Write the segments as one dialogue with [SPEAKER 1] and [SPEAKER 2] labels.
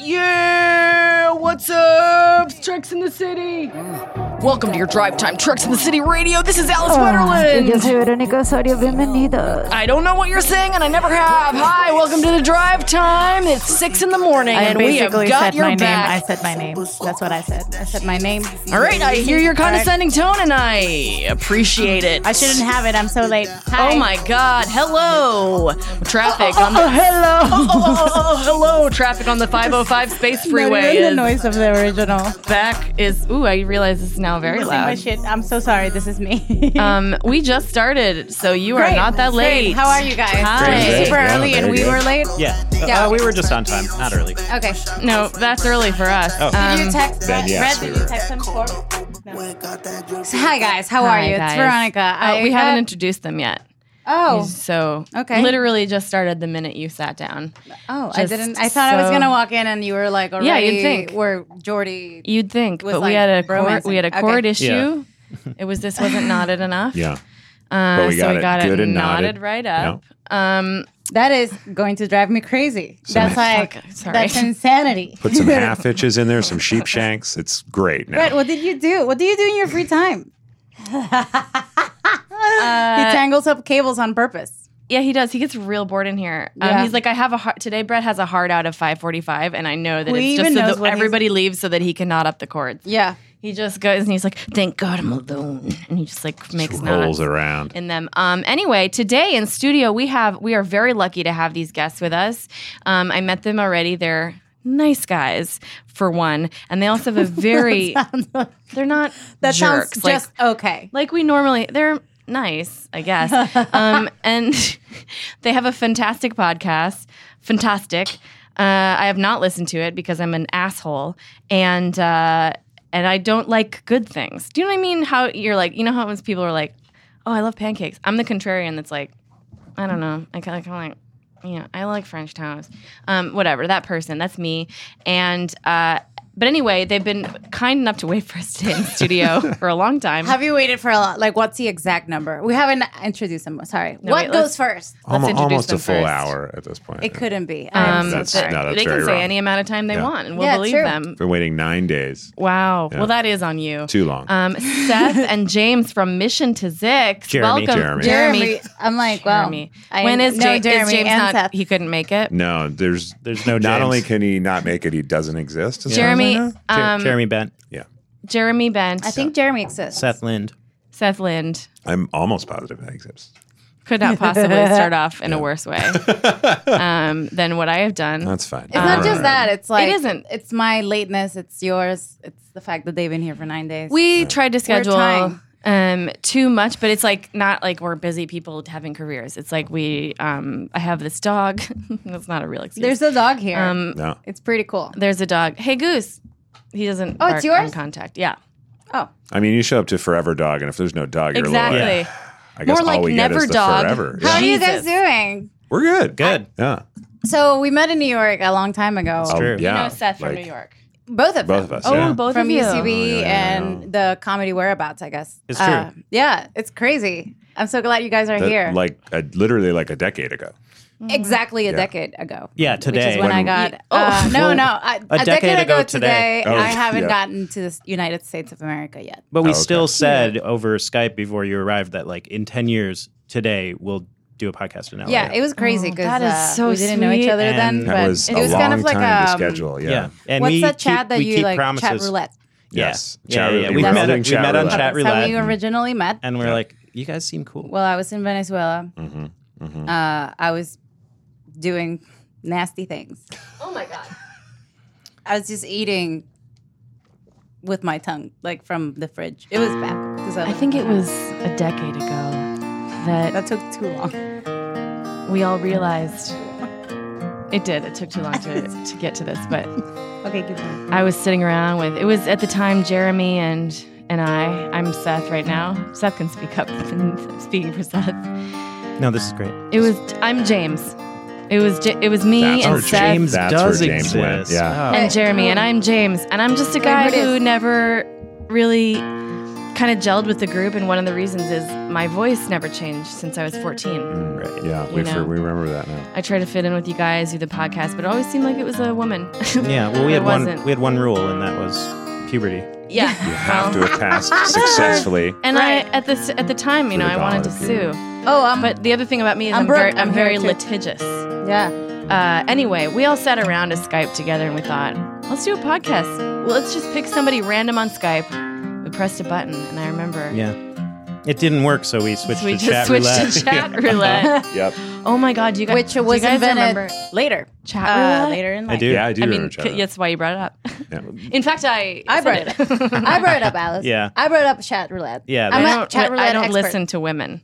[SPEAKER 1] Yeah, what's up? It's Treks in the City. Welcome to your drive time Treks in the City radio. This is
[SPEAKER 2] Ah,
[SPEAKER 1] Alice Wetterland.
[SPEAKER 3] Yo soy Verónica Osorio, bienvenidos.
[SPEAKER 1] I don't know what you're saying, and I never have. Hi, welcome to the drive time. It's six in the morning,
[SPEAKER 2] I
[SPEAKER 1] and we have
[SPEAKER 2] basically
[SPEAKER 1] got
[SPEAKER 2] said
[SPEAKER 1] your
[SPEAKER 2] my
[SPEAKER 1] back.
[SPEAKER 2] name. I said my name. That's what I said. I said my name.
[SPEAKER 1] All right, I hear your condescending tone, and I appreciate it.
[SPEAKER 2] I shouldn't have it. I'm so late. Hi.
[SPEAKER 1] Oh my God! Hello, traffic on the
[SPEAKER 2] Oh, hello.
[SPEAKER 1] oh, oh, oh, hello traffic on the 505 space freeway.
[SPEAKER 2] the
[SPEAKER 1] is
[SPEAKER 2] noise of the original.
[SPEAKER 1] back is ooh! I realize this is now very
[SPEAKER 2] Losing my
[SPEAKER 1] loud.
[SPEAKER 2] shit. I'm so sorry. This is me.
[SPEAKER 1] Um, we just started, so you are
[SPEAKER 2] Great.
[SPEAKER 1] not that
[SPEAKER 2] Great.
[SPEAKER 1] late.
[SPEAKER 2] How are you guys?
[SPEAKER 1] Hi.
[SPEAKER 2] It was Super
[SPEAKER 4] Yeah,
[SPEAKER 2] early, and
[SPEAKER 4] very
[SPEAKER 2] we
[SPEAKER 4] good.
[SPEAKER 2] were late.
[SPEAKER 4] Yeah.
[SPEAKER 2] Yeah.
[SPEAKER 4] Uh, we were just on time, not early.
[SPEAKER 2] Okay.
[SPEAKER 1] No, that's early for us.
[SPEAKER 4] Oh.
[SPEAKER 1] Um,
[SPEAKER 2] did you text
[SPEAKER 4] then
[SPEAKER 2] Red? Red,
[SPEAKER 4] yes, we
[SPEAKER 2] did you
[SPEAKER 4] were.
[SPEAKER 2] text him for? No. Hi guys, how
[SPEAKER 1] hi,
[SPEAKER 2] are you?
[SPEAKER 1] guys.
[SPEAKER 2] It's Veronica.
[SPEAKER 1] Uh,
[SPEAKER 2] I
[SPEAKER 1] we
[SPEAKER 2] got-
[SPEAKER 1] haven't introduced them yet.
[SPEAKER 2] Oh,
[SPEAKER 1] So
[SPEAKER 2] Okay.
[SPEAKER 1] literally just started the minute you sat down.
[SPEAKER 2] oh, I
[SPEAKER 1] just
[SPEAKER 2] didn't. I thought I was
[SPEAKER 1] so-
[SPEAKER 2] gonna walk in, and you were like, already,
[SPEAKER 1] Yeah, you'd think.
[SPEAKER 2] we're Jordy.
[SPEAKER 1] You'd think,
[SPEAKER 2] Was,
[SPEAKER 1] but we
[SPEAKER 2] like,
[SPEAKER 1] had a cord,
[SPEAKER 2] romancing.
[SPEAKER 1] we had a
[SPEAKER 2] Okay.
[SPEAKER 1] cord issue. it was this wasn't knotted enough.
[SPEAKER 4] Yeah.
[SPEAKER 1] Uh,
[SPEAKER 4] But we
[SPEAKER 1] so
[SPEAKER 4] got
[SPEAKER 1] we
[SPEAKER 4] it
[SPEAKER 1] got
[SPEAKER 4] good
[SPEAKER 1] it
[SPEAKER 4] and knotted.
[SPEAKER 1] knotted right up. Um,
[SPEAKER 2] That is going to drive me crazy. That's like
[SPEAKER 1] Fuck, sorry.
[SPEAKER 2] that's insanity.
[SPEAKER 4] Put some half hitches in there, some sheep shanks. It's great now.
[SPEAKER 2] Brett, what did you do? What do you do in your free time? he tangles up cables on purpose.
[SPEAKER 1] yeah, he does. He gets real bored in here. Um,
[SPEAKER 2] Yeah.
[SPEAKER 1] He's like, I have a heart. Today, Brett has a hard out of 545, and I know that
[SPEAKER 2] Who
[SPEAKER 1] it's just
[SPEAKER 2] even
[SPEAKER 1] so
[SPEAKER 2] knows
[SPEAKER 1] that
[SPEAKER 2] what he's-
[SPEAKER 1] everybody leaves so that he can knot up the cords.
[SPEAKER 2] Yeah.
[SPEAKER 1] He just goes and he's like, "Thank God I'm alone," and he just like makes knots
[SPEAKER 4] Rolls around.
[SPEAKER 1] in them. Um, anyway, today in studio we have we are very lucky to have these guests with us. Um, I met them already. They're nice guys for one, and they also have a very they're not
[SPEAKER 2] That
[SPEAKER 1] jerks
[SPEAKER 2] sounds
[SPEAKER 1] like-
[SPEAKER 2] just okay.
[SPEAKER 1] like we normally they're nice i guess um, and they have a fantastic podcast fantastic uh, i have not listened to it because i'm an asshole and uh, and i don't like good things do you know what i mean how you're like you know how when people are like oh i love pancakes i'm the contrarian that's like i don't know i kind of like you know i like french toast um, whatever that person that's me and uh, but anyway they've been kind enough to wait for us to in the studio for a long time
[SPEAKER 2] Have you waited for a lot? Like, what's the exact number? We haven't introduced them. Sorry. what
[SPEAKER 1] wait, let's-
[SPEAKER 2] goes first?
[SPEAKER 4] Almo-
[SPEAKER 1] introduce
[SPEAKER 4] almost
[SPEAKER 1] them
[SPEAKER 4] a full
[SPEAKER 1] first.
[SPEAKER 4] hour at this point.
[SPEAKER 2] It couldn't be.
[SPEAKER 1] Um,
[SPEAKER 2] I'm so
[SPEAKER 4] That's-
[SPEAKER 2] sorry.
[SPEAKER 4] no, that's
[SPEAKER 1] they can
[SPEAKER 4] very
[SPEAKER 1] say
[SPEAKER 4] wrong.
[SPEAKER 1] any amount of time they
[SPEAKER 4] Yeah.
[SPEAKER 1] want, and we'll
[SPEAKER 2] Yeah,
[SPEAKER 1] believe
[SPEAKER 2] true.
[SPEAKER 1] them.
[SPEAKER 4] Been waiting nine days.
[SPEAKER 1] Wow.
[SPEAKER 4] Yeah.
[SPEAKER 1] Well, that is on you.
[SPEAKER 4] Too long.
[SPEAKER 1] Um, Seth and James from Mission to Zix.
[SPEAKER 4] Jeremy,
[SPEAKER 1] Welcome,
[SPEAKER 4] Jeremy.
[SPEAKER 1] Jeremy.
[SPEAKER 2] I'm like, well,
[SPEAKER 1] Jeremy.
[SPEAKER 2] I-
[SPEAKER 1] when is,
[SPEAKER 2] no,
[SPEAKER 1] Ja- is
[SPEAKER 2] Jeremy
[SPEAKER 1] James
[SPEAKER 2] and
[SPEAKER 1] not?
[SPEAKER 2] Seth.
[SPEAKER 1] He couldn't make it.
[SPEAKER 4] no, there's
[SPEAKER 5] There's no
[SPEAKER 4] not
[SPEAKER 5] James.
[SPEAKER 4] only can he not make it, he doesn't exist. as far as I
[SPEAKER 1] Jeremy,
[SPEAKER 4] know.
[SPEAKER 5] Jer-
[SPEAKER 1] um,
[SPEAKER 5] Jeremy Bent,
[SPEAKER 4] Yeah,
[SPEAKER 1] Jeremy Bent,
[SPEAKER 2] I think Jeremy exists.
[SPEAKER 5] Seth Lind.
[SPEAKER 1] Seth Lind
[SPEAKER 4] I'm almost positive that exists.
[SPEAKER 1] could not possibly start off in a worse way um, than what I have done.
[SPEAKER 4] That's fine.
[SPEAKER 2] It's not just that. It's like
[SPEAKER 1] um, isn't.
[SPEAKER 2] It's my lateness. It's yours. It's the fact that they've been here for nine days.
[SPEAKER 1] we tried to schedule
[SPEAKER 2] trying.
[SPEAKER 1] um too much but it's like not like we're busy people having careers it's like we um i have this dog that's not a real excuse
[SPEAKER 2] there's a dog here.
[SPEAKER 1] um
[SPEAKER 4] No.
[SPEAKER 2] it's pretty cool.
[SPEAKER 1] there's a dog hey goose he doesn't
[SPEAKER 2] Oh,
[SPEAKER 1] bark
[SPEAKER 2] it's
[SPEAKER 1] on
[SPEAKER 2] yours?
[SPEAKER 1] contact yeah
[SPEAKER 2] Oh,
[SPEAKER 4] I mean, you show up to Forever Dog, and if there's no dog, you're
[SPEAKER 1] exactly
[SPEAKER 4] a little like, I guess
[SPEAKER 1] More
[SPEAKER 4] all
[SPEAKER 1] like
[SPEAKER 4] we
[SPEAKER 1] never
[SPEAKER 4] get is the
[SPEAKER 1] dog.
[SPEAKER 4] forever.
[SPEAKER 1] How
[SPEAKER 2] how
[SPEAKER 4] Yeah.
[SPEAKER 2] are you
[SPEAKER 1] Jesus.
[SPEAKER 2] guys doing?
[SPEAKER 4] We're good.
[SPEAKER 5] Good.
[SPEAKER 4] Yeah.
[SPEAKER 2] So we met in New York a long time ago.
[SPEAKER 4] Oh,
[SPEAKER 5] true.
[SPEAKER 4] Yeah.
[SPEAKER 1] no seth from
[SPEAKER 4] Like,
[SPEAKER 1] new york
[SPEAKER 2] both of
[SPEAKER 4] Both
[SPEAKER 2] them.
[SPEAKER 4] of us.
[SPEAKER 1] oh
[SPEAKER 4] yeah.
[SPEAKER 1] both
[SPEAKER 2] from
[SPEAKER 1] of you
[SPEAKER 2] UCB
[SPEAKER 4] Oh, yeah, yeah,
[SPEAKER 2] and the comedy whereabouts. I guess
[SPEAKER 5] It's
[SPEAKER 2] yeah, it's crazy. I'm so glad you guys are
[SPEAKER 4] That-
[SPEAKER 2] here.
[SPEAKER 4] Like a, literally like a decade ago.
[SPEAKER 2] exactly a decade ago.
[SPEAKER 5] Yeah, today.
[SPEAKER 2] Which is when,
[SPEAKER 4] When-
[SPEAKER 2] I got.
[SPEAKER 1] Oh.
[SPEAKER 2] Uh, no, no. I, a decade, ago, today,
[SPEAKER 4] Oh,
[SPEAKER 2] I haven't
[SPEAKER 4] yeah.
[SPEAKER 2] gotten to the United States of America yet.
[SPEAKER 5] But we
[SPEAKER 4] Oh, okay.
[SPEAKER 5] still said over Skype before you arrived that like in ten years today we'll do a podcast in LA.
[SPEAKER 2] Yeah, it was crazy because
[SPEAKER 1] that is so
[SPEAKER 2] we didn't know each
[SPEAKER 1] sweet.
[SPEAKER 2] other then.
[SPEAKER 5] And
[SPEAKER 4] That
[SPEAKER 2] but
[SPEAKER 4] was
[SPEAKER 2] it
[SPEAKER 4] a
[SPEAKER 2] was
[SPEAKER 4] long
[SPEAKER 2] kind of like
[SPEAKER 4] time to
[SPEAKER 2] um,
[SPEAKER 4] schedule. Yeah.
[SPEAKER 5] And
[SPEAKER 2] What's
[SPEAKER 5] we
[SPEAKER 2] that chat
[SPEAKER 5] keep-
[SPEAKER 2] that
[SPEAKER 5] we
[SPEAKER 2] you
[SPEAKER 5] keep
[SPEAKER 2] like chat
[SPEAKER 5] promises.
[SPEAKER 2] roulette?
[SPEAKER 5] Yeah.
[SPEAKER 4] Yes.
[SPEAKER 5] Yeah,
[SPEAKER 4] Chat
[SPEAKER 5] yeah,
[SPEAKER 4] roulette.
[SPEAKER 5] yeah.
[SPEAKER 4] We're
[SPEAKER 5] We met,
[SPEAKER 4] building
[SPEAKER 5] at- we
[SPEAKER 4] chat
[SPEAKER 5] met on
[SPEAKER 4] roulette.
[SPEAKER 5] chat
[SPEAKER 2] That's how
[SPEAKER 5] roulette,
[SPEAKER 2] we originally met.
[SPEAKER 5] and we're like, you guys seem cool.
[SPEAKER 2] Well, I was in Venezuela. Uh, I was doing nasty things.
[SPEAKER 1] Oh my god.
[SPEAKER 2] I was just eating with my tongue, like from the fridge. It was bad. 'cause
[SPEAKER 1] I
[SPEAKER 2] was-
[SPEAKER 1] think it was a decade ago that
[SPEAKER 2] that took too long.
[SPEAKER 1] we all realized it did. It took too long to, to get to this, but
[SPEAKER 2] Okay, good. one.
[SPEAKER 1] I was sitting around with it was at the time Jeremy and and I. I'm Seth right now. Seth can speak up. I'm speaking for Seth.
[SPEAKER 5] no, this is great.
[SPEAKER 1] It was I'm James. It was J- it was me
[SPEAKER 4] That's
[SPEAKER 1] and
[SPEAKER 4] where
[SPEAKER 1] Seth
[SPEAKER 5] James
[SPEAKER 4] That's
[SPEAKER 5] does
[SPEAKER 4] where James
[SPEAKER 5] exist.
[SPEAKER 4] went, yeah.
[SPEAKER 5] Oh.
[SPEAKER 1] and Jeremy and I'm James and I'm just a guy
[SPEAKER 2] Favorite
[SPEAKER 1] who
[SPEAKER 2] is-
[SPEAKER 1] never really kind of gelled with the group and one of the reasons is my voice never changed since I was 14.
[SPEAKER 5] Mm.
[SPEAKER 4] Right. Yeah.
[SPEAKER 1] You
[SPEAKER 4] We,
[SPEAKER 1] know.
[SPEAKER 4] we remember that now.
[SPEAKER 1] I try to fit in with you guys do the podcast, but it always seemed like it was a woman.
[SPEAKER 5] yeah. Well, we
[SPEAKER 1] It
[SPEAKER 5] had one.
[SPEAKER 1] wasn't.
[SPEAKER 5] We had one rule, and that was puberty.
[SPEAKER 1] yeah.
[SPEAKER 4] You have
[SPEAKER 1] Well,
[SPEAKER 4] to have passed successfully.
[SPEAKER 1] And
[SPEAKER 2] Ah. Right.
[SPEAKER 1] I at this at the time, you know,
[SPEAKER 4] Pretty
[SPEAKER 1] I wanted to
[SPEAKER 4] valid,
[SPEAKER 1] sue.
[SPEAKER 2] Oh, um,
[SPEAKER 1] But the other thing about me is
[SPEAKER 2] I'm
[SPEAKER 1] I'm, very,
[SPEAKER 2] broke.
[SPEAKER 1] I'm
[SPEAKER 2] I'm
[SPEAKER 1] very
[SPEAKER 2] here,
[SPEAKER 1] litigious.
[SPEAKER 2] yeah.
[SPEAKER 1] Uh, anyway, we all sat around a Skype together and we thought, let's do a podcast. Well, let's just pick somebody random on Skype. We pressed a button, and I remember
[SPEAKER 5] Yeah. It didn't work, so we switched
[SPEAKER 1] So we
[SPEAKER 5] to
[SPEAKER 1] just
[SPEAKER 5] chat
[SPEAKER 1] switched
[SPEAKER 5] roulette.
[SPEAKER 1] to chat roulette.
[SPEAKER 4] Yep.
[SPEAKER 1] oh my god, do you guys
[SPEAKER 2] Which
[SPEAKER 1] do
[SPEAKER 2] was
[SPEAKER 1] you guys
[SPEAKER 2] invented
[SPEAKER 1] remember
[SPEAKER 2] later.
[SPEAKER 1] chat
[SPEAKER 2] Uh,
[SPEAKER 1] roulette?
[SPEAKER 2] later in
[SPEAKER 5] I
[SPEAKER 2] life.
[SPEAKER 5] do.
[SPEAKER 4] Yeah, I do
[SPEAKER 1] I mean,
[SPEAKER 4] remember
[SPEAKER 1] c-
[SPEAKER 4] chat
[SPEAKER 1] that's why you brought it up.
[SPEAKER 4] roulette. Yeah.
[SPEAKER 1] In fact, I
[SPEAKER 2] I
[SPEAKER 1] said
[SPEAKER 2] brought it up. I brought it up, Alice.
[SPEAKER 5] Yeah.
[SPEAKER 2] I brought up chat roulette.
[SPEAKER 5] Yeah,
[SPEAKER 2] I'm
[SPEAKER 5] they
[SPEAKER 1] I
[SPEAKER 2] a
[SPEAKER 1] don't,
[SPEAKER 2] chat roulette
[SPEAKER 1] I don't
[SPEAKER 2] expert.
[SPEAKER 1] listen to women.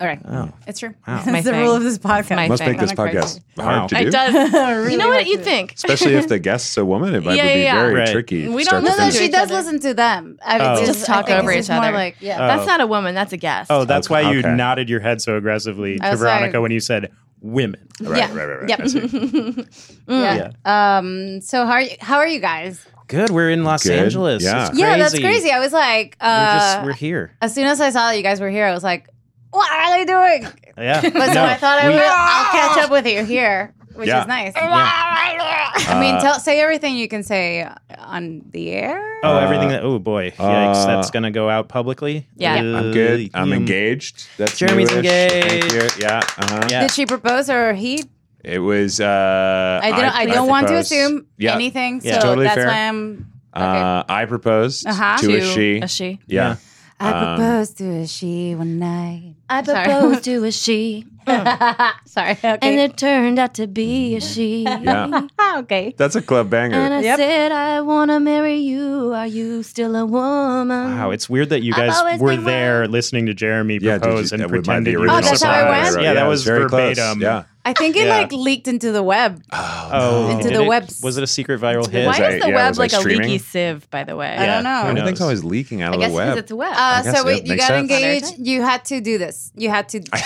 [SPEAKER 2] All right.
[SPEAKER 5] Oh.
[SPEAKER 2] It's true.
[SPEAKER 5] Wow.
[SPEAKER 2] That's the
[SPEAKER 1] thing.
[SPEAKER 2] rule of this podcast.
[SPEAKER 1] my
[SPEAKER 4] Must
[SPEAKER 1] thing.
[SPEAKER 4] make this
[SPEAKER 2] Kinda crazy.
[SPEAKER 4] podcast
[SPEAKER 5] Wow.
[SPEAKER 4] hard to
[SPEAKER 1] It
[SPEAKER 4] do.
[SPEAKER 1] does.
[SPEAKER 2] Really
[SPEAKER 1] you know what
[SPEAKER 2] like
[SPEAKER 1] you
[SPEAKER 2] it.
[SPEAKER 1] think?
[SPEAKER 4] Especially if the guest's a woman, it might
[SPEAKER 1] Yeah,
[SPEAKER 4] be
[SPEAKER 1] yeah, yeah.
[SPEAKER 4] very
[SPEAKER 5] Right.
[SPEAKER 4] tricky. to
[SPEAKER 1] We
[SPEAKER 4] start
[SPEAKER 1] don't
[SPEAKER 4] to
[SPEAKER 1] know
[SPEAKER 2] No, no,
[SPEAKER 4] think.
[SPEAKER 1] that
[SPEAKER 2] she
[SPEAKER 1] each
[SPEAKER 2] does
[SPEAKER 1] other.
[SPEAKER 2] listen to them. I mean,
[SPEAKER 5] Oh.
[SPEAKER 2] it's
[SPEAKER 5] They
[SPEAKER 2] just
[SPEAKER 1] just talk
[SPEAKER 2] I think
[SPEAKER 1] over
[SPEAKER 2] it's
[SPEAKER 1] each
[SPEAKER 2] more
[SPEAKER 1] other.
[SPEAKER 2] Like, yeah.
[SPEAKER 5] Oh.
[SPEAKER 1] That's not a woman. That's a guest.
[SPEAKER 5] Oh, that's
[SPEAKER 4] Okay.
[SPEAKER 5] why you
[SPEAKER 4] Okay.
[SPEAKER 5] nodded your head so aggressively
[SPEAKER 2] I
[SPEAKER 5] to
[SPEAKER 2] was like-
[SPEAKER 5] Veronica when you said women.
[SPEAKER 4] Right,
[SPEAKER 2] Yeah.
[SPEAKER 4] right, right, right.
[SPEAKER 2] Yep.
[SPEAKER 4] I see.
[SPEAKER 2] Yeah. Um. So how are you, how are you guys?
[SPEAKER 5] Good. We're in Los
[SPEAKER 4] Good.
[SPEAKER 5] Angeles.
[SPEAKER 4] Yeah.
[SPEAKER 5] It's
[SPEAKER 2] Yeah, that's crazy. I was like,
[SPEAKER 5] Ah, We're,
[SPEAKER 2] uh,
[SPEAKER 5] just, we're here.
[SPEAKER 2] as soon as I saw that you guys were here, I was like, what are they doing?
[SPEAKER 5] Yeah.
[SPEAKER 2] But so
[SPEAKER 5] No,
[SPEAKER 2] I thought I
[SPEAKER 5] we-
[SPEAKER 2] would. I'll catch up with you here, which
[SPEAKER 4] Yeah. Uh,
[SPEAKER 2] is nice.
[SPEAKER 5] yeah.
[SPEAKER 2] I mean, tell say everything you can say on the air.
[SPEAKER 5] Oh, everything that. Oh boy. Yikes.
[SPEAKER 4] Uh,
[SPEAKER 5] that's gonna go out publicly.
[SPEAKER 1] Yeah. Yeah.
[SPEAKER 4] I'm
[SPEAKER 5] Uh,
[SPEAKER 4] good. I'm
[SPEAKER 5] yum.
[SPEAKER 4] engaged. That's
[SPEAKER 5] Jeremy's
[SPEAKER 4] newish.
[SPEAKER 5] engaged.
[SPEAKER 4] Thank you. Yeah. Uh-huh.
[SPEAKER 5] Yeah.
[SPEAKER 2] Did she propose or he?
[SPEAKER 4] It was. Uh,
[SPEAKER 2] I don't. I, don't want to
[SPEAKER 4] proposed-
[SPEAKER 2] assume
[SPEAKER 4] yeah.
[SPEAKER 2] anything.
[SPEAKER 5] Yeah.
[SPEAKER 2] So
[SPEAKER 4] Totally
[SPEAKER 2] that's
[SPEAKER 4] fair.
[SPEAKER 2] why I'm.
[SPEAKER 4] Uh, I proposed
[SPEAKER 2] Uh-huh.
[SPEAKER 4] to a
[SPEAKER 1] To
[SPEAKER 4] she.
[SPEAKER 1] A she.
[SPEAKER 4] Yeah.
[SPEAKER 2] I
[SPEAKER 4] Um,
[SPEAKER 2] proposed to a she one night.
[SPEAKER 1] I
[SPEAKER 2] Sorry.
[SPEAKER 1] proposed to a she,
[SPEAKER 2] Sorry. Okay.
[SPEAKER 1] and it turned out to be a she.
[SPEAKER 4] Yeah.
[SPEAKER 2] Ah, okay.
[SPEAKER 4] That's a club
[SPEAKER 1] And I
[SPEAKER 4] banger.
[SPEAKER 2] Yep.
[SPEAKER 1] said, I wanna marry you. Are you still a woman?
[SPEAKER 5] Wow, it's weird that you
[SPEAKER 1] I've
[SPEAKER 5] guys
[SPEAKER 1] always
[SPEAKER 5] were
[SPEAKER 1] been
[SPEAKER 5] there listening to Jeremy
[SPEAKER 4] Yeah, did
[SPEAKER 5] propose
[SPEAKER 4] you-
[SPEAKER 5] and
[SPEAKER 4] that would might
[SPEAKER 5] pretend
[SPEAKER 4] be
[SPEAKER 5] you
[SPEAKER 4] original
[SPEAKER 5] were
[SPEAKER 2] Oh, that's how I
[SPEAKER 5] surprised.
[SPEAKER 2] went?
[SPEAKER 4] right?
[SPEAKER 5] Yeah, that
[SPEAKER 4] it
[SPEAKER 5] was
[SPEAKER 4] very close.
[SPEAKER 5] verbatim.
[SPEAKER 4] Yeah.
[SPEAKER 2] I think it
[SPEAKER 5] Yeah.
[SPEAKER 2] like leaked into the web.
[SPEAKER 5] Oh,
[SPEAKER 2] Into
[SPEAKER 5] did
[SPEAKER 2] the
[SPEAKER 5] it-
[SPEAKER 2] webs.
[SPEAKER 5] Was it a secret viral hit?
[SPEAKER 1] Why
[SPEAKER 4] Is
[SPEAKER 1] is
[SPEAKER 4] I-
[SPEAKER 1] the
[SPEAKER 4] yeah,
[SPEAKER 1] web
[SPEAKER 4] was I
[SPEAKER 1] like a
[SPEAKER 4] streaming?
[SPEAKER 1] leaky sieve, by the way?
[SPEAKER 2] I don't know.
[SPEAKER 5] Who knows?
[SPEAKER 4] Everything's always leaking out
[SPEAKER 1] I
[SPEAKER 4] of
[SPEAKER 1] guess
[SPEAKER 4] the
[SPEAKER 1] because
[SPEAKER 4] web.
[SPEAKER 1] it's a web.
[SPEAKER 2] Uh,
[SPEAKER 4] guess,
[SPEAKER 2] so
[SPEAKER 4] yeah,
[SPEAKER 2] wait, you
[SPEAKER 4] makes
[SPEAKER 2] got
[SPEAKER 4] sense.
[SPEAKER 2] engaged. You had to do this. You had to.
[SPEAKER 4] I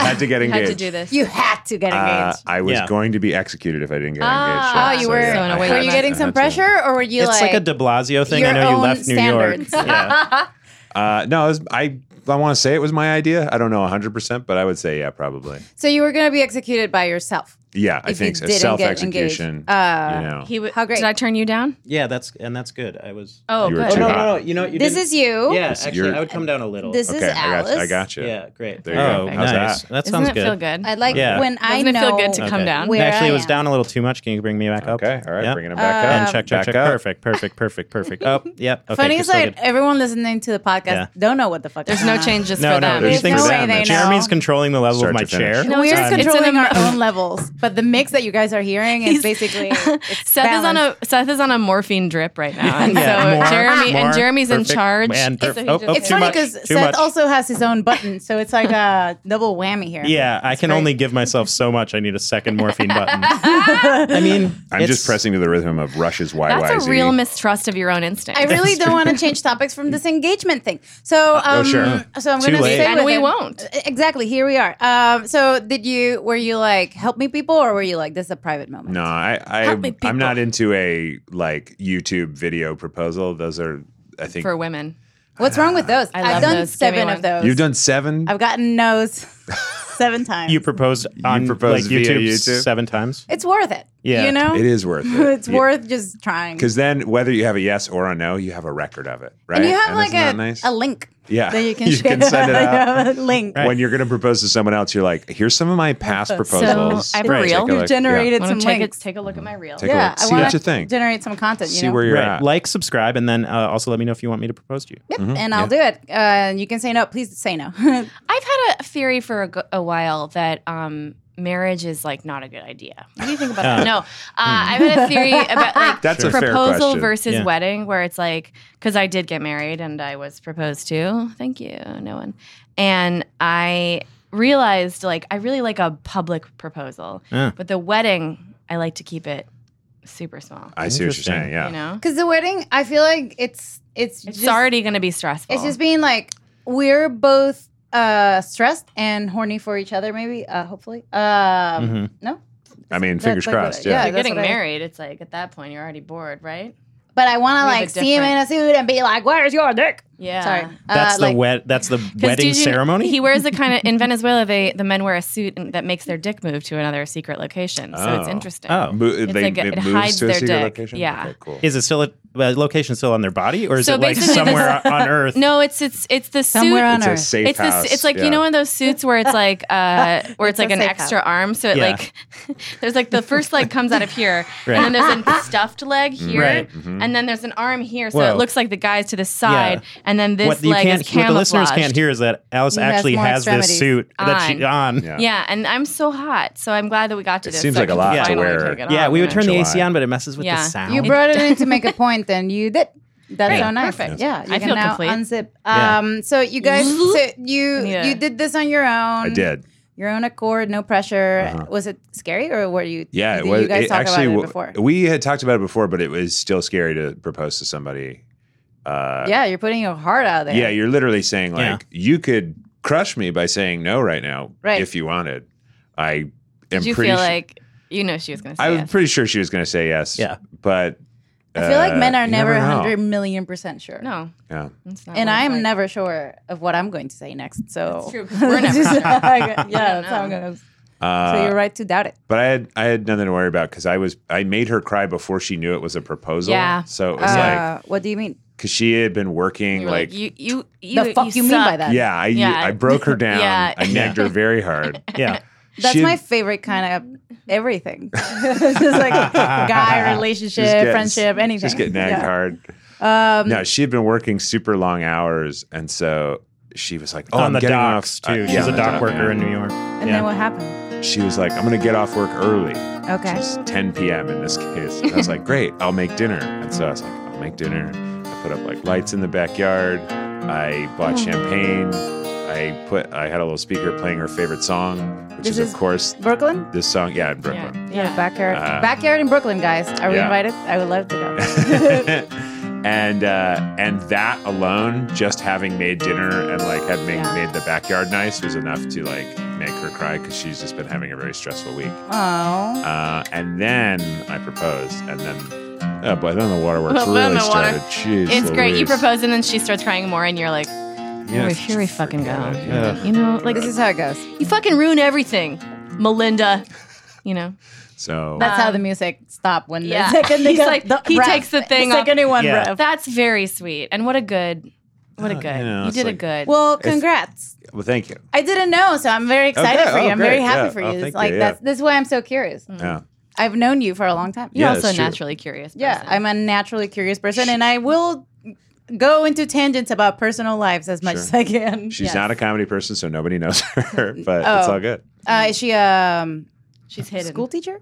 [SPEAKER 4] had to get
[SPEAKER 1] I had
[SPEAKER 4] engaged.
[SPEAKER 1] to do this.
[SPEAKER 2] you had to get
[SPEAKER 4] Uh,
[SPEAKER 2] engaged.
[SPEAKER 4] I was
[SPEAKER 5] Yeah.
[SPEAKER 4] going to be executed if I didn't get engaged.
[SPEAKER 1] Ah,
[SPEAKER 4] yeah,
[SPEAKER 2] oh, you
[SPEAKER 4] so,
[SPEAKER 2] were.
[SPEAKER 4] yeah,
[SPEAKER 1] So in a
[SPEAKER 4] I
[SPEAKER 1] way
[SPEAKER 4] had
[SPEAKER 2] were
[SPEAKER 1] you
[SPEAKER 2] you
[SPEAKER 4] to-
[SPEAKER 2] getting
[SPEAKER 4] I
[SPEAKER 2] some
[SPEAKER 4] had to.
[SPEAKER 2] pressure, or were you
[SPEAKER 5] It's like, a De Blasio thing. I
[SPEAKER 2] your
[SPEAKER 5] know you
[SPEAKER 2] own
[SPEAKER 5] left
[SPEAKER 2] standards.
[SPEAKER 5] New York. Yeah.
[SPEAKER 4] Uh, no, it was, I I want to say it was my idea. I don't know 100, percent but I would say yeah, probably.
[SPEAKER 2] so you were going to be executed by yourself?
[SPEAKER 4] Yeah, I
[SPEAKER 2] If
[SPEAKER 4] think
[SPEAKER 2] you
[SPEAKER 4] so.
[SPEAKER 2] didn't get
[SPEAKER 4] Self execution.
[SPEAKER 2] engaged. Uh,
[SPEAKER 4] you know,
[SPEAKER 1] He w-
[SPEAKER 2] How great.
[SPEAKER 1] Did I turn you down?
[SPEAKER 5] yeah, that's and that's good. I was.
[SPEAKER 1] Oh,
[SPEAKER 4] You were
[SPEAKER 1] good.
[SPEAKER 5] Oh,
[SPEAKER 4] too
[SPEAKER 5] no, no,
[SPEAKER 4] hot.
[SPEAKER 5] no. You know, you
[SPEAKER 2] This
[SPEAKER 5] didn't-
[SPEAKER 2] is you.
[SPEAKER 5] Yeah,
[SPEAKER 4] This-
[SPEAKER 5] actually,
[SPEAKER 4] you're-
[SPEAKER 5] I would come down a little.
[SPEAKER 2] This
[SPEAKER 4] okay,
[SPEAKER 2] is
[SPEAKER 4] I
[SPEAKER 2] Alice.
[SPEAKER 4] got, I got you.
[SPEAKER 5] yeah, great.
[SPEAKER 4] There you go.
[SPEAKER 5] oh,
[SPEAKER 4] How's
[SPEAKER 5] nice.
[SPEAKER 4] that?
[SPEAKER 5] That,
[SPEAKER 1] Doesn't
[SPEAKER 5] sounds
[SPEAKER 1] it
[SPEAKER 5] good.
[SPEAKER 1] feel good?
[SPEAKER 2] I like
[SPEAKER 5] Yeah.
[SPEAKER 2] when I
[SPEAKER 1] Doesn't it
[SPEAKER 2] know.
[SPEAKER 1] feel good to come
[SPEAKER 5] Okay.
[SPEAKER 1] down?
[SPEAKER 2] Where
[SPEAKER 5] Actually,
[SPEAKER 2] I
[SPEAKER 5] it was
[SPEAKER 2] am.
[SPEAKER 5] down a little too much. Can you bring me back up?
[SPEAKER 4] Okay, all right,
[SPEAKER 5] Yeah.
[SPEAKER 4] bringing it back
[SPEAKER 1] Um,
[SPEAKER 4] up.
[SPEAKER 5] And check, check,
[SPEAKER 4] back
[SPEAKER 5] check.
[SPEAKER 4] up.
[SPEAKER 5] Perfect, perfect, perfect, perfect. Up. Yep. Okay,
[SPEAKER 2] Funny
[SPEAKER 5] you're
[SPEAKER 2] is
[SPEAKER 5] still
[SPEAKER 2] that
[SPEAKER 5] good.
[SPEAKER 2] everyone listening to the podcast
[SPEAKER 5] Yeah.
[SPEAKER 2] don't know what the fuck.
[SPEAKER 1] There's no changes
[SPEAKER 5] No,
[SPEAKER 1] for
[SPEAKER 5] no.
[SPEAKER 1] them.
[SPEAKER 5] There's
[SPEAKER 2] There's
[SPEAKER 5] things
[SPEAKER 2] no
[SPEAKER 5] that
[SPEAKER 2] way they
[SPEAKER 5] Jeremy's
[SPEAKER 2] know.
[SPEAKER 5] controlling the level
[SPEAKER 4] Start
[SPEAKER 5] of my
[SPEAKER 4] to finish.
[SPEAKER 5] chair.
[SPEAKER 1] No,
[SPEAKER 2] We're
[SPEAKER 1] it's- it's an
[SPEAKER 2] controlling our
[SPEAKER 1] emo-
[SPEAKER 2] own levels, but the mix that you guys are hearing is basically it's
[SPEAKER 1] Seth is on
[SPEAKER 2] balanced.
[SPEAKER 1] a Seth is on a morphine drip right now. And
[SPEAKER 5] Yeah,
[SPEAKER 1] so
[SPEAKER 5] more,
[SPEAKER 1] Jeremy
[SPEAKER 5] more,
[SPEAKER 1] and Jeremy's
[SPEAKER 5] perfect,
[SPEAKER 1] in charge.
[SPEAKER 5] and
[SPEAKER 1] So
[SPEAKER 5] perf-
[SPEAKER 1] he
[SPEAKER 5] oh,
[SPEAKER 1] just-
[SPEAKER 5] oh,
[SPEAKER 2] It's
[SPEAKER 5] too
[SPEAKER 2] funny
[SPEAKER 5] much,
[SPEAKER 2] because
[SPEAKER 5] too
[SPEAKER 2] Seth
[SPEAKER 5] much.
[SPEAKER 2] also has his own button, so it's like a double whammy here.
[SPEAKER 5] Yeah, I can only give myself so much. I need a second morphine button. I mean,
[SPEAKER 4] I'm
[SPEAKER 5] it's-
[SPEAKER 4] just pressing to the rhythm of Rush's YYZ.
[SPEAKER 1] That's a real mistrust of your own instinct.
[SPEAKER 2] I really don't want to change topics from this engagement thing. So, um,
[SPEAKER 4] sure.
[SPEAKER 2] so I'm
[SPEAKER 5] Oh, Too
[SPEAKER 2] going to
[SPEAKER 5] late.
[SPEAKER 2] stay
[SPEAKER 1] And
[SPEAKER 2] with
[SPEAKER 1] we
[SPEAKER 2] it.
[SPEAKER 1] won't.
[SPEAKER 2] Exactly. Here we are. Um, so, did you were you like help me people, or were you like this is a private moment?
[SPEAKER 4] No, I,
[SPEAKER 1] Help me,
[SPEAKER 4] I
[SPEAKER 1] people.
[SPEAKER 4] I'm not into a like YouTube video proposal. Those are I think Ah,
[SPEAKER 1] for women.
[SPEAKER 2] What's wrong with those?
[SPEAKER 1] I
[SPEAKER 2] have
[SPEAKER 1] love
[SPEAKER 2] done
[SPEAKER 1] those. Give me
[SPEAKER 2] seven
[SPEAKER 1] one.
[SPEAKER 2] of those.
[SPEAKER 4] you've done seven.
[SPEAKER 2] I've gotten no's. seven times.
[SPEAKER 5] You proposed on
[SPEAKER 4] proposed
[SPEAKER 5] like
[SPEAKER 4] via
[SPEAKER 5] YouTube,
[SPEAKER 4] YouTube?
[SPEAKER 5] seven times.
[SPEAKER 2] it's worth it.
[SPEAKER 5] Yeah.
[SPEAKER 2] you know,
[SPEAKER 4] It is worth it.
[SPEAKER 2] it's worth just trying.
[SPEAKER 4] because then whether you have a yes or a no, you have a record of it, right?
[SPEAKER 2] and you have like
[SPEAKER 4] isn't that
[SPEAKER 2] a,
[SPEAKER 4] nice?
[SPEAKER 2] a link
[SPEAKER 4] yeah,
[SPEAKER 2] that you can share.
[SPEAKER 4] send it out.
[SPEAKER 2] You have a link.
[SPEAKER 5] Right.
[SPEAKER 4] When you're going to propose to someone else, you're like, here's some of my past proposals.
[SPEAKER 1] I have a
[SPEAKER 4] Take
[SPEAKER 1] reel.
[SPEAKER 4] look.
[SPEAKER 1] You've
[SPEAKER 4] Yeah.
[SPEAKER 2] generated
[SPEAKER 1] Wanna
[SPEAKER 2] some
[SPEAKER 1] take a,
[SPEAKER 2] links.
[SPEAKER 1] take a look at my reel.
[SPEAKER 4] Take a
[SPEAKER 2] yeah,
[SPEAKER 4] look.
[SPEAKER 2] I
[SPEAKER 4] See
[SPEAKER 2] wanna
[SPEAKER 4] what you think.
[SPEAKER 2] Generate some content. You
[SPEAKER 4] See
[SPEAKER 2] know?
[SPEAKER 4] where you're
[SPEAKER 5] right.
[SPEAKER 4] at. Mm-hmm.
[SPEAKER 5] Like, subscribe, and then uh, also let me know if you want me to propose to you.
[SPEAKER 2] Yep, and I'll do it. Uh, you can say no. Please say no.
[SPEAKER 1] I've had a theory for a, go- a while that um, marriage is like not a good idea. What do you think about that? No, uh, I've had a theory about like
[SPEAKER 4] Hmm. That's a fair
[SPEAKER 1] proposal
[SPEAKER 4] question.
[SPEAKER 1] versus
[SPEAKER 5] Yeah.
[SPEAKER 1] wedding, where it's like because I did get married and I was proposed to. Thank you, no one. And I realized like I really like a public proposal,
[SPEAKER 5] Yeah.
[SPEAKER 1] but the wedding I like to keep it super small.
[SPEAKER 4] I see what you're saying.
[SPEAKER 5] Interesting.
[SPEAKER 4] Yeah.
[SPEAKER 1] You know,
[SPEAKER 2] Because the wedding, I feel like it's it's
[SPEAKER 1] it's
[SPEAKER 2] just,
[SPEAKER 1] already going to be stressful.
[SPEAKER 2] It's just being like we're both uh stressed and horny for each other. Maybe uh hopefully. Um,
[SPEAKER 4] Mm-hmm.
[SPEAKER 5] Mhm.
[SPEAKER 2] No,
[SPEAKER 4] I mean,
[SPEAKER 2] That's
[SPEAKER 4] fingers
[SPEAKER 2] like what-
[SPEAKER 4] crossed.
[SPEAKER 2] yeah.
[SPEAKER 4] Yeah.
[SPEAKER 1] If you're
[SPEAKER 2] that's
[SPEAKER 1] getting
[SPEAKER 2] what I-
[SPEAKER 1] married. It's like at that point you're already bored, right?
[SPEAKER 2] but I want to
[SPEAKER 1] We have
[SPEAKER 2] like
[SPEAKER 1] a
[SPEAKER 2] see him in a suit and be like, "Where's your dick?"
[SPEAKER 1] Yeah.
[SPEAKER 2] Sorry,
[SPEAKER 5] That's
[SPEAKER 2] Uh,
[SPEAKER 5] the
[SPEAKER 2] like,
[SPEAKER 5] wed- That's the
[SPEAKER 1] 'Cause
[SPEAKER 5] wedding
[SPEAKER 1] did you-
[SPEAKER 5] ceremony.
[SPEAKER 1] He wears the kind of in Venezuela they the men wear a suit and, that makes their dick move to another secret location. So it's
[SPEAKER 4] Oh.
[SPEAKER 1] interesting.
[SPEAKER 5] oh,
[SPEAKER 4] Mo-
[SPEAKER 1] It's
[SPEAKER 4] they,
[SPEAKER 1] like a-
[SPEAKER 4] it
[SPEAKER 1] it
[SPEAKER 4] moves
[SPEAKER 1] hides
[SPEAKER 4] to a
[SPEAKER 1] their
[SPEAKER 4] secret
[SPEAKER 1] dick.
[SPEAKER 4] location.
[SPEAKER 1] Yeah.
[SPEAKER 4] Okay, cool.
[SPEAKER 5] is it still a uh, location still on their body, or is
[SPEAKER 1] So
[SPEAKER 5] it like
[SPEAKER 1] basically this-
[SPEAKER 5] somewhere on Earth?
[SPEAKER 1] No, it's it's it's the suit.
[SPEAKER 2] Somewhere on
[SPEAKER 4] it's a
[SPEAKER 2] Earth.
[SPEAKER 4] safe
[SPEAKER 1] it's
[SPEAKER 4] house.
[SPEAKER 1] the, it's like
[SPEAKER 4] yeah.
[SPEAKER 1] you know in those suits where it's like uh where it's,
[SPEAKER 2] a
[SPEAKER 1] like an
[SPEAKER 2] safe
[SPEAKER 1] extra arm so it
[SPEAKER 5] Yeah.
[SPEAKER 1] like there's like the first leg comes out of here
[SPEAKER 5] Right. Mm-hmm.
[SPEAKER 1] and then there's a stuffed leg here
[SPEAKER 5] Right.
[SPEAKER 1] and then there's an arm here so
[SPEAKER 5] Whoa.
[SPEAKER 1] it looks like the guy's to the side and then this
[SPEAKER 5] what you
[SPEAKER 1] leg
[SPEAKER 5] can't,
[SPEAKER 1] is
[SPEAKER 5] what the
[SPEAKER 1] camouflaged.
[SPEAKER 5] listeners can't hear is that Alice
[SPEAKER 2] He has
[SPEAKER 5] actually
[SPEAKER 2] more
[SPEAKER 5] has, this
[SPEAKER 2] extremities
[SPEAKER 5] suit that she on.
[SPEAKER 4] Yeah.
[SPEAKER 1] Yeah, and I'm so hot, so I'm glad that we got to
[SPEAKER 4] It
[SPEAKER 1] this.
[SPEAKER 4] seems
[SPEAKER 1] so I
[SPEAKER 4] like a
[SPEAKER 1] can
[SPEAKER 4] lot to
[SPEAKER 1] finally
[SPEAKER 4] wear.
[SPEAKER 1] take it
[SPEAKER 5] Yeah,
[SPEAKER 1] off,
[SPEAKER 5] we
[SPEAKER 1] you
[SPEAKER 5] would
[SPEAKER 1] know?
[SPEAKER 5] turn the
[SPEAKER 4] July.
[SPEAKER 5] AC on, but it messes with
[SPEAKER 1] Yeah.
[SPEAKER 5] the sound.
[SPEAKER 2] You brought it in to make a point, and you did. That's
[SPEAKER 1] Great.
[SPEAKER 2] so nice.
[SPEAKER 1] Perfect.
[SPEAKER 2] Yeah, you
[SPEAKER 1] I
[SPEAKER 2] can
[SPEAKER 1] feel
[SPEAKER 2] now
[SPEAKER 1] complete.
[SPEAKER 2] unzip.
[SPEAKER 5] Yeah.
[SPEAKER 2] Um, so you guys, so you
[SPEAKER 1] Yeah.
[SPEAKER 2] you did this on your own.
[SPEAKER 4] I did. Uh-huh.
[SPEAKER 2] your own accord, no pressure. Was it scary, or were you?
[SPEAKER 4] Yeah, it
[SPEAKER 2] did
[SPEAKER 4] was.
[SPEAKER 2] You guys
[SPEAKER 4] it
[SPEAKER 2] talk
[SPEAKER 4] actually,
[SPEAKER 2] about it
[SPEAKER 4] w-
[SPEAKER 2] before.
[SPEAKER 4] we had talked about it before, but it was still scary to propose to somebody. Uh,
[SPEAKER 2] yeah, you're putting your heart out there.
[SPEAKER 4] yeah, you're literally saying
[SPEAKER 5] Yeah.
[SPEAKER 4] like you could crush me by saying no right now
[SPEAKER 2] Right.
[SPEAKER 4] if you wanted. I am
[SPEAKER 1] Did you
[SPEAKER 4] pretty.
[SPEAKER 1] feel
[SPEAKER 4] su-
[SPEAKER 1] like you know she was going to say
[SPEAKER 4] I was
[SPEAKER 1] yes.
[SPEAKER 4] pretty sure she was going to say yes.
[SPEAKER 5] Yeah.
[SPEAKER 4] but
[SPEAKER 2] I feel like
[SPEAKER 4] uh,
[SPEAKER 2] men are
[SPEAKER 4] you
[SPEAKER 2] never
[SPEAKER 4] know.
[SPEAKER 2] hundred million percent sure.
[SPEAKER 1] No,
[SPEAKER 4] Yeah,
[SPEAKER 1] that's not
[SPEAKER 2] and
[SPEAKER 1] what
[SPEAKER 2] I
[SPEAKER 1] it's
[SPEAKER 2] am
[SPEAKER 1] like.
[SPEAKER 2] never sure of what I'm going to say next. So
[SPEAKER 1] That's true, 'cause we're never
[SPEAKER 2] Just
[SPEAKER 1] sure.
[SPEAKER 2] like, yeah, that's
[SPEAKER 1] know.
[SPEAKER 2] how I'm gonna. So
[SPEAKER 4] Uh,
[SPEAKER 2] you're right to doubt it.
[SPEAKER 4] But I had I had nothing to worry about because I was I made her cry before she knew it was a proposal.
[SPEAKER 1] Yeah.
[SPEAKER 4] So it was like
[SPEAKER 2] Uh, what do you mean?
[SPEAKER 4] because she had been working
[SPEAKER 1] You were
[SPEAKER 4] like,
[SPEAKER 1] like, you you you
[SPEAKER 2] The fuck you mean
[SPEAKER 1] suck.
[SPEAKER 2] by that?
[SPEAKER 4] yeah I
[SPEAKER 1] Yeah.
[SPEAKER 4] I broke her down.
[SPEAKER 1] Yeah.
[SPEAKER 4] I nagged her very hard.
[SPEAKER 5] yeah.
[SPEAKER 2] That's
[SPEAKER 4] She-
[SPEAKER 2] my favorite kind of everything. just like guy relationship,
[SPEAKER 4] Just get-
[SPEAKER 2] friendship, anything.
[SPEAKER 4] Just get nagged
[SPEAKER 2] Yeah. Um,
[SPEAKER 4] hard. no, she had been working super long hours, and so she was like, "Oh,
[SPEAKER 5] on
[SPEAKER 4] I'm
[SPEAKER 5] the
[SPEAKER 4] getting
[SPEAKER 5] docks
[SPEAKER 4] off-
[SPEAKER 5] too.
[SPEAKER 4] uh,
[SPEAKER 5] She's
[SPEAKER 4] yeah, on
[SPEAKER 5] a
[SPEAKER 4] the
[SPEAKER 5] dock
[SPEAKER 4] dock,
[SPEAKER 5] worker
[SPEAKER 4] yeah.
[SPEAKER 5] in New York.
[SPEAKER 2] And then what happened?
[SPEAKER 4] She was like, "I'm gonna get off work early."
[SPEAKER 2] Okay.
[SPEAKER 4] Which is 10 p.m. in this case. And I was like, "Great, I'll make dinner." And so I was like, "I'll make dinner." I put up like lights in the backyard. I bought champagne. I put. I had a little speaker playing her favorite song, which
[SPEAKER 2] This
[SPEAKER 4] is
[SPEAKER 2] is-
[SPEAKER 4] of course
[SPEAKER 2] Brooklyn?
[SPEAKER 4] this song. Yeah, in Brooklyn.
[SPEAKER 1] Yeah.
[SPEAKER 2] Yeah, backyard.
[SPEAKER 4] Uh,
[SPEAKER 2] backyard in Brooklyn, guys. Are we
[SPEAKER 4] yeah.
[SPEAKER 2] invited? I would love to go.
[SPEAKER 4] and uh, and that alone, just having made dinner and like had made,
[SPEAKER 1] Yeah.
[SPEAKER 4] made the backyard nice, was enough to like make her cry because she's just been having a very stressful week.
[SPEAKER 2] Oh.
[SPEAKER 4] Uh, and then I proposed, and then oh boy, then the waterworks
[SPEAKER 1] Well, then
[SPEAKER 4] really
[SPEAKER 1] the water-
[SPEAKER 4] started. Jeez,
[SPEAKER 1] It's great. You
[SPEAKER 4] Louise.
[SPEAKER 1] propose and then she starts crying more, and you're like,
[SPEAKER 4] Yeah,
[SPEAKER 1] "Oh, here we fucking go.
[SPEAKER 4] forget it, yeah.
[SPEAKER 1] You know, like
[SPEAKER 2] This is how it goes.
[SPEAKER 1] you fucking ruin everything, Melinda. You know, Um,
[SPEAKER 4] So
[SPEAKER 2] That's how the music stopped when
[SPEAKER 1] yeah.
[SPEAKER 2] the second they
[SPEAKER 1] He's
[SPEAKER 2] got
[SPEAKER 1] like-
[SPEAKER 2] the
[SPEAKER 1] he
[SPEAKER 2] breath,
[SPEAKER 1] takes the thing off.
[SPEAKER 2] second one
[SPEAKER 5] Yeah.
[SPEAKER 2] breath.
[SPEAKER 1] that's very sweet. And what a good, what a
[SPEAKER 4] Oh,
[SPEAKER 1] good.
[SPEAKER 4] you
[SPEAKER 1] You,
[SPEAKER 4] know, it's
[SPEAKER 1] did a
[SPEAKER 4] like-
[SPEAKER 1] good.
[SPEAKER 2] Uh, Well, congrats.
[SPEAKER 4] well, thank you.
[SPEAKER 2] I didn't know, so I'm very excited
[SPEAKER 4] Okay.
[SPEAKER 2] for you.
[SPEAKER 4] Oh,
[SPEAKER 2] I'm very
[SPEAKER 4] great.
[SPEAKER 2] happy
[SPEAKER 4] Yeah.
[SPEAKER 2] for
[SPEAKER 4] Oh,
[SPEAKER 2] you.
[SPEAKER 4] thank
[SPEAKER 2] It's like
[SPEAKER 4] you. Yeah.
[SPEAKER 2] that's this is why I'm so curious.
[SPEAKER 4] Yeah.
[SPEAKER 2] I've known you for a long time.
[SPEAKER 4] Yeah,
[SPEAKER 1] you're
[SPEAKER 4] it's
[SPEAKER 1] also a
[SPEAKER 4] true.
[SPEAKER 1] naturally curious. Person.
[SPEAKER 2] Yeah, I'm a naturally curious person, and I will go into tangents about personal lives as much
[SPEAKER 4] Sure.
[SPEAKER 2] as I can.
[SPEAKER 4] She's
[SPEAKER 2] Yes.
[SPEAKER 4] not a comedy person, so nobody knows her, but it's
[SPEAKER 2] Oh.
[SPEAKER 4] all good.
[SPEAKER 2] Uh, is she a um,
[SPEAKER 1] She's hidden.
[SPEAKER 2] school teacher,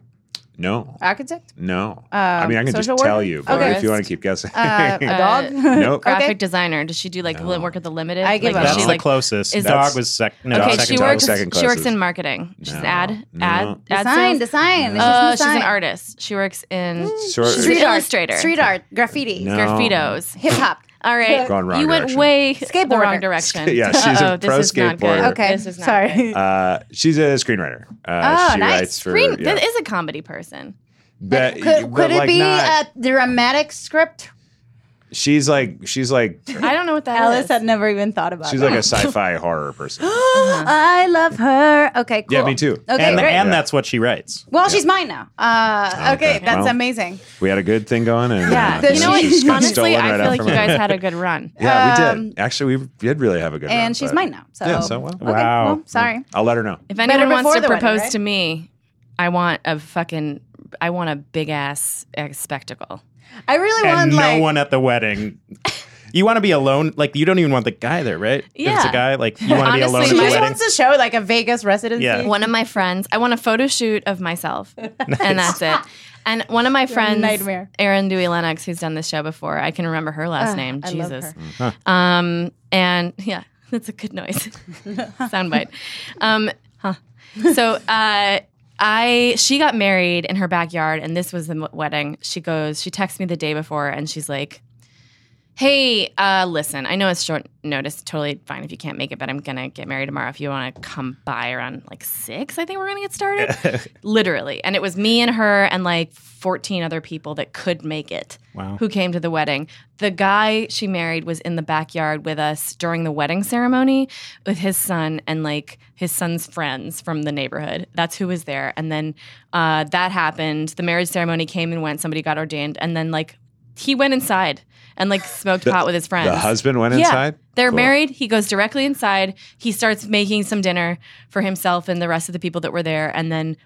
[SPEAKER 4] No,
[SPEAKER 2] architect,
[SPEAKER 4] no.
[SPEAKER 2] um,
[SPEAKER 4] I mean, I can just
[SPEAKER 2] social
[SPEAKER 4] tell
[SPEAKER 2] worker?
[SPEAKER 4] you, but
[SPEAKER 2] Okay.
[SPEAKER 4] if you want to keep guessing,
[SPEAKER 2] uh, a dog?
[SPEAKER 4] Nope.
[SPEAKER 1] graphic
[SPEAKER 2] Okay.
[SPEAKER 1] designer. Does she do like li- work at the limited?
[SPEAKER 2] I give
[SPEAKER 1] like,
[SPEAKER 2] up.
[SPEAKER 1] is
[SPEAKER 5] That's
[SPEAKER 1] she,
[SPEAKER 5] the
[SPEAKER 1] like,
[SPEAKER 5] closest.
[SPEAKER 1] is-
[SPEAKER 5] dog was sec- no,
[SPEAKER 1] okay,
[SPEAKER 5] second
[SPEAKER 1] she
[SPEAKER 5] dog.
[SPEAKER 4] class.
[SPEAKER 1] works.
[SPEAKER 4] Second
[SPEAKER 1] she works
[SPEAKER 4] classes.
[SPEAKER 1] in marketing. She's
[SPEAKER 4] No,
[SPEAKER 1] ad,
[SPEAKER 4] no.
[SPEAKER 1] ad, ad
[SPEAKER 2] Design,
[SPEAKER 1] sales.
[SPEAKER 2] design.
[SPEAKER 1] Uh, she's
[SPEAKER 2] design.
[SPEAKER 1] an artist. She works in
[SPEAKER 4] Sort-
[SPEAKER 1] she's
[SPEAKER 2] Mm. Street
[SPEAKER 1] an
[SPEAKER 2] art.
[SPEAKER 1] illustrator.
[SPEAKER 2] Street art, graffiti,
[SPEAKER 4] No.
[SPEAKER 1] Graffitos.
[SPEAKER 2] hip hop.
[SPEAKER 1] All right,
[SPEAKER 4] Gone wrong
[SPEAKER 1] you went
[SPEAKER 4] direction.
[SPEAKER 1] way the
[SPEAKER 2] Skateboarder.
[SPEAKER 1] wrong direction.
[SPEAKER 4] Yeah, she's a
[SPEAKER 1] Uh-oh, this
[SPEAKER 4] pro
[SPEAKER 1] is not good.
[SPEAKER 4] skateboarder.
[SPEAKER 2] Okay,
[SPEAKER 1] this is not
[SPEAKER 2] sorry.
[SPEAKER 1] good.
[SPEAKER 4] Uh, she's a screenwriter. Uh,
[SPEAKER 2] Oh,
[SPEAKER 4] she
[SPEAKER 2] nice.
[SPEAKER 4] writes for
[SPEAKER 1] Green-
[SPEAKER 4] yeah.
[SPEAKER 1] That Ah, is a comedy person.
[SPEAKER 4] But-
[SPEAKER 2] could
[SPEAKER 4] but
[SPEAKER 2] could it
[SPEAKER 4] like
[SPEAKER 2] be
[SPEAKER 4] not-
[SPEAKER 2] a dramatic script?
[SPEAKER 4] She's like she's like
[SPEAKER 1] I don't know what that
[SPEAKER 2] Alice
[SPEAKER 1] is.
[SPEAKER 2] had never even thought about
[SPEAKER 4] she's
[SPEAKER 2] it.
[SPEAKER 4] like a sci-fi horror person.
[SPEAKER 2] I love her. Okay, cool.
[SPEAKER 4] Yeah, me too.
[SPEAKER 2] Okay,
[SPEAKER 5] and,
[SPEAKER 2] great.
[SPEAKER 5] and
[SPEAKER 4] Yeah.
[SPEAKER 5] that's what she writes.
[SPEAKER 2] well, she's mine now. Uh, okay,
[SPEAKER 4] Oh, Okay,
[SPEAKER 2] that's
[SPEAKER 4] well.
[SPEAKER 2] amazing.
[SPEAKER 4] We had a good thing going, and
[SPEAKER 1] yeah.
[SPEAKER 4] uh,
[SPEAKER 1] you know
[SPEAKER 4] she just
[SPEAKER 1] what?
[SPEAKER 4] got
[SPEAKER 1] Honestly,
[SPEAKER 4] stolen
[SPEAKER 1] I
[SPEAKER 4] right
[SPEAKER 1] feel
[SPEAKER 4] out
[SPEAKER 1] like you
[SPEAKER 4] from her.
[SPEAKER 1] guys had a good run.
[SPEAKER 4] Yeah, we
[SPEAKER 2] Um,
[SPEAKER 4] did. Actually, we did really have a good. run,
[SPEAKER 2] And she's
[SPEAKER 4] but-
[SPEAKER 2] mine now. So
[SPEAKER 4] Yeah, so well.
[SPEAKER 2] Okay,
[SPEAKER 5] Wow.
[SPEAKER 2] well, sorry.
[SPEAKER 4] I'll let her know.
[SPEAKER 1] If anyone wants
[SPEAKER 2] before
[SPEAKER 1] to
[SPEAKER 2] the wedding,
[SPEAKER 1] propose
[SPEAKER 2] right?
[SPEAKER 1] to me, I want a fucking, I want a big ass uh, spectacle.
[SPEAKER 2] I really
[SPEAKER 5] And
[SPEAKER 2] want
[SPEAKER 5] no
[SPEAKER 2] like
[SPEAKER 5] one at the wedding. You want to be alone? Like you don't even want the guy there, right? If it's
[SPEAKER 1] Yeah.
[SPEAKER 5] a guy, like you want to be alone at
[SPEAKER 1] Honestly,
[SPEAKER 5] the
[SPEAKER 2] she
[SPEAKER 1] my-
[SPEAKER 2] just
[SPEAKER 5] wedding.
[SPEAKER 2] wants to show like a Vegas residency.
[SPEAKER 5] Yeah.
[SPEAKER 1] One of my friends, I want a photo shoot of myself, and that's it. And one of my friends,
[SPEAKER 2] nightmare.
[SPEAKER 1] Erin Dewey Lennox, who's done this show before, I can remember her last
[SPEAKER 2] Ah,
[SPEAKER 1] name.
[SPEAKER 2] I love
[SPEAKER 1] Jesus. Um, and yeah, that's a good noise. Soundbite. Um, huh. So uh, I, she got married in her backyard, and this was the m- wedding. She goes, she texts me the day before, and she's like, Hey, uh, listen, I know it's short notice. Totally fine if you can't make it, but I'm going to get married tomorrow. If you want to come by around like six, I think we're going to get started. Literally. And it was me and her and like 14 other people that could make it
[SPEAKER 5] Wow.
[SPEAKER 1] who came to the wedding. The guy she married was in the backyard with us during the wedding ceremony with his son and like his son's friends from the neighborhood. That's who was there. And then uh, that happened. The marriage ceremony came and went. Somebody got ordained. And then like he went inside and like smoked pot with his friends.
[SPEAKER 4] The husband went
[SPEAKER 1] Yeah.
[SPEAKER 4] inside.
[SPEAKER 1] They're
[SPEAKER 4] Cool.
[SPEAKER 1] married. He goes directly inside. He starts making some dinner for himself and the rest of the people that were there. And then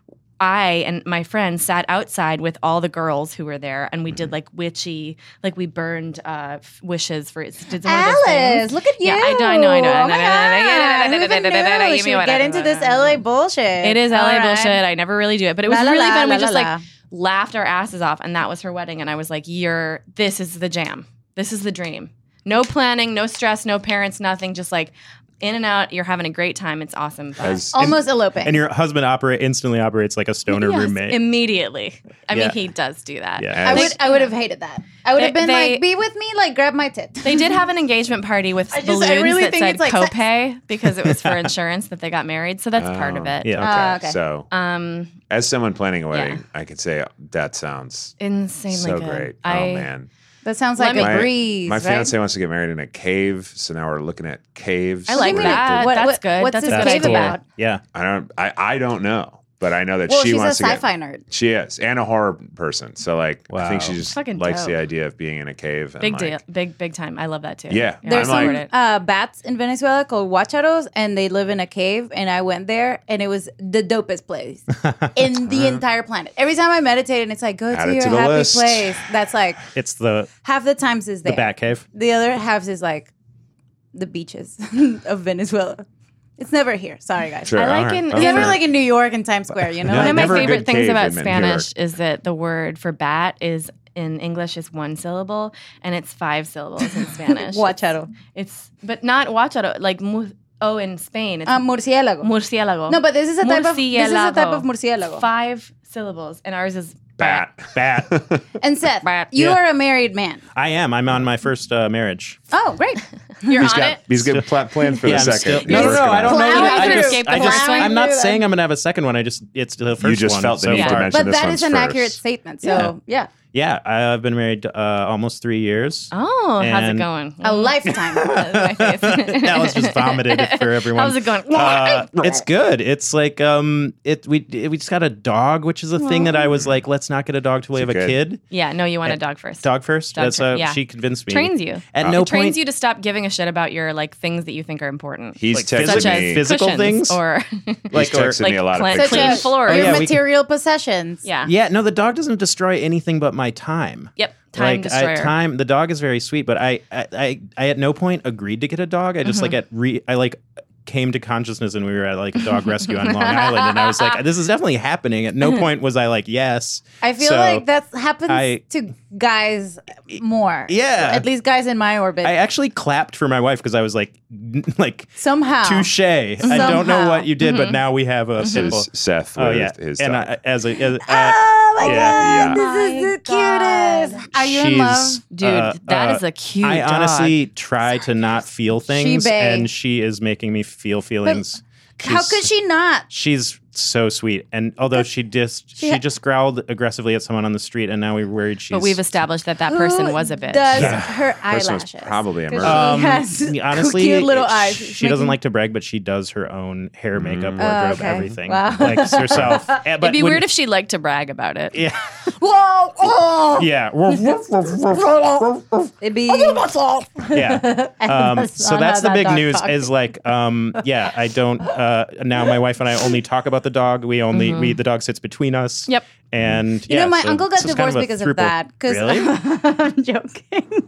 [SPEAKER 1] I and my friend sat outside with all the girls who were there, and we
[SPEAKER 5] Mm-hmm.
[SPEAKER 1] did like witchy, like we burned uh, f- wishes for. Did some of those
[SPEAKER 2] Alice,
[SPEAKER 1] things.
[SPEAKER 2] look at you.
[SPEAKER 1] Yeah, I know, I know, I know.
[SPEAKER 2] Oh my God. Who even knew
[SPEAKER 1] Give me
[SPEAKER 2] she would
[SPEAKER 1] one.
[SPEAKER 2] get into this LA bullshit.
[SPEAKER 1] It is LA
[SPEAKER 2] All right.
[SPEAKER 1] bullshit. I never really do it, but it was
[SPEAKER 2] La, la,
[SPEAKER 1] really
[SPEAKER 2] la,
[SPEAKER 1] fun.
[SPEAKER 2] la,
[SPEAKER 1] we just
[SPEAKER 2] la,
[SPEAKER 1] like
[SPEAKER 2] la.
[SPEAKER 1] laughed our asses off, and that was her wedding. And I was like, "You're this is the jam. This is the dream. No planning, no stress, no parents, nothing. Just like in and out. You're having a great time. It's awesome." But-
[SPEAKER 4] As-
[SPEAKER 2] Almost eloping.
[SPEAKER 5] And your husband operate instantly operates like a stoner
[SPEAKER 1] Yes,
[SPEAKER 5] roommate.
[SPEAKER 1] immediately. I
[SPEAKER 5] Yeah.
[SPEAKER 1] mean, he does do that.
[SPEAKER 4] Yeah,
[SPEAKER 2] I
[SPEAKER 4] as-
[SPEAKER 2] would I would have hated that. I would have
[SPEAKER 1] They-
[SPEAKER 2] been
[SPEAKER 1] they-
[SPEAKER 2] like, be with me, like grab my tit.
[SPEAKER 1] They did have an engagement party with
[SPEAKER 2] I just-
[SPEAKER 1] balloons
[SPEAKER 2] I really
[SPEAKER 1] that
[SPEAKER 2] think
[SPEAKER 1] said
[SPEAKER 2] it's like sex.
[SPEAKER 1] copay because it was for insurance that they got married. So that's part of
[SPEAKER 4] Oh,
[SPEAKER 1] it.
[SPEAKER 5] Yeah.
[SPEAKER 2] Ah, okay.
[SPEAKER 4] So,
[SPEAKER 1] Um,
[SPEAKER 4] as someone planning a wedding, I could say that sounds
[SPEAKER 1] insanely
[SPEAKER 4] so
[SPEAKER 1] good.
[SPEAKER 4] great.
[SPEAKER 1] I,
[SPEAKER 4] oh man,
[SPEAKER 2] That sounds
[SPEAKER 1] Let
[SPEAKER 2] like
[SPEAKER 1] me-
[SPEAKER 2] a
[SPEAKER 4] my,
[SPEAKER 2] breeze.
[SPEAKER 4] my
[SPEAKER 2] right?
[SPEAKER 4] fiance wants to get married in a cave, so now we're looking at caves.
[SPEAKER 1] I like
[SPEAKER 4] We're-
[SPEAKER 1] that.
[SPEAKER 2] What-
[SPEAKER 1] that's
[SPEAKER 2] what-
[SPEAKER 1] good.
[SPEAKER 2] what's
[SPEAKER 1] that's a
[SPEAKER 2] this
[SPEAKER 1] good
[SPEAKER 5] That's
[SPEAKER 2] cave
[SPEAKER 1] idea.
[SPEAKER 5] cool.
[SPEAKER 2] about?
[SPEAKER 5] Yeah.
[SPEAKER 4] I don't. I, I don't know, but I know that
[SPEAKER 2] Well,
[SPEAKER 4] she
[SPEAKER 2] she's a
[SPEAKER 4] wants to get.
[SPEAKER 2] sci-fi nerd.
[SPEAKER 4] She is, and a horror person. So like, I think
[SPEAKER 5] Wow.
[SPEAKER 4] she just
[SPEAKER 1] Fucking
[SPEAKER 4] likes the
[SPEAKER 1] dope.
[SPEAKER 4] idea of being in a cave. And
[SPEAKER 1] Big
[SPEAKER 4] like,
[SPEAKER 1] deal. Big big time. I love that too.
[SPEAKER 4] Yeah.
[SPEAKER 2] There's
[SPEAKER 4] I'm
[SPEAKER 2] some
[SPEAKER 4] like-
[SPEAKER 2] uh, bats in Venezuela called huacharos, and they live in a cave. And I went there, and it was the dopest place in the
[SPEAKER 5] Uh-huh.
[SPEAKER 2] entire planet. Every time I meditate, and it's like, go
[SPEAKER 4] Add
[SPEAKER 2] to
[SPEAKER 4] it
[SPEAKER 2] your
[SPEAKER 4] to the
[SPEAKER 2] happy
[SPEAKER 4] list.
[SPEAKER 2] place. That's like
[SPEAKER 5] It's the
[SPEAKER 2] half the times is
[SPEAKER 5] the
[SPEAKER 2] there.
[SPEAKER 5] bat cave.
[SPEAKER 2] The other half is like the beaches of Venezuela. It's never here. Sorry, guys.
[SPEAKER 4] Sure,
[SPEAKER 1] I like
[SPEAKER 4] all right.
[SPEAKER 1] in-
[SPEAKER 4] Oh,
[SPEAKER 2] It's never
[SPEAKER 4] sure.
[SPEAKER 2] like in New York and Times Square, you know?
[SPEAKER 1] One
[SPEAKER 4] Yeah,
[SPEAKER 2] Like,
[SPEAKER 1] of my
[SPEAKER 4] never a
[SPEAKER 1] favorite
[SPEAKER 4] good
[SPEAKER 1] things
[SPEAKER 4] cave
[SPEAKER 1] about
[SPEAKER 4] in Vancouver.
[SPEAKER 1] Spanish is that the word for bat is in English is one syllable and it's five syllables in Spanish.
[SPEAKER 2] Guacharo.
[SPEAKER 1] It's but not guacharo like mu- oh in Spain it's
[SPEAKER 2] Uh, murciélago.
[SPEAKER 1] murciélago.
[SPEAKER 2] No, but this is a type of- this is a type of murciélago.
[SPEAKER 1] Five syllables and ours is bat.
[SPEAKER 4] bat.
[SPEAKER 5] Bat.
[SPEAKER 2] and Seth,
[SPEAKER 1] Bat.
[SPEAKER 2] you
[SPEAKER 5] Yeah.
[SPEAKER 2] are a married man.
[SPEAKER 5] I am. I'm on my first uh, marriage.
[SPEAKER 2] Oh, great.
[SPEAKER 1] You're
[SPEAKER 4] He's
[SPEAKER 1] on
[SPEAKER 4] got
[SPEAKER 1] it.
[SPEAKER 4] he's got pla- plans for
[SPEAKER 5] Yeah,
[SPEAKER 4] the
[SPEAKER 5] I'm
[SPEAKER 4] second.
[SPEAKER 5] still-
[SPEAKER 4] He's
[SPEAKER 5] no, no, no,
[SPEAKER 4] working
[SPEAKER 5] I
[SPEAKER 4] on
[SPEAKER 5] don't
[SPEAKER 4] it.
[SPEAKER 5] know.
[SPEAKER 2] Plowing
[SPEAKER 5] that- I
[SPEAKER 2] through.
[SPEAKER 5] just,
[SPEAKER 1] Escape the
[SPEAKER 5] I just,
[SPEAKER 1] plowing
[SPEAKER 5] I'm not
[SPEAKER 2] through that.
[SPEAKER 5] saying I'm gonna have a second one. I just, it's the first one.
[SPEAKER 4] just felt the
[SPEAKER 5] so
[SPEAKER 4] need to
[SPEAKER 5] far.
[SPEAKER 4] mention-
[SPEAKER 2] But
[SPEAKER 4] this
[SPEAKER 2] that is
[SPEAKER 4] one's
[SPEAKER 2] an
[SPEAKER 4] first.
[SPEAKER 2] accurate statement. So, yeah.
[SPEAKER 5] Yeah, I've been married uh, almost three years.
[SPEAKER 1] Oh, how's it
[SPEAKER 5] And-
[SPEAKER 1] going?
[SPEAKER 2] A lifetime.
[SPEAKER 5] Alice just vomited it for everyone.
[SPEAKER 1] How's it going?
[SPEAKER 5] Uh, it's good. It's like um, it we we just got a dog, which is a thing that I was like, let's not get a dog till we
[SPEAKER 4] Is
[SPEAKER 5] have
[SPEAKER 4] it
[SPEAKER 5] a
[SPEAKER 4] good?
[SPEAKER 5] kid.
[SPEAKER 1] yeah, no, you want a dog first.
[SPEAKER 5] Dog first.
[SPEAKER 1] Dog
[SPEAKER 5] That's how
[SPEAKER 1] first, yeah.
[SPEAKER 5] she convinced me.
[SPEAKER 1] trains you.
[SPEAKER 5] At no
[SPEAKER 1] it trains
[SPEAKER 5] point-
[SPEAKER 1] you to stop giving a shit about your like things that you think are important.
[SPEAKER 4] He's
[SPEAKER 5] Like,
[SPEAKER 4] texted
[SPEAKER 1] such
[SPEAKER 4] me.
[SPEAKER 1] as
[SPEAKER 5] Physical
[SPEAKER 1] cushions
[SPEAKER 5] things?
[SPEAKER 1] or
[SPEAKER 5] Like,
[SPEAKER 4] He's
[SPEAKER 5] or-
[SPEAKER 4] texted
[SPEAKER 1] like
[SPEAKER 4] me a lot of
[SPEAKER 1] plant-
[SPEAKER 4] pictures.
[SPEAKER 2] Such as
[SPEAKER 1] floor.
[SPEAKER 2] your
[SPEAKER 5] Oh, yeah, we-
[SPEAKER 2] material possessions.
[SPEAKER 1] yeah.
[SPEAKER 5] Yeah, no, the dog doesn't destroy anything but my time.
[SPEAKER 1] Yep. Time
[SPEAKER 5] like,
[SPEAKER 1] destroyer.
[SPEAKER 5] I, time. The dog is very sweet, but I, I, I, I at no point agreed to get a dog. I just like
[SPEAKER 2] Mm-hmm.
[SPEAKER 5] at re, I like came to consciousness, and we were at like a dog rescue on Long Island, and I was like, this is definitely happening. At no point was I like, yes.
[SPEAKER 2] I feel
[SPEAKER 5] So,
[SPEAKER 2] like that happens
[SPEAKER 5] I-
[SPEAKER 2] to guys more.
[SPEAKER 5] Yeah.
[SPEAKER 2] At least guys in my orbit.
[SPEAKER 5] I actually clapped for my wife because I was like, like
[SPEAKER 2] Somehow.
[SPEAKER 5] touche. I don't know
[SPEAKER 2] Somehow. Mm-hmm.
[SPEAKER 5] what you did, but now we have a
[SPEAKER 4] This
[SPEAKER 5] simple.
[SPEAKER 4] is Seth with
[SPEAKER 5] Oh yeah,
[SPEAKER 4] his
[SPEAKER 5] and
[SPEAKER 4] dog.
[SPEAKER 5] I, as a as, uh,
[SPEAKER 2] Oh my
[SPEAKER 4] Yeah.
[SPEAKER 2] god, this is
[SPEAKER 1] My
[SPEAKER 2] the cutest. Are you in love?
[SPEAKER 5] she's,
[SPEAKER 1] Dude,
[SPEAKER 5] uh,
[SPEAKER 1] that
[SPEAKER 5] uh,
[SPEAKER 1] is a cute
[SPEAKER 5] I
[SPEAKER 1] dog.
[SPEAKER 5] honestly try to not feel things,
[SPEAKER 2] bae.
[SPEAKER 5] and she is making me feel feelings.
[SPEAKER 2] How could she not?
[SPEAKER 5] She's so sweet. And although she just she, just growled aggressively at someone on the street, and now we're worried she's.
[SPEAKER 1] But we've established that that person
[SPEAKER 2] Who
[SPEAKER 1] was a bitch.
[SPEAKER 2] Does
[SPEAKER 4] Yeah.
[SPEAKER 2] her
[SPEAKER 4] Person
[SPEAKER 2] eyelashes?
[SPEAKER 4] was probably a
[SPEAKER 2] Because she
[SPEAKER 4] murderer.
[SPEAKER 2] has
[SPEAKER 5] I mean, Um, honestly,
[SPEAKER 2] cute little
[SPEAKER 5] it-
[SPEAKER 2] eyes.
[SPEAKER 5] She
[SPEAKER 2] It's
[SPEAKER 5] doesn't
[SPEAKER 2] making-
[SPEAKER 5] like to brag, but she does her own hair, makeup,
[SPEAKER 4] Mm.
[SPEAKER 5] wardrobe,
[SPEAKER 2] Oh, okay.
[SPEAKER 5] everything.
[SPEAKER 2] Wow.
[SPEAKER 5] Likes herself. Eh, but
[SPEAKER 1] It'd be
[SPEAKER 5] when-
[SPEAKER 1] weird if she liked to brag about it.
[SPEAKER 5] Yeah.
[SPEAKER 2] Whoa! Oh,
[SPEAKER 5] Yeah. Woof, woof, woof, woof, woof, woof.
[SPEAKER 2] it'd be
[SPEAKER 5] yeah. Um,
[SPEAKER 2] that's
[SPEAKER 5] so
[SPEAKER 2] not
[SPEAKER 5] that's
[SPEAKER 2] how
[SPEAKER 5] the
[SPEAKER 2] that
[SPEAKER 5] big
[SPEAKER 2] dog
[SPEAKER 5] news
[SPEAKER 2] talks.
[SPEAKER 5] is like, um, yeah, I don't, uh, now my wife and I only talk about the dog. We only, we, the dog sits between us.
[SPEAKER 1] Yep.
[SPEAKER 5] And
[SPEAKER 2] Mm-hmm. You
[SPEAKER 5] yeah,
[SPEAKER 2] know, my
[SPEAKER 5] so-
[SPEAKER 2] uncle got
[SPEAKER 5] so it's
[SPEAKER 2] divorced
[SPEAKER 5] kind a
[SPEAKER 2] because
[SPEAKER 5] throuple.
[SPEAKER 2] of that. 'cause-
[SPEAKER 5] Really?
[SPEAKER 2] I'm joking.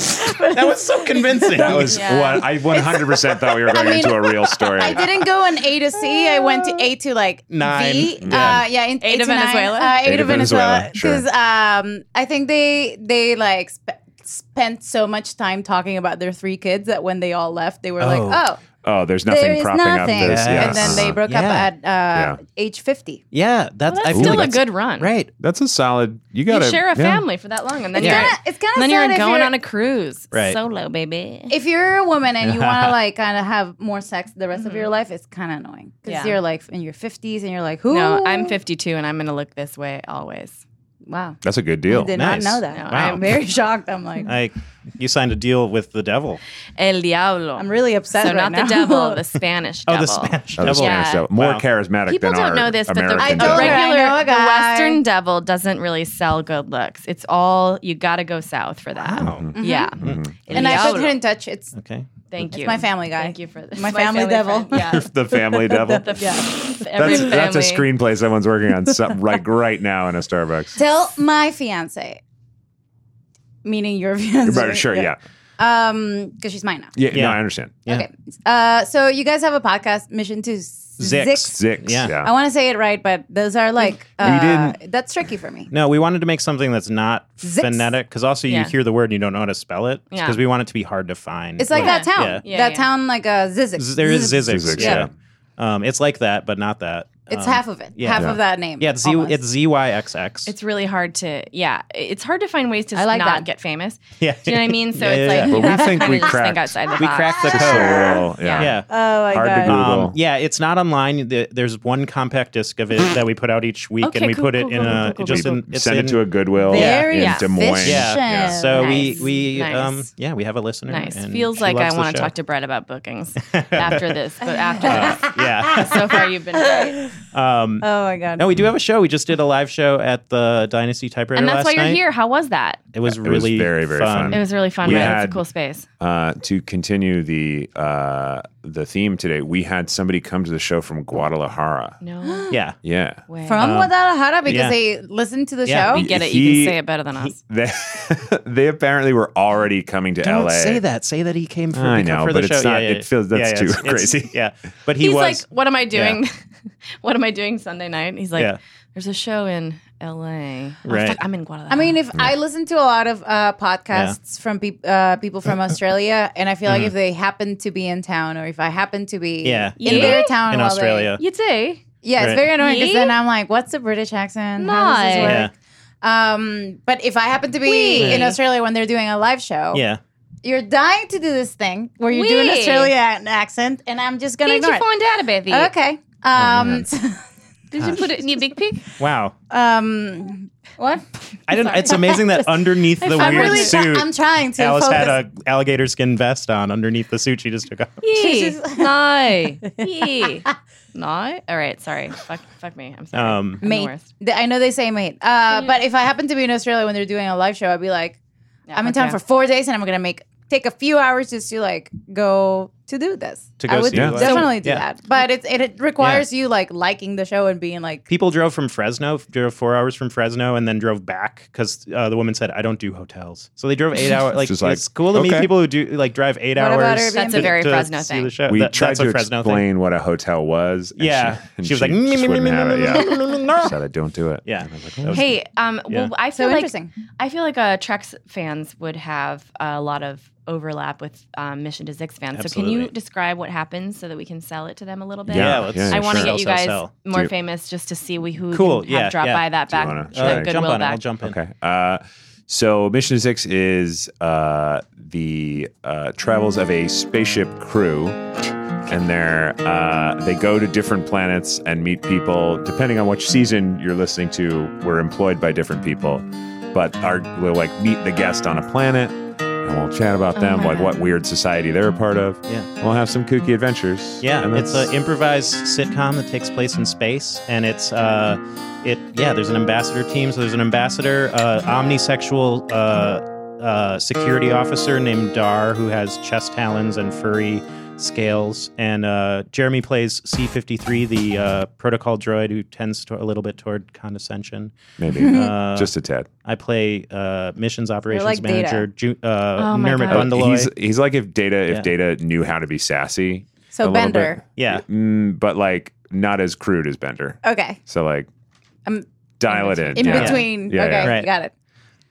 [SPEAKER 5] that was so convincing.
[SPEAKER 4] That was what I 100% thought we were going
[SPEAKER 2] I mean,
[SPEAKER 4] into a real story.
[SPEAKER 2] I didn't go in A to C. I went to A to like
[SPEAKER 5] Nine.
[SPEAKER 2] V.
[SPEAKER 5] Yeah.
[SPEAKER 2] Uh, yeah, in,
[SPEAKER 1] A to
[SPEAKER 2] nine.
[SPEAKER 1] Venezuela?
[SPEAKER 2] Uh,
[SPEAKER 4] A
[SPEAKER 2] A
[SPEAKER 4] to
[SPEAKER 2] to Venezuela.
[SPEAKER 4] Venezuela, sure.
[SPEAKER 2] Because um, I think they they like sp- spent so much time talking about their three kids that when they all left, they were like,
[SPEAKER 5] Oh.
[SPEAKER 2] oh,
[SPEAKER 4] Oh, there's nothing
[SPEAKER 2] there is
[SPEAKER 4] propping
[SPEAKER 2] nothing.
[SPEAKER 4] up this. Yeah.
[SPEAKER 2] And then they
[SPEAKER 5] Yes.
[SPEAKER 2] broke
[SPEAKER 5] Yeah.
[SPEAKER 2] up at uh, age fifty.
[SPEAKER 5] Yeah. That's,
[SPEAKER 1] That's
[SPEAKER 5] I feel
[SPEAKER 1] still
[SPEAKER 5] like
[SPEAKER 1] a
[SPEAKER 5] that's-
[SPEAKER 1] good run.
[SPEAKER 5] Right.
[SPEAKER 4] That's a solid. You
[SPEAKER 1] You
[SPEAKER 4] got to
[SPEAKER 1] share a family for that long, and then
[SPEAKER 5] It's
[SPEAKER 1] you're
[SPEAKER 5] kinda-
[SPEAKER 2] it's kinda
[SPEAKER 1] and then you're
[SPEAKER 2] sad if
[SPEAKER 1] going
[SPEAKER 2] you're-
[SPEAKER 1] on a cruise
[SPEAKER 5] Right.
[SPEAKER 1] solo, baby.
[SPEAKER 2] If you're a woman and you want to like kind of have more sex the rest of your life, it's kind of annoying because
[SPEAKER 1] Mm-hmm. Yeah.
[SPEAKER 2] you're like in your fifties and you're like, who?
[SPEAKER 1] no, I'm 52, and I'm gonna look this way always.
[SPEAKER 2] Wow,
[SPEAKER 4] That's a good
[SPEAKER 2] I
[SPEAKER 4] deal.
[SPEAKER 2] did
[SPEAKER 5] Nice.
[SPEAKER 2] not know that.
[SPEAKER 1] No,
[SPEAKER 5] Wow.
[SPEAKER 2] I'm very shocked. I'm like,
[SPEAKER 5] I, you signed a deal with the devil.
[SPEAKER 1] El diablo.
[SPEAKER 2] I'm really upset.
[SPEAKER 1] so
[SPEAKER 2] right
[SPEAKER 1] not
[SPEAKER 2] now.
[SPEAKER 1] the devil, the Spanish
[SPEAKER 5] Oh,
[SPEAKER 1] devil.
[SPEAKER 5] the Spanish
[SPEAKER 4] Oh, the
[SPEAKER 5] devil.
[SPEAKER 4] Spanish
[SPEAKER 1] Yeah.
[SPEAKER 4] devil. More
[SPEAKER 5] Wow.
[SPEAKER 4] charismatic
[SPEAKER 1] People
[SPEAKER 4] than
[SPEAKER 1] don't
[SPEAKER 4] our
[SPEAKER 1] know this,
[SPEAKER 4] American
[SPEAKER 1] but the,
[SPEAKER 2] I
[SPEAKER 1] the
[SPEAKER 2] know
[SPEAKER 4] devil.
[SPEAKER 2] it. I
[SPEAKER 1] regular,
[SPEAKER 2] know a
[SPEAKER 1] the
[SPEAKER 2] guy.
[SPEAKER 1] Western devil doesn't really sell good looks. It's all you got to go south for that.
[SPEAKER 5] Wow. Mm-hmm.
[SPEAKER 1] Yeah. El
[SPEAKER 2] Mm-hmm. And I put
[SPEAKER 1] diablo.
[SPEAKER 2] her in touch. It's
[SPEAKER 5] Okay.
[SPEAKER 1] Thank you.
[SPEAKER 2] my family guy.
[SPEAKER 1] Thank you for this.
[SPEAKER 2] My family devil.
[SPEAKER 1] friend. Yeah.
[SPEAKER 4] the family devil.
[SPEAKER 1] oh, Every
[SPEAKER 4] that's, that's a
[SPEAKER 1] family.
[SPEAKER 4] screenplay someone's working on some, like right now in a Starbucks.
[SPEAKER 2] tell my fiance, meaning your fiance.
[SPEAKER 4] Right, sure, yeah.
[SPEAKER 2] Um, because she's mine now.
[SPEAKER 4] yeah.
[SPEAKER 5] Yeah.
[SPEAKER 4] No, I understand.
[SPEAKER 5] Yeah.
[SPEAKER 2] Okay. Uh, so you guys have a podcast mission to Zix.
[SPEAKER 4] Zix.
[SPEAKER 5] Yeah.
[SPEAKER 4] Yeah.
[SPEAKER 2] I want to say it right, but those are like uh, that's tricky for me.
[SPEAKER 5] No, we wanted to make something that's not
[SPEAKER 2] Zix.
[SPEAKER 5] phonetic because also you
[SPEAKER 1] Yeah.
[SPEAKER 5] hear the word and you don't know how to spell it because
[SPEAKER 1] Yeah.
[SPEAKER 5] we want it to be hard to find.
[SPEAKER 2] It's like that town.
[SPEAKER 5] Yeah.
[SPEAKER 1] Yeah,
[SPEAKER 2] that
[SPEAKER 1] yeah.
[SPEAKER 2] town like a Zizix.
[SPEAKER 5] Z- there is
[SPEAKER 2] Zizix.
[SPEAKER 5] Zizix.
[SPEAKER 4] Zizix,
[SPEAKER 5] yeah.
[SPEAKER 4] yeah.
[SPEAKER 5] Um, it's like that, but not that.
[SPEAKER 2] It's
[SPEAKER 5] Um,
[SPEAKER 2] half of it.
[SPEAKER 5] yeah.
[SPEAKER 2] half
[SPEAKER 5] Yeah.
[SPEAKER 2] of that name.
[SPEAKER 5] Yeah, it's Z.
[SPEAKER 2] almost.
[SPEAKER 5] It's Z Y X X.
[SPEAKER 1] It's really hard to, yeah. It's hard to find ways to
[SPEAKER 2] I like
[SPEAKER 1] not
[SPEAKER 2] that.
[SPEAKER 1] get famous.
[SPEAKER 5] Yeah.
[SPEAKER 1] Do you know what I mean? So
[SPEAKER 5] Yeah,
[SPEAKER 1] it's
[SPEAKER 5] yeah,
[SPEAKER 1] like
[SPEAKER 5] yeah.
[SPEAKER 1] you
[SPEAKER 4] But we
[SPEAKER 1] have to
[SPEAKER 4] think
[SPEAKER 1] kinda
[SPEAKER 4] we
[SPEAKER 1] just
[SPEAKER 4] cracked-
[SPEAKER 1] think outside the
[SPEAKER 5] we
[SPEAKER 1] box.
[SPEAKER 5] cracked the
[SPEAKER 4] Just a
[SPEAKER 5] code.
[SPEAKER 4] little- yeah.
[SPEAKER 5] Yeah.
[SPEAKER 2] Oh my
[SPEAKER 4] Hard to
[SPEAKER 2] god.
[SPEAKER 4] Google.
[SPEAKER 5] Um, yeah, it's not online. The- There's one compact disc of it that we put out each week,
[SPEAKER 1] Okay,
[SPEAKER 5] and we
[SPEAKER 1] cool,
[SPEAKER 5] put it
[SPEAKER 1] cool,
[SPEAKER 5] in
[SPEAKER 1] cool,
[SPEAKER 5] a
[SPEAKER 1] cool, cool,
[SPEAKER 5] just
[SPEAKER 1] cool.
[SPEAKER 5] in it's
[SPEAKER 4] Send
[SPEAKER 5] in,
[SPEAKER 4] it to a Goodwill
[SPEAKER 2] Very
[SPEAKER 4] in Des Moines.
[SPEAKER 5] Yeah.
[SPEAKER 2] efficient.
[SPEAKER 5] So
[SPEAKER 1] Nice,
[SPEAKER 5] we we
[SPEAKER 1] nice.
[SPEAKER 5] um yeah we have a listener.
[SPEAKER 1] Nice.
[SPEAKER 5] and
[SPEAKER 1] Feels
[SPEAKER 5] she
[SPEAKER 1] like
[SPEAKER 5] loves
[SPEAKER 1] I
[SPEAKER 5] the
[SPEAKER 1] want to
[SPEAKER 5] show. Uh,
[SPEAKER 1] talk to Brett about bookings after this, but after this.
[SPEAKER 5] Yeah. Um,
[SPEAKER 1] So far, you've been great.
[SPEAKER 2] Oh my god.
[SPEAKER 5] No, we do have a show. We just did a live show at the Dynasty Typewriter
[SPEAKER 1] And that's
[SPEAKER 5] last
[SPEAKER 1] why you're
[SPEAKER 5] night. Um,
[SPEAKER 1] here. How was that?
[SPEAKER 5] It was
[SPEAKER 4] was
[SPEAKER 5] really
[SPEAKER 4] very, very fun.
[SPEAKER 1] It was really fun.
[SPEAKER 4] We
[SPEAKER 1] right? It's
[SPEAKER 4] had-
[SPEAKER 1] a cool space.
[SPEAKER 4] Uh, to continue the uh, the theme today, we had somebody come to the show from Guadalajara.
[SPEAKER 1] No Oh.
[SPEAKER 5] Yeah.
[SPEAKER 4] Yeah.
[SPEAKER 1] way.
[SPEAKER 2] From Guadalajara because
[SPEAKER 5] yeah.
[SPEAKER 2] they listened to the
[SPEAKER 5] Yeah.
[SPEAKER 2] show.
[SPEAKER 1] you get it.
[SPEAKER 4] Um, He-
[SPEAKER 1] You can say it better than us.
[SPEAKER 4] They, they apparently were already coming to
[SPEAKER 5] Don't
[SPEAKER 4] LA.
[SPEAKER 5] say that. Say that he came for,
[SPEAKER 4] I
[SPEAKER 5] he came
[SPEAKER 4] know,
[SPEAKER 5] for
[SPEAKER 4] but
[SPEAKER 5] the
[SPEAKER 4] it's
[SPEAKER 5] show.
[SPEAKER 4] not- it feels- that's too
[SPEAKER 5] it's- it's-
[SPEAKER 4] crazy.
[SPEAKER 5] yeah, but he
[SPEAKER 1] he's
[SPEAKER 5] was.
[SPEAKER 1] like, "What am I doing? what am I doing Sunday night?" He's like,
[SPEAKER 5] Yeah.
[SPEAKER 1] "There's a show in L.A. Oh,
[SPEAKER 5] Right.
[SPEAKER 1] fuck, I'm in Guadalajara."
[SPEAKER 2] I mean, if I listen to a lot of uh, podcasts from peop uh, people from Australia, and I feel like if they happen to be in town, or if I happen to be
[SPEAKER 5] Mm-hmm. Yeah.
[SPEAKER 2] in
[SPEAKER 1] Yeah.
[SPEAKER 2] their town
[SPEAKER 5] in
[SPEAKER 2] while they-
[SPEAKER 5] Australia.
[SPEAKER 1] you do.
[SPEAKER 2] yeah,
[SPEAKER 5] Right.
[SPEAKER 2] it's very annoying because
[SPEAKER 1] Ye?
[SPEAKER 2] then I'm like, "What's the British accent? How does this
[SPEAKER 1] Nice.
[SPEAKER 2] work?"
[SPEAKER 5] yeah,
[SPEAKER 2] Um, but if I happen to be
[SPEAKER 1] Wee.
[SPEAKER 2] in Australia when they're doing a live show,
[SPEAKER 5] yeah.
[SPEAKER 2] you're dying to do this thing where you do an
[SPEAKER 1] Wee.
[SPEAKER 2] Australian accent, and I'm just gonna
[SPEAKER 1] Did you
[SPEAKER 2] ignore it.
[SPEAKER 1] find out about it?
[SPEAKER 2] Okay.
[SPEAKER 5] Oh,
[SPEAKER 2] Um,
[SPEAKER 1] Did you put it in your big pig?
[SPEAKER 5] Wow,
[SPEAKER 2] um, what?
[SPEAKER 5] I don't. It's amazing that underneath the
[SPEAKER 2] I'm
[SPEAKER 5] weird
[SPEAKER 2] really.
[SPEAKER 5] suit,
[SPEAKER 2] I'm trying to.
[SPEAKER 5] Alice
[SPEAKER 2] focus.
[SPEAKER 5] had a alligator skin vest on underneath the suit she just took off.
[SPEAKER 1] Yeah. no. Yeah. No. All right. Sorry. Fuck. Fuck me. I'm sorry.
[SPEAKER 5] Um,
[SPEAKER 1] I'm the
[SPEAKER 2] mate.
[SPEAKER 1] worst.
[SPEAKER 2] Th- I know they say mate. Uh, but if I happen to be in Australia when they're doing a live show, I'd be like,
[SPEAKER 1] Yeah,
[SPEAKER 2] I'm in
[SPEAKER 1] fuck
[SPEAKER 2] town
[SPEAKER 1] yeah.
[SPEAKER 2] for four days, and I'm gonna make take a few hours just to like go to do this.
[SPEAKER 5] To go
[SPEAKER 2] I would
[SPEAKER 5] see the live
[SPEAKER 2] definitely
[SPEAKER 5] show.
[SPEAKER 2] do
[SPEAKER 5] Yeah.
[SPEAKER 2] that. But it's it, it requires you like liking the show and being like,
[SPEAKER 5] People drove from Fresno, f- drove four hours from Fresno, and then drove back because uh, the woman said, "I don't do hotels." So they drove eight hours. Like,
[SPEAKER 4] Just like,
[SPEAKER 5] it's cool to meet
[SPEAKER 4] okay.
[SPEAKER 5] people who do like drive eight
[SPEAKER 2] What about
[SPEAKER 5] hours.
[SPEAKER 2] Airbnb? That's
[SPEAKER 1] a
[SPEAKER 5] to-
[SPEAKER 1] very
[SPEAKER 5] to
[SPEAKER 1] Fresno
[SPEAKER 5] see
[SPEAKER 1] thing.
[SPEAKER 5] The show.
[SPEAKER 4] We
[SPEAKER 5] That-
[SPEAKER 4] tried
[SPEAKER 5] that's
[SPEAKER 4] to
[SPEAKER 5] a Fresno thing.
[SPEAKER 4] explain what a hotel was. and
[SPEAKER 5] Yeah,
[SPEAKER 4] She, and
[SPEAKER 5] she was like, "Me,
[SPEAKER 4] just
[SPEAKER 5] me,
[SPEAKER 4] wouldn't
[SPEAKER 5] me,
[SPEAKER 4] have
[SPEAKER 5] me,
[SPEAKER 4] it.
[SPEAKER 5] me, me, me, me,
[SPEAKER 4] Yeah.
[SPEAKER 5] me."
[SPEAKER 4] She said, "Don't do it."
[SPEAKER 5] Yeah.
[SPEAKER 4] And I was like, "Oh,
[SPEAKER 1] Hey, um,
[SPEAKER 5] Yeah.
[SPEAKER 1] well, I
[SPEAKER 2] so
[SPEAKER 1] feel like
[SPEAKER 2] interesting.
[SPEAKER 1] I feel like uh, Trek fans would have a lot of overlap with um, Mission to Zix fans. So can you
[SPEAKER 5] Absolutely.
[SPEAKER 1] describe what happens so that we can sell it to them a little bit?
[SPEAKER 5] Yeah,
[SPEAKER 4] Yeah,
[SPEAKER 5] let's.
[SPEAKER 4] yeah,
[SPEAKER 1] I want to
[SPEAKER 4] sure.
[SPEAKER 1] get you
[SPEAKER 5] Sell,
[SPEAKER 1] guys
[SPEAKER 5] sell, sell.
[SPEAKER 1] more
[SPEAKER 4] Do-
[SPEAKER 1] famous just to see we who
[SPEAKER 5] Cool,
[SPEAKER 1] can
[SPEAKER 5] yeah,
[SPEAKER 1] have drop
[SPEAKER 5] yeah.
[SPEAKER 1] by that
[SPEAKER 4] you
[SPEAKER 1] back,
[SPEAKER 4] wanna-
[SPEAKER 1] that
[SPEAKER 4] Sure. Uh, jump
[SPEAKER 1] goodwill
[SPEAKER 5] on it,
[SPEAKER 1] back.
[SPEAKER 5] I'll jump in.
[SPEAKER 4] Okay. Uh, so Mission Six is uh, the uh, travels of a spaceship crew and they're uh, they go to different planets and meet people. Depending on which season you're listening to, we're employed by different people, but our we'll like meet the guest on a planet. And we'll chat about them,
[SPEAKER 1] Oh my
[SPEAKER 4] like
[SPEAKER 1] God.
[SPEAKER 4] what weird society they're a part of.
[SPEAKER 5] Yeah.
[SPEAKER 4] We'll have some kooky adventures.
[SPEAKER 5] Yeah,
[SPEAKER 4] And
[SPEAKER 5] it's
[SPEAKER 4] that's-
[SPEAKER 5] an improvised sitcom that takes place in space, and it's uh, it yeah. There's an ambassador team, so there's an ambassador, uh, omnisexual uh, uh, security officer named Dar who has chest talons and furry scales, and uh, Jeremy plays C53, the uh, protocol droid who tends to, a little bit toward condescension.
[SPEAKER 4] maybe
[SPEAKER 5] Uh,
[SPEAKER 4] just a tad.
[SPEAKER 5] I play uh, missions operations
[SPEAKER 2] like Data.
[SPEAKER 5] manager Ju- uh,
[SPEAKER 1] Oh my
[SPEAKER 5] Nermit
[SPEAKER 1] God.
[SPEAKER 5] Bundeloy.
[SPEAKER 4] He's he's like if Data if
[SPEAKER 5] Yeah.
[SPEAKER 4] Data knew how to be sassy. a
[SPEAKER 2] So
[SPEAKER 4] little bit.
[SPEAKER 2] Bender.
[SPEAKER 5] yeah,
[SPEAKER 4] Mm, but like not as crude as Bender.
[SPEAKER 2] Okay.
[SPEAKER 4] So like,
[SPEAKER 2] Oh. Um,
[SPEAKER 4] dial it in.
[SPEAKER 2] In
[SPEAKER 4] yeah.
[SPEAKER 2] between.
[SPEAKER 4] Yeah,
[SPEAKER 2] okay.
[SPEAKER 4] yeah.
[SPEAKER 5] Right.
[SPEAKER 2] Got it.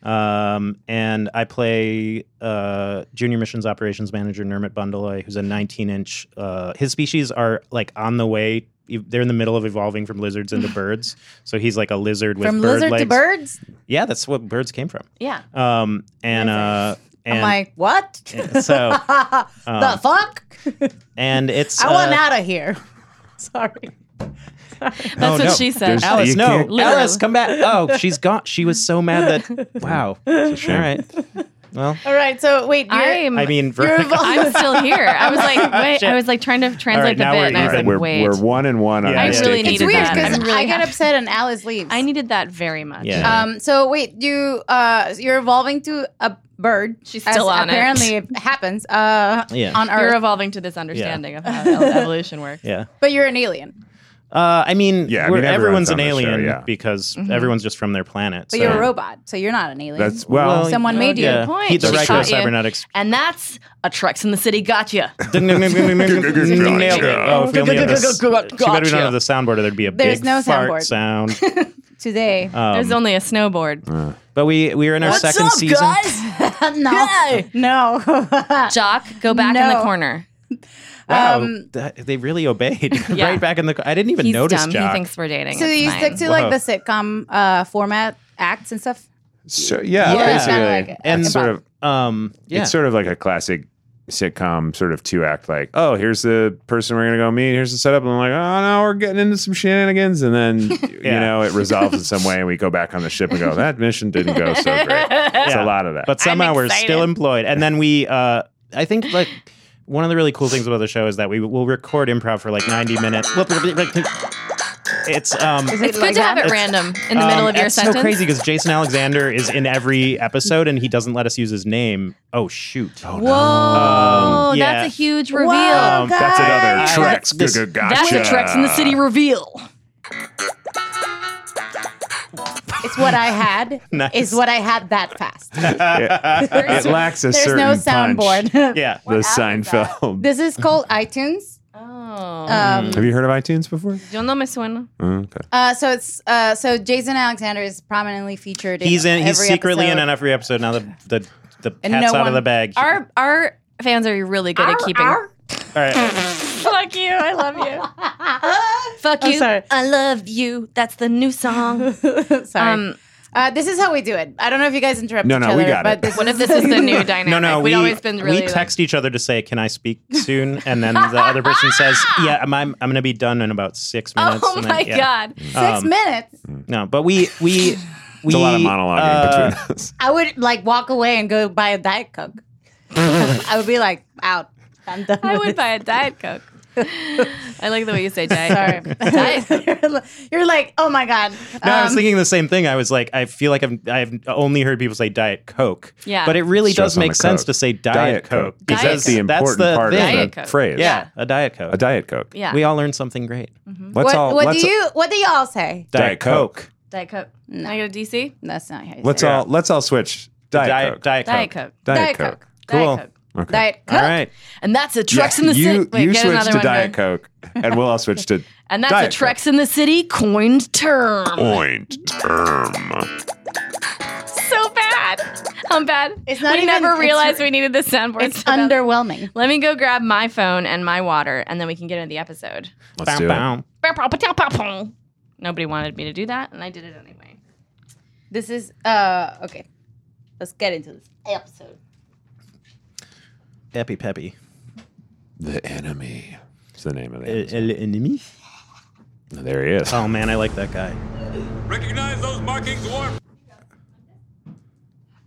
[SPEAKER 5] Um, and I play uh, junior missions operations manager Nermit Bundeloy, who's a 19 inch. Uh, his species are like on the way. ev- They're in the middle of evolving from lizards into birds. So he's like a lizard with
[SPEAKER 2] From
[SPEAKER 5] bird
[SPEAKER 2] lizard
[SPEAKER 5] legs.
[SPEAKER 2] to birds?
[SPEAKER 5] Yeah, that's what birds came from.
[SPEAKER 1] Yeah.
[SPEAKER 5] Um, and uh, and
[SPEAKER 2] I'm like, what?
[SPEAKER 5] so um,
[SPEAKER 2] the fuck?
[SPEAKER 5] and it's
[SPEAKER 2] I want
[SPEAKER 5] uh,
[SPEAKER 2] out of here. Sorry.
[SPEAKER 1] That's what
[SPEAKER 5] Oh, no.
[SPEAKER 1] she said. Alice.
[SPEAKER 4] There's-
[SPEAKER 5] Alice,
[SPEAKER 4] You
[SPEAKER 5] no,
[SPEAKER 4] can't-
[SPEAKER 5] Alice, come back. Oh, she's gone. She was so mad that wow. All right. Well,
[SPEAKER 2] All right. So wait, you're,
[SPEAKER 1] I'm,
[SPEAKER 5] I
[SPEAKER 1] I
[SPEAKER 5] mean,
[SPEAKER 2] you're
[SPEAKER 5] Veronica-
[SPEAKER 2] evol-
[SPEAKER 1] am still here. I was like, wait,
[SPEAKER 5] Shit.
[SPEAKER 1] I was like trying to translate the
[SPEAKER 5] now
[SPEAKER 1] bit,
[SPEAKER 5] we're-
[SPEAKER 1] and I
[SPEAKER 4] All
[SPEAKER 1] was
[SPEAKER 4] right,
[SPEAKER 1] like,
[SPEAKER 4] we're,
[SPEAKER 1] wait,
[SPEAKER 4] we're one and one on
[SPEAKER 5] Yeah, I
[SPEAKER 4] this
[SPEAKER 5] really
[SPEAKER 4] date.
[SPEAKER 2] it's
[SPEAKER 1] needed
[SPEAKER 2] weird
[SPEAKER 1] that.
[SPEAKER 2] because
[SPEAKER 1] I'm really
[SPEAKER 2] I get
[SPEAKER 1] happy.
[SPEAKER 2] upset and Alice leaves.
[SPEAKER 1] I needed that very much.
[SPEAKER 5] Yeah.
[SPEAKER 2] Um. So wait, you uh, you're evolving to a bird.
[SPEAKER 1] She's still
[SPEAKER 2] as
[SPEAKER 1] on it.
[SPEAKER 2] apparently it. happens. Uh,
[SPEAKER 5] Yeah.
[SPEAKER 2] on Earth,
[SPEAKER 1] You're evolving to this understanding of how el- evolution works.
[SPEAKER 5] yeah.
[SPEAKER 2] but you're an alien.
[SPEAKER 5] Uh, I mean,
[SPEAKER 4] Yeah, I
[SPEAKER 5] we're-
[SPEAKER 4] mean, everyone's
[SPEAKER 5] everyone's, an
[SPEAKER 4] on the show,
[SPEAKER 5] alien
[SPEAKER 4] yeah.
[SPEAKER 5] because everyone's just from their planet.
[SPEAKER 2] Mm-hmm. But
[SPEAKER 5] so-
[SPEAKER 2] you're a robot, so you're not an alien.
[SPEAKER 4] That's well.
[SPEAKER 5] Well,
[SPEAKER 2] Someone made you.
[SPEAKER 5] yeah.
[SPEAKER 1] Point.
[SPEAKER 5] He- the
[SPEAKER 1] She
[SPEAKER 5] Riker
[SPEAKER 1] caught you.
[SPEAKER 5] cybernetics.
[SPEAKER 1] And that's a Trex in the City gotcha.
[SPEAKER 5] Nailed it. Oh, if we only had this- Too
[SPEAKER 2] Gotcha.
[SPEAKER 5] bad we don't have the soundboard, or there'd be a
[SPEAKER 2] There's
[SPEAKER 5] big
[SPEAKER 2] no
[SPEAKER 5] fart
[SPEAKER 2] soundboard.
[SPEAKER 5] sound.
[SPEAKER 2] today.
[SPEAKER 1] There's only a snowboard.
[SPEAKER 5] But we we are Um, in our second season.
[SPEAKER 2] no, no.
[SPEAKER 1] Jock, go back in the
[SPEAKER 2] No.
[SPEAKER 1] corner.
[SPEAKER 5] Wow, that- they really obeyed.
[SPEAKER 1] Um, Yeah.
[SPEAKER 5] right back in the. I didn't even
[SPEAKER 1] He's
[SPEAKER 5] notice.
[SPEAKER 1] dumb.
[SPEAKER 5] Jock.
[SPEAKER 1] He thinks we're dating.
[SPEAKER 2] so
[SPEAKER 1] It's
[SPEAKER 2] you
[SPEAKER 1] fine.
[SPEAKER 2] stick to like the sitcom uh, format, acts and stuff.
[SPEAKER 4] So, yeah,
[SPEAKER 5] Yeah.
[SPEAKER 4] basically,
[SPEAKER 2] Kinda like
[SPEAKER 5] And-
[SPEAKER 4] and it's sort of
[SPEAKER 5] um, yeah,
[SPEAKER 4] it's sort of like a classic sitcom sort of two act. Like, oh, here's the person we're gonna go meet. Here's the setup, and I'm like, oh no, we're getting into some shenanigans, and then you
[SPEAKER 5] Yeah.
[SPEAKER 4] know it resolves in some way, and we go back on the ship and go, that mission didn't go so great. It's
[SPEAKER 5] Yeah.
[SPEAKER 4] a lot of that.
[SPEAKER 5] but somehow we're still employed. And then we, uh, I think, like one of the really cool things about the show is that we will record improv for like ninety minutes. It's um,
[SPEAKER 1] It's good to have it random in the
[SPEAKER 5] Um,
[SPEAKER 1] middle of your
[SPEAKER 5] it's
[SPEAKER 1] sentence.
[SPEAKER 5] so crazy because Jason Alexander is in every episode and he doesn't let us use his name. Oh shoot!
[SPEAKER 1] Whoa,
[SPEAKER 5] Um, yeah.
[SPEAKER 1] that's a huge reveal.
[SPEAKER 2] Wow,
[SPEAKER 5] Um,
[SPEAKER 4] that's
[SPEAKER 5] I-
[SPEAKER 4] another
[SPEAKER 5] that's
[SPEAKER 4] Trex.
[SPEAKER 5] this-
[SPEAKER 4] Gotcha.
[SPEAKER 1] that's a Trex in the City reveal.
[SPEAKER 2] It's what I had.
[SPEAKER 5] Nice.
[SPEAKER 2] Is what I had that fast.
[SPEAKER 4] It lacks a
[SPEAKER 2] There's
[SPEAKER 4] certain
[SPEAKER 2] no
[SPEAKER 4] punch.
[SPEAKER 2] soundboard.
[SPEAKER 5] Yeah,
[SPEAKER 4] The Seinfeld.
[SPEAKER 2] This is called iTunes.
[SPEAKER 1] Oh,
[SPEAKER 5] Hmm.
[SPEAKER 2] Um,
[SPEAKER 4] Have you heard of iTunes before?
[SPEAKER 1] yo no me suena.
[SPEAKER 4] Mm, okay.
[SPEAKER 2] uh, so it's uh, so Jason Alexander is prominently featured. In
[SPEAKER 5] he's in. He's
[SPEAKER 2] every
[SPEAKER 5] secretly
[SPEAKER 2] episode.
[SPEAKER 5] in on every episode. Now the the the cat's
[SPEAKER 2] And no
[SPEAKER 5] out of
[SPEAKER 2] one-
[SPEAKER 5] the bag.
[SPEAKER 1] Our our fans are really good at keeping.
[SPEAKER 5] All right.
[SPEAKER 1] Fuck you, I love you. Fuck you,
[SPEAKER 2] sorry.
[SPEAKER 1] I love you. That's the new song.
[SPEAKER 2] Sorry.
[SPEAKER 1] Um,
[SPEAKER 2] uh, this is how we do it. I don't know if you guys interrupt
[SPEAKER 4] No,
[SPEAKER 2] each
[SPEAKER 4] no,
[SPEAKER 2] other,
[SPEAKER 4] we got
[SPEAKER 2] but
[SPEAKER 4] it.
[SPEAKER 2] this
[SPEAKER 1] What
[SPEAKER 2] is
[SPEAKER 1] if this is the new dynamic?
[SPEAKER 5] No, no,
[SPEAKER 1] We've
[SPEAKER 5] we
[SPEAKER 1] always been really
[SPEAKER 5] we text each other to say, "Can I speak soon?" And then the other person says, "Yeah, I'm I'm, I'm going to be done in about six
[SPEAKER 1] Like,
[SPEAKER 5] minutes."
[SPEAKER 1] oh
[SPEAKER 5] and then-
[SPEAKER 1] my
[SPEAKER 5] yeah. Um,
[SPEAKER 1] god.
[SPEAKER 2] six minutes.
[SPEAKER 5] No, but we we
[SPEAKER 4] It's
[SPEAKER 5] we
[SPEAKER 4] a lot of monologuing
[SPEAKER 5] uh,
[SPEAKER 4] between us.
[SPEAKER 2] I would like walk away and go buy a diet coke.
[SPEAKER 5] uh,
[SPEAKER 2] I would be like out. I'm done.
[SPEAKER 1] I
[SPEAKER 2] with
[SPEAKER 1] would
[SPEAKER 2] it.
[SPEAKER 1] buy a diet coke. I like the way you say diet.
[SPEAKER 2] Sorry.
[SPEAKER 1] Coke. Diet Coke.
[SPEAKER 2] you're, li- you're like, oh my god.
[SPEAKER 5] No, I was
[SPEAKER 2] Um,
[SPEAKER 5] thinking the same thing. I was like, I feel like I've I've only heard people say Diet Coke.
[SPEAKER 1] Yeah.
[SPEAKER 5] But it really
[SPEAKER 4] Stress
[SPEAKER 5] does
[SPEAKER 4] on
[SPEAKER 5] make
[SPEAKER 4] the
[SPEAKER 5] sense
[SPEAKER 4] Coke.
[SPEAKER 5] to say Diet, Coke.
[SPEAKER 4] because
[SPEAKER 1] Diet
[SPEAKER 4] that's the
[SPEAKER 1] Coke.
[SPEAKER 4] important
[SPEAKER 5] that's the
[SPEAKER 4] part
[SPEAKER 5] thing.
[SPEAKER 1] Diet
[SPEAKER 4] of the
[SPEAKER 1] Coke.
[SPEAKER 4] phrase.
[SPEAKER 5] Yeah, a Diet Coke.
[SPEAKER 4] a Diet Coke.
[SPEAKER 1] Yeah. Mm-hmm.
[SPEAKER 5] We all learned something great.
[SPEAKER 4] Let's
[SPEAKER 2] what,
[SPEAKER 4] all
[SPEAKER 2] what
[SPEAKER 4] let's
[SPEAKER 2] do you what do y'all say?
[SPEAKER 5] Diet,
[SPEAKER 4] Diet
[SPEAKER 5] Coke.
[SPEAKER 4] Coke.
[SPEAKER 1] Diet Coke. Can I get a DC?
[SPEAKER 2] That's not how you
[SPEAKER 4] let's
[SPEAKER 2] say it.
[SPEAKER 4] all let's all switch. Diet,
[SPEAKER 5] Diet,
[SPEAKER 4] Coke.
[SPEAKER 5] Diet Coke.
[SPEAKER 1] Diet Coke.
[SPEAKER 4] Diet,
[SPEAKER 2] Diet
[SPEAKER 4] Coke.
[SPEAKER 2] Coke.
[SPEAKER 5] Cool.
[SPEAKER 1] Diet Coke.
[SPEAKER 4] Okay.
[SPEAKER 2] Diet Coke.
[SPEAKER 5] All right.
[SPEAKER 1] And that's a Trex
[SPEAKER 4] Yeah,
[SPEAKER 1] in the
[SPEAKER 4] you,
[SPEAKER 1] City. Wait,
[SPEAKER 4] you
[SPEAKER 1] get
[SPEAKER 4] switch
[SPEAKER 1] another
[SPEAKER 4] to
[SPEAKER 1] one.
[SPEAKER 4] Diet
[SPEAKER 1] Ben.
[SPEAKER 4] Coke, and we'll all switch to
[SPEAKER 1] And that's
[SPEAKER 4] Diet
[SPEAKER 1] a Trex in the City coined term.
[SPEAKER 6] Point term.
[SPEAKER 1] So bad. I'm bad.
[SPEAKER 2] It's not
[SPEAKER 1] we
[SPEAKER 2] even-
[SPEAKER 1] never
[SPEAKER 2] it's-
[SPEAKER 1] realized we needed this soundboard.
[SPEAKER 2] It's
[SPEAKER 1] so bad.
[SPEAKER 2] underwhelming.
[SPEAKER 1] Let me go grab my phone and my water, and then we can get into the episode.
[SPEAKER 4] Let's do it.
[SPEAKER 1] Nobody wanted me to do that, and I did it anyway.
[SPEAKER 2] This is uh okay. Let's get into this episode.
[SPEAKER 5] Epi Peppy.
[SPEAKER 4] the enemy. It's the name of the episode.
[SPEAKER 5] El enemy?
[SPEAKER 4] There he is.
[SPEAKER 5] Oh man, I like that guy.
[SPEAKER 7] Recognize those markings, Warp!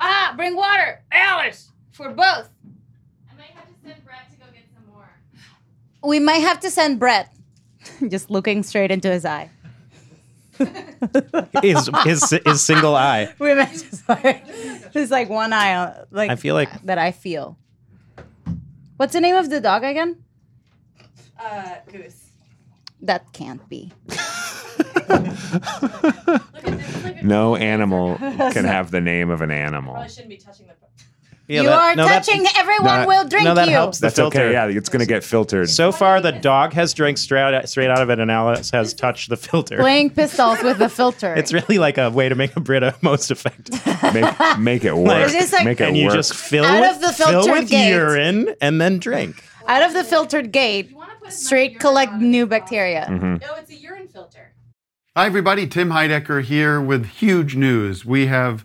[SPEAKER 2] Ah, bring water, Alice, for both.
[SPEAKER 1] I might have to send Brett to go get some more.
[SPEAKER 2] We might have to send Brett. Just looking straight into his eye.
[SPEAKER 5] His his his single eye.
[SPEAKER 2] We might just like, just like one eye, on- like
[SPEAKER 5] I feel like
[SPEAKER 2] that. I feel. What's the name of the dog again?
[SPEAKER 1] Uh, Goose.
[SPEAKER 2] That can't be.
[SPEAKER 4] No animal can have the name of an animal.
[SPEAKER 1] shouldn't be touching the.
[SPEAKER 5] yeah,
[SPEAKER 2] you
[SPEAKER 5] that-
[SPEAKER 2] are
[SPEAKER 5] no, that-
[SPEAKER 2] touching. Everyone
[SPEAKER 5] no,
[SPEAKER 2] will drink
[SPEAKER 5] no, that
[SPEAKER 2] you.
[SPEAKER 5] helps the
[SPEAKER 4] That's
[SPEAKER 5] filter.
[SPEAKER 4] okay. Yeah, it's gonna get filtered.
[SPEAKER 5] So far, the dog has drank straight out, straight out of it, and Alice has touched the filter.
[SPEAKER 2] Playing pistols with the filter.
[SPEAKER 5] It's really like a way to make a Brita most effective.
[SPEAKER 4] make, make it work.
[SPEAKER 2] It's just like-
[SPEAKER 4] make it
[SPEAKER 5] and you
[SPEAKER 4] work.
[SPEAKER 5] just fill
[SPEAKER 2] Out
[SPEAKER 5] with,
[SPEAKER 2] of the
[SPEAKER 5] fill
[SPEAKER 2] filter
[SPEAKER 5] with
[SPEAKER 2] gate.
[SPEAKER 5] urine and then drink.
[SPEAKER 2] Out of the filtered gate, straight collect new bacteria.
[SPEAKER 5] Mm.
[SPEAKER 4] Mm-hmm.
[SPEAKER 1] No, it's a urine filter.
[SPEAKER 8] Hi, everybody. Tim Heidecker here with huge news. We have